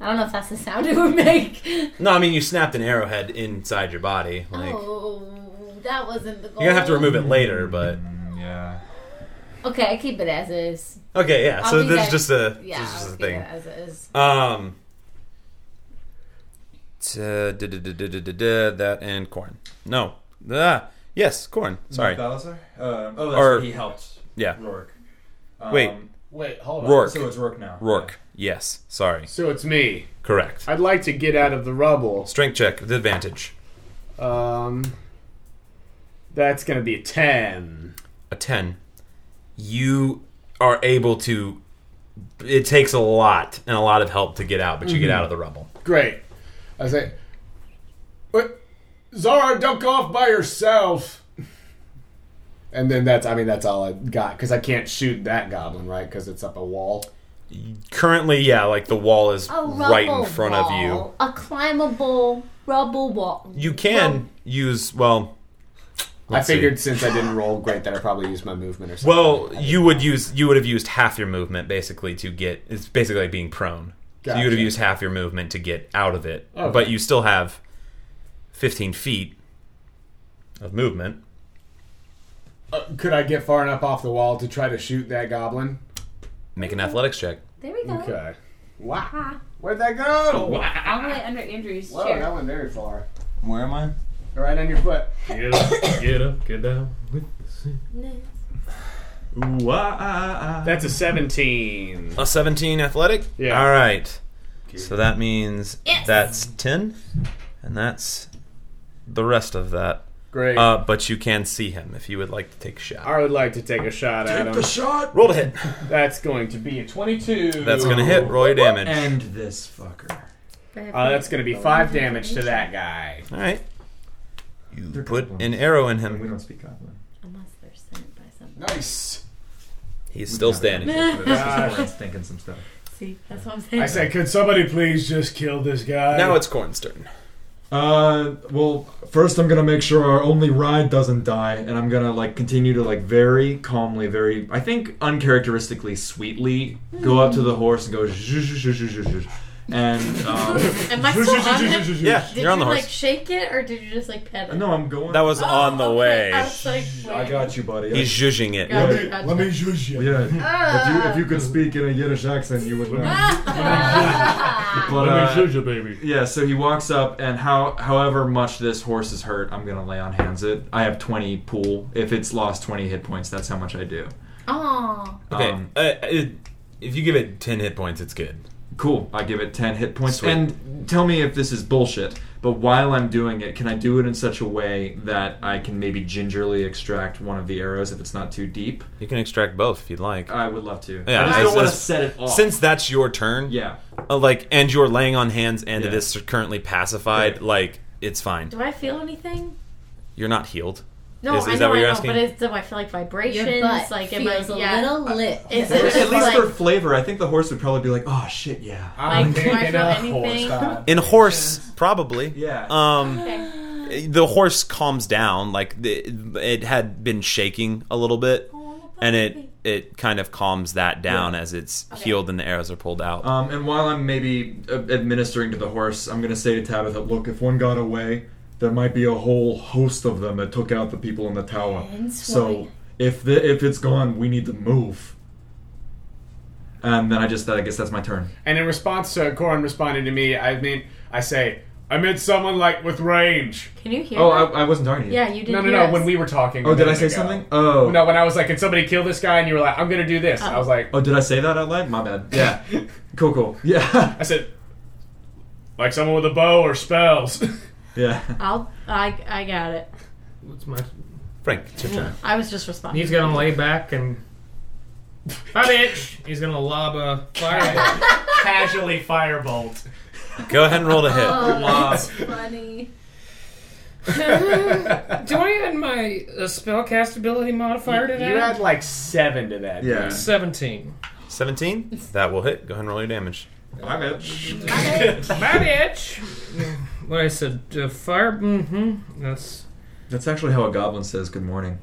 Speaker 8: I don't know if that's the sound it would make.
Speaker 7: No, I mean you snapped an arrowhead inside your body. Like
Speaker 8: oh, that wasn't the goal.
Speaker 7: you're gonna have to remove it later, but
Speaker 13: Mm,
Speaker 9: yeah.
Speaker 8: Okay, I keep it as is.
Speaker 7: Okay, yeah.
Speaker 8: I'll
Speaker 7: so
Speaker 8: leave
Speaker 7: this
Speaker 8: it-
Speaker 7: is just a
Speaker 8: yeah,
Speaker 7: this is just
Speaker 8: I'll
Speaker 7: a
Speaker 8: keep
Speaker 7: thing.
Speaker 8: it as is.
Speaker 7: Um. t- da- da- da- da- da- da- da- That and corn. No. Ah, yes, corn. Sorry.
Speaker 9: Balthazar? Uh, oh, that's
Speaker 7: Or-
Speaker 9: what he helped.
Speaker 7: Yeah.
Speaker 9: Rourke.
Speaker 7: Wait.
Speaker 11: Wait, hold on.
Speaker 7: Rourke.
Speaker 9: So it's Rourke now.
Speaker 7: Rourke. Yes. Sorry.
Speaker 11: So it's me.
Speaker 7: Correct.
Speaker 11: I'd like to get out of the rubble.
Speaker 7: Strength check with advantage.
Speaker 11: Um, that's gonna be a ten.
Speaker 7: A ten. You are able to. It takes a lot and a lot of help to get out, but you get
Speaker 8: Mm-hmm.
Speaker 11: Mhm.
Speaker 7: out of the rubble.
Speaker 11: Great. I say, "Wait, Zara, don't go off by yourself." And then that's—I mean, that's all I got because I can't shoot that goblin, right? Because it's up a wall.
Speaker 7: Currently, yeah, like the wall is
Speaker 8: A
Speaker 7: right in
Speaker 8: rubble
Speaker 7: front of you.
Speaker 8: wall. A climbable rubble wall.
Speaker 7: You can use well.
Speaker 11: I
Speaker 7: let's see.
Speaker 11: figured since I didn't roll great that I probably used my movement or something.
Speaker 7: Well, you would use you would have used half your movement basically to get. It's basically like being prone. So you would have
Speaker 11: Gotcha. Oh.
Speaker 7: used half your movement to get out of it,
Speaker 11: Okay.
Speaker 7: but you still have fifteen feet of movement.
Speaker 11: Uh, could I get far enough off the wall to try to shoot that goblin?
Speaker 7: Make an athletics check.
Speaker 8: There we go.
Speaker 11: Okay. Wow. Where'd that go?
Speaker 8: All the way under Andrew's
Speaker 11: Whoa,
Speaker 8: chair.
Speaker 11: that went very far.
Speaker 7: Where am I?
Speaker 11: Right on your foot.
Speaker 10: Get up, get up, get down. with the sea.
Speaker 11: Ooh, That's a 17.
Speaker 7: A seventeen athletic.
Speaker 11: Yeah.
Speaker 7: All right. So that means
Speaker 8: Yes.
Speaker 7: that's ten, and that's the rest of that.
Speaker 11: Great.
Speaker 7: Uh, but you can see him if you would like to take a shot.
Speaker 11: I would like to take a shot at him.
Speaker 7: the shot. Roll to hit.
Speaker 11: That's going to be a 22.
Speaker 7: That's gonna hit. Roll your damage.
Speaker 9: End this fucker.
Speaker 11: Uh, that's going to be 5 damage to that guy.
Speaker 7: All right. You put an arrow in him.
Speaker 9: We don't speak goblin.
Speaker 8: Unless they're sent by something.
Speaker 11: Nice.
Speaker 7: He's still standing.
Speaker 9: Corn's thinking some stuff.
Speaker 8: See, that's what I'm saying.
Speaker 11: I say, could somebody please just kill this guy?
Speaker 7: Now it's Corn's turn.
Speaker 13: Uh, well, first I'm gonna make sure our only ride doesn't die,
Speaker 9: and I'm gonna like continue to like very calmly, very I think uncharacteristically sweetly go up to the horse and go zhuzh, zhuzh, zhuzh, zhuzh, zhuzh, and um,
Speaker 16: Am I still on it?
Speaker 9: Yeah,
Speaker 16: Did
Speaker 9: you're on
Speaker 16: you,
Speaker 9: the horse.
Speaker 16: like shake it or did you just like pet it?
Speaker 9: No, I'm going.
Speaker 7: That was on the
Speaker 16: Oh,
Speaker 7: way.
Speaker 16: I was like, wait.
Speaker 13: I got you, buddy.
Speaker 7: He's zhuzhing it.
Speaker 13: Let me-
Speaker 16: Gotcha.
Speaker 13: Let me zhuzh you. Yeah. if you if you could speak in a Yiddish accent, you would know. Let
Speaker 9: But,
Speaker 13: me
Speaker 9: uh,
Speaker 13: shoot you, baby.
Speaker 9: Yeah, so he walks up, and how however much this horse is hurt, I'm gonna lay on hands it. I have 20 pool. If it's lost 20 hit points, that's how much I do.
Speaker 16: Aw.
Speaker 7: Okay.
Speaker 9: Um,
Speaker 7: uh, it, if you give it 10 hit points, it's good.
Speaker 9: Cool. I give it 10 hit points.
Speaker 7: Sweet.
Speaker 9: And tell me if this is bullshit, but while I'm doing it, can I do it in such a way that I can maybe gingerly extract one of the arrows if it's not too deep?
Speaker 7: You can extract both if you'd like.
Speaker 9: I would love to.
Speaker 7: Yeah,
Speaker 9: Uh, I just
Speaker 7: as-
Speaker 9: don't want to
Speaker 7: as-
Speaker 9: set it off.
Speaker 7: Since that's your turn,
Speaker 9: yeah.
Speaker 7: uh, like, and you're laying on hands, and it is currently pacified. Like, it's fine.
Speaker 3: Do I feel anything?
Speaker 7: You're not healed.
Speaker 3: No,
Speaker 7: is, is
Speaker 3: I know,
Speaker 7: that what you're
Speaker 3: I know,
Speaker 7: asking?
Speaker 3: but is, do I feel like vibrations?
Speaker 16: Your butt
Speaker 3: like, am
Speaker 16: feels
Speaker 3: I,
Speaker 16: a
Speaker 3: yeah.
Speaker 8: Uh,
Speaker 16: little lit.
Speaker 3: Is
Speaker 9: At
Speaker 3: it
Speaker 9: least
Speaker 3: just like,
Speaker 9: for flavor, I think the horse would probably be like, "Oh shit, yeah."
Speaker 3: like, do I feel anything?
Speaker 7: In horse, probably.
Speaker 9: Yeah.
Speaker 7: Um, the horse calms down. Like the, it had been shaking a little bit,
Speaker 3: Oh,
Speaker 7: and it it kind of calms that down as it's healed and the arrows are pulled out.
Speaker 9: Um, and while I'm maybe uh, administering to the horse, I'm gonna say to Tabitha, "Look,
Speaker 13: Look, if one got away, there might be a whole host of them that took out the people in the tower.
Speaker 16: And
Speaker 13: So if the, if it's gone, we need to move.
Speaker 9: and then I just, I guess that's my turn."
Speaker 11: And in response to Corin responded to me, I mean, I say, I meant someone like with range.
Speaker 3: Can you hear?
Speaker 9: Oh,
Speaker 3: her?
Speaker 9: I, I wasn't talking to you.
Speaker 3: Yeah, you did.
Speaker 11: No, no, no. When we were talking.
Speaker 9: Oh,
Speaker 11: a
Speaker 9: did I
Speaker 11: minute
Speaker 9: say
Speaker 11: ago.
Speaker 9: something? Oh.
Speaker 11: no. When I was like, "Can somebody kill this guy?" and you were like, "I'm gonna do this," and I was like,
Speaker 9: "Oh, did I say that out loud? My bad." Yeah. cool, cool. Yeah.
Speaker 11: I said, "Like someone with a bow or spells."
Speaker 9: yeah.
Speaker 3: I'll. I. I got it.
Speaker 10: What's my?
Speaker 7: Frank, it's your turn.
Speaker 3: I was just responding.
Speaker 10: He's gonna lay back and. Hi, bitch! He's gonna lob a firebolt.
Speaker 11: Casually firebolt.
Speaker 7: Go ahead and roll to hit.
Speaker 16: Oh,
Speaker 10: Wow.
Speaker 16: that's funny.
Speaker 10: Do I add my uh, spellcast ability modifier to that?
Speaker 11: You had like seven to that.
Speaker 7: Yeah.
Speaker 11: dude.
Speaker 10: seventeen.
Speaker 7: Seventeen. That will hit. Go ahead and roll your damage.
Speaker 9: My bitch.
Speaker 10: my bitch. What I said, uh, fire. Mm-hmm. That's.
Speaker 9: That's actually how a goblin says "Good morning."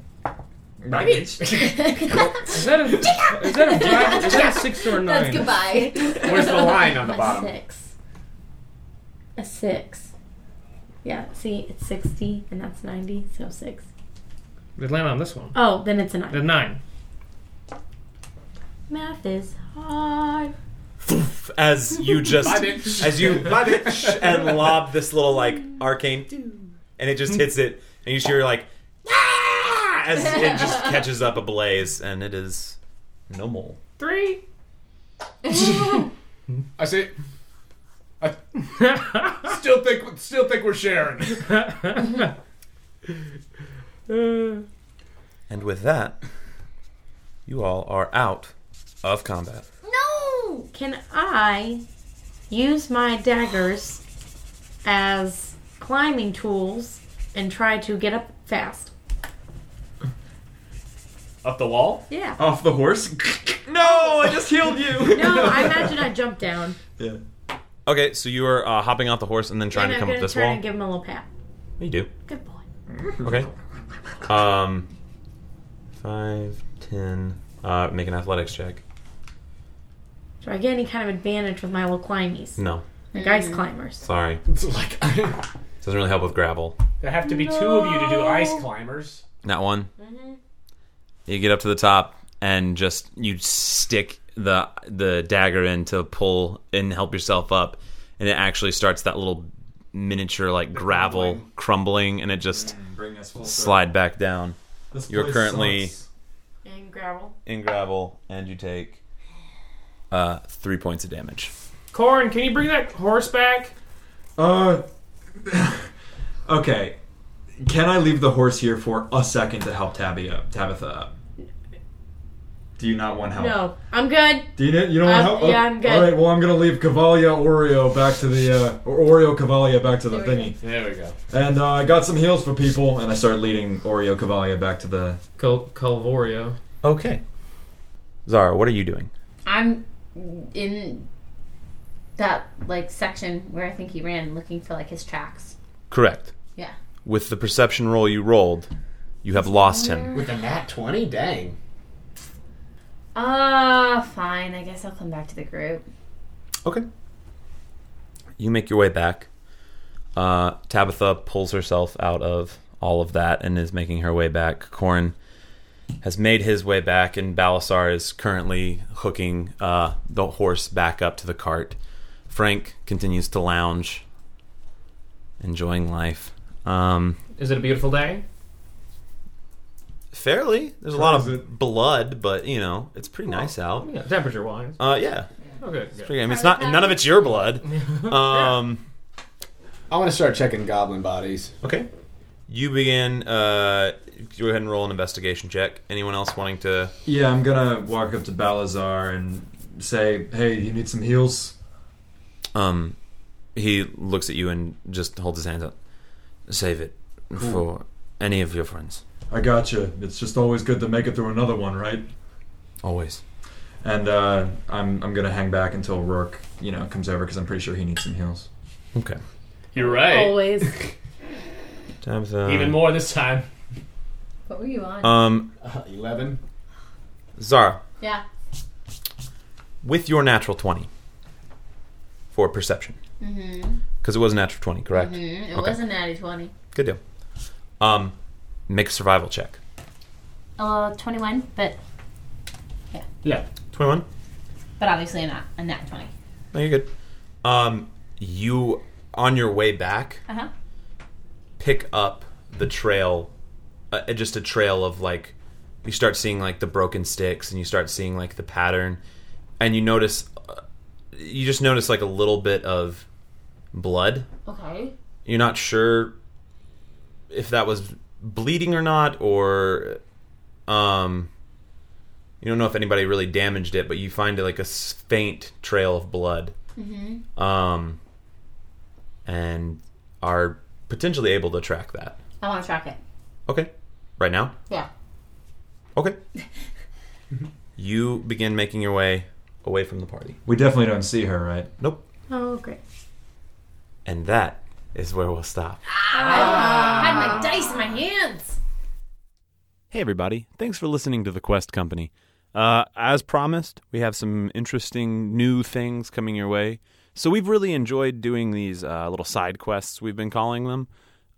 Speaker 10: My bitch. is that a is that a five, is that a six or a nine?
Speaker 16: That's goodbye.
Speaker 10: Where's the line on the
Speaker 3: A
Speaker 10: bottom?
Speaker 3: Six. A six. Yeah. See, it's sixty, and that's ninety, so six.
Speaker 10: We land on this one.
Speaker 3: Oh, then it's a nine.
Speaker 10: The nine.
Speaker 3: Math is hard.
Speaker 7: As you just
Speaker 3: My bitch.
Speaker 7: as you my bitch, and lob this little like arcane, and it just hits it, and you hear like "Ah!" as it just catches up a blaze, and it is no more.
Speaker 10: Three.
Speaker 11: I say, I still think, still think we're sharing.
Speaker 7: And with that, you all are out of combat.
Speaker 3: No. Can I use my daggers as climbing tools and try to get up fast?
Speaker 11: Up the wall? Oh.
Speaker 3: Yeah.
Speaker 9: Off the horse. no, I just healed you.
Speaker 3: No, I imagine I jump down.
Speaker 9: Yeah.
Speaker 7: Okay, so you are uh, hopping off the horse and then trying
Speaker 3: and
Speaker 7: to
Speaker 3: I'm
Speaker 7: come
Speaker 3: gonna
Speaker 7: up this
Speaker 3: turn
Speaker 7: wall.
Speaker 3: and give him a little pat.
Speaker 7: You do.
Speaker 3: Good boy.
Speaker 7: Okay. Um, five, ten. Uh, make an athletics check.
Speaker 3: Do I get any kind of advantage with my little climbies?
Speaker 7: No.
Speaker 3: Like ice climbers.
Speaker 7: Sorry.
Speaker 11: like
Speaker 7: Doesn't really help with gravel.
Speaker 11: there have to be two of you to do ice climbers.
Speaker 7: Not one. You get up to the top and just you stick the the dagger in to pull and help yourself up, and it actually starts that little miniature like gravel crumbling, and it just
Speaker 9: bring us full circle.
Speaker 7: slide back down.
Speaker 9: This
Speaker 7: You're
Speaker 9: place
Speaker 7: currently
Speaker 3: And gravel.
Speaker 7: in gravel, and you take uh, three points of damage.
Speaker 10: Corin, can you bring that horse back?
Speaker 9: Uh. okay. Can I leave the horse here for a second to help Tabby up, Tabitha up? Do you not want
Speaker 7: Oh.
Speaker 9: help?
Speaker 3: No, I'm good.
Speaker 13: Do you need, you don't want
Speaker 3: Uh,
Speaker 13: help?
Speaker 9: oh,
Speaker 3: yeah, I'm good.
Speaker 13: All right, well I'm gonna leave Cavalia Oreo back to the uh, or Oreo Cavalia back to the thingy.
Speaker 11: There we go.
Speaker 13: And uh, I got some heals for people, and I started leading Oreo
Speaker 9: Cavalia back to the
Speaker 10: Cal- Calvorio.
Speaker 7: Okay. Zara, what are you doing?
Speaker 8: I'm in that like section where I think he ran, looking for like his tracks.
Speaker 7: Correct.
Speaker 8: Yeah.
Speaker 7: With the perception roll you rolled, you have lost him.
Speaker 11: With a nat twenty, dang.
Speaker 8: Ah, fine. I guess I'll come back to the group.
Speaker 7: Okay.
Speaker 17: You make your way back. Uh, Tabitha pulls herself out of all of that and is making her way back. Corn has made his way back, and Balasar is currently hooking uh, the horse back up to the cart. Frank continues to lounge, enjoying life. Um,
Speaker 10: Is it a beautiful day?
Speaker 17: fairly, there's a lot of blood, but you know it's pretty nice out.
Speaker 10: Yeah, temperature wise.
Speaker 17: Uh, yeah.
Speaker 10: Oh, good,
Speaker 17: It's
Speaker 10: good.
Speaker 17: pretty- I mean, it's not none of it's your blood. Um,
Speaker 18: I want to start checking goblin bodies.
Speaker 17: Okay. You begin. Uh, go ahead and roll an investigation check. Anyone else wanting to?
Speaker 9: Yeah, I'm gonna walk up to Balazar and say, "Hey, you need some heals."
Speaker 17: Um, he looks at you and just holds his hands up. Save it
Speaker 18: Hmm.
Speaker 9: Cool.
Speaker 17: for any of your friends.
Speaker 9: I gotcha. It's just always good to make it through another one, right?
Speaker 17: Always.
Speaker 9: And uh, I'm I'm gonna hang back until Rourke, you know, comes over because I'm pretty sure he needs some heals.
Speaker 17: Okay.
Speaker 18: You're right.
Speaker 3: Always.
Speaker 17: Times uh,
Speaker 18: Even more this time.
Speaker 19: What were you on?
Speaker 17: Um,
Speaker 18: Uh, Eleven.
Speaker 17: Zara,
Speaker 19: yeah.
Speaker 17: with your natural twenty for perception,
Speaker 19: Mm-hmm.
Speaker 17: because it was a natural twenty, correct?
Speaker 8: Mm,
Speaker 19: Mm-hmm. It
Speaker 17: okay.
Speaker 19: was a natty 20.
Speaker 17: Good deal. Um, make a survival check.
Speaker 19: Uh, 21, but
Speaker 17: Yeah. Twenty-one.
Speaker 8: But obviously not a nat 20.
Speaker 17: No, you're good. Um, you on your way back
Speaker 8: Uh huh.
Speaker 17: pick up the trail, uh, just a trail of like, you start seeing like the broken sticks and you start seeing like the pattern, and you notice, uh, you just notice like a little bit of blood.
Speaker 19: Okay.
Speaker 17: You're not sure if that was bleeding or not, or, um, you don't know if anybody really damaged it, but you find like a s- faint trail of blood.
Speaker 19: Mhm.
Speaker 17: Um, and are potentially able to track that.
Speaker 8: I want to track it.
Speaker 17: Okay. Right now?
Speaker 8: Yeah.
Speaker 17: Okay. you begin making your way away from the party.
Speaker 9: We definitely don't see her, right?
Speaker 17: Nope.
Speaker 3: Oh, great.
Speaker 17: And that is where we'll stop.
Speaker 8: I had my dice in my hands.
Speaker 7: Hey, everybody. Thanks for listening to The Quest Company. Uh, as promised, we have some interesting new things coming your way. So, we've really enjoyed doing these uh, little side quests, we've been calling them.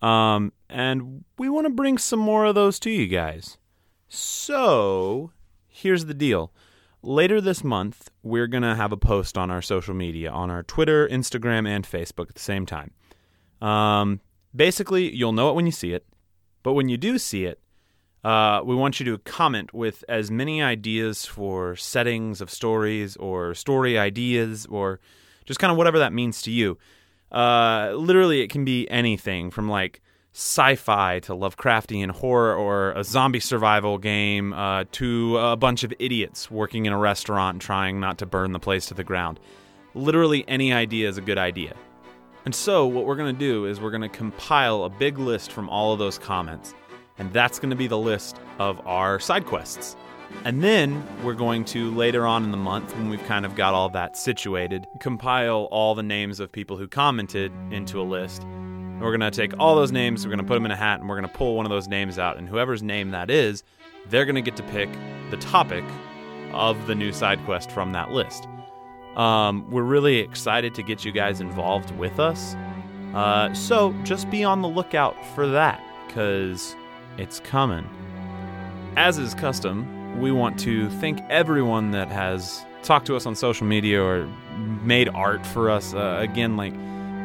Speaker 7: Um, and we want to bring some more of those to you guys. So, here's the deal. Later this month, we're going to have a post on our social media, on our Twitter, Instagram, and Facebook at the same time. Um, basically, you'll know it when you see it. But when you do see it, uh, we want you to comment with as many ideas for settings of stories or story ideas or just kind of whatever that means to you. Uh, literally, it can be anything from like sci fi to Lovecraftian horror or a zombie survival game uh, to a bunch of idiots working in a restaurant and trying not to burn the place to the ground. Literally, any idea is a good idea. And so, what we're going to do is we're going to compile a big list from all of those comments. And that's going to be the list of our side quests. And then we're going to, later on in the month, when we've kind of got all that situated, compile all the names of people who commented into a list. And we're going to take all those names, we're going to put them in a hat, and we're going to pull one of those names out. And whoever's name that is, they're going to get to pick the topic of the new side quest from that list. Um, we're really excited to get you guys involved with us. Uh, so just be on the lookout for that because it's coming. As is custom, we want to thank everyone that has talked to us on social media or made art for us. Uh, again, like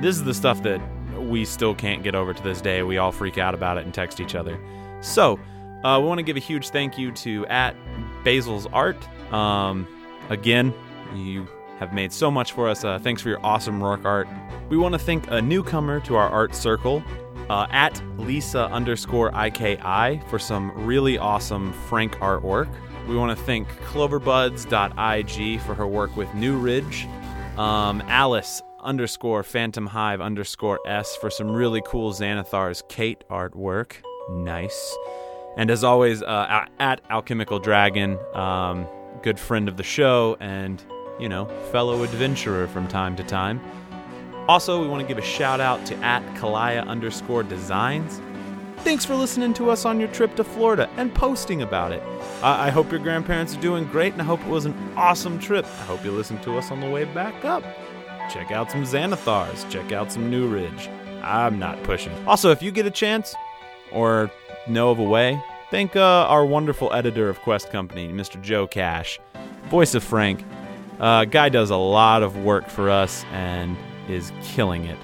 Speaker 7: this is the stuff that we still can't get over to this day. We all freak out about it and text each other. So uh, we want to give a huge thank you to at Basil's Art. Um, again, you have made so much for us. Uh, thanks for your awesome Rourke art. We want to thank a newcomer to our art circle, uh, at Lisa underscore IKI, for some really awesome Frank artwork. We want to thank cloverbuds.ig for her work with New Ridge, um, Alice underscore Phantom Hive underscore S for some really cool Xanathar's Kate artwork. Nice. And as always, uh, at- at Alchemical Dragon, um, good friend of the show and, you know, fellow adventurer from time to time. Also, we want to give a shout out to at Kalaya underscore designs. Thanks for listening to us on your trip to Florida and posting about it. I, I hope your grandparents are doing great and I hope it was an awesome trip. I hope you listen to us on the way back up. Check out some Xanathars. Check out some New Ridge. I'm not pushing. Also, if you get a chance or know of a way, thank uh, our wonderful editor of Quest Company, Mr. Joe Cash, voice of Frank. Uh, guy does a lot of work for us and is killing it.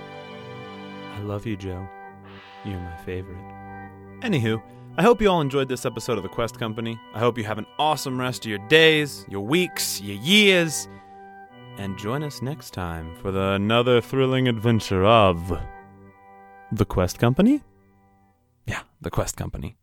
Speaker 7: I love you, Joe. You're my favorite. Anywho, I hope you all enjoyed this episode of The Quest Company. I hope you have an awesome rest of your days, your weeks, your years, and join us next time for the another thrilling adventure of The Quest Company? Yeah, The Quest Company.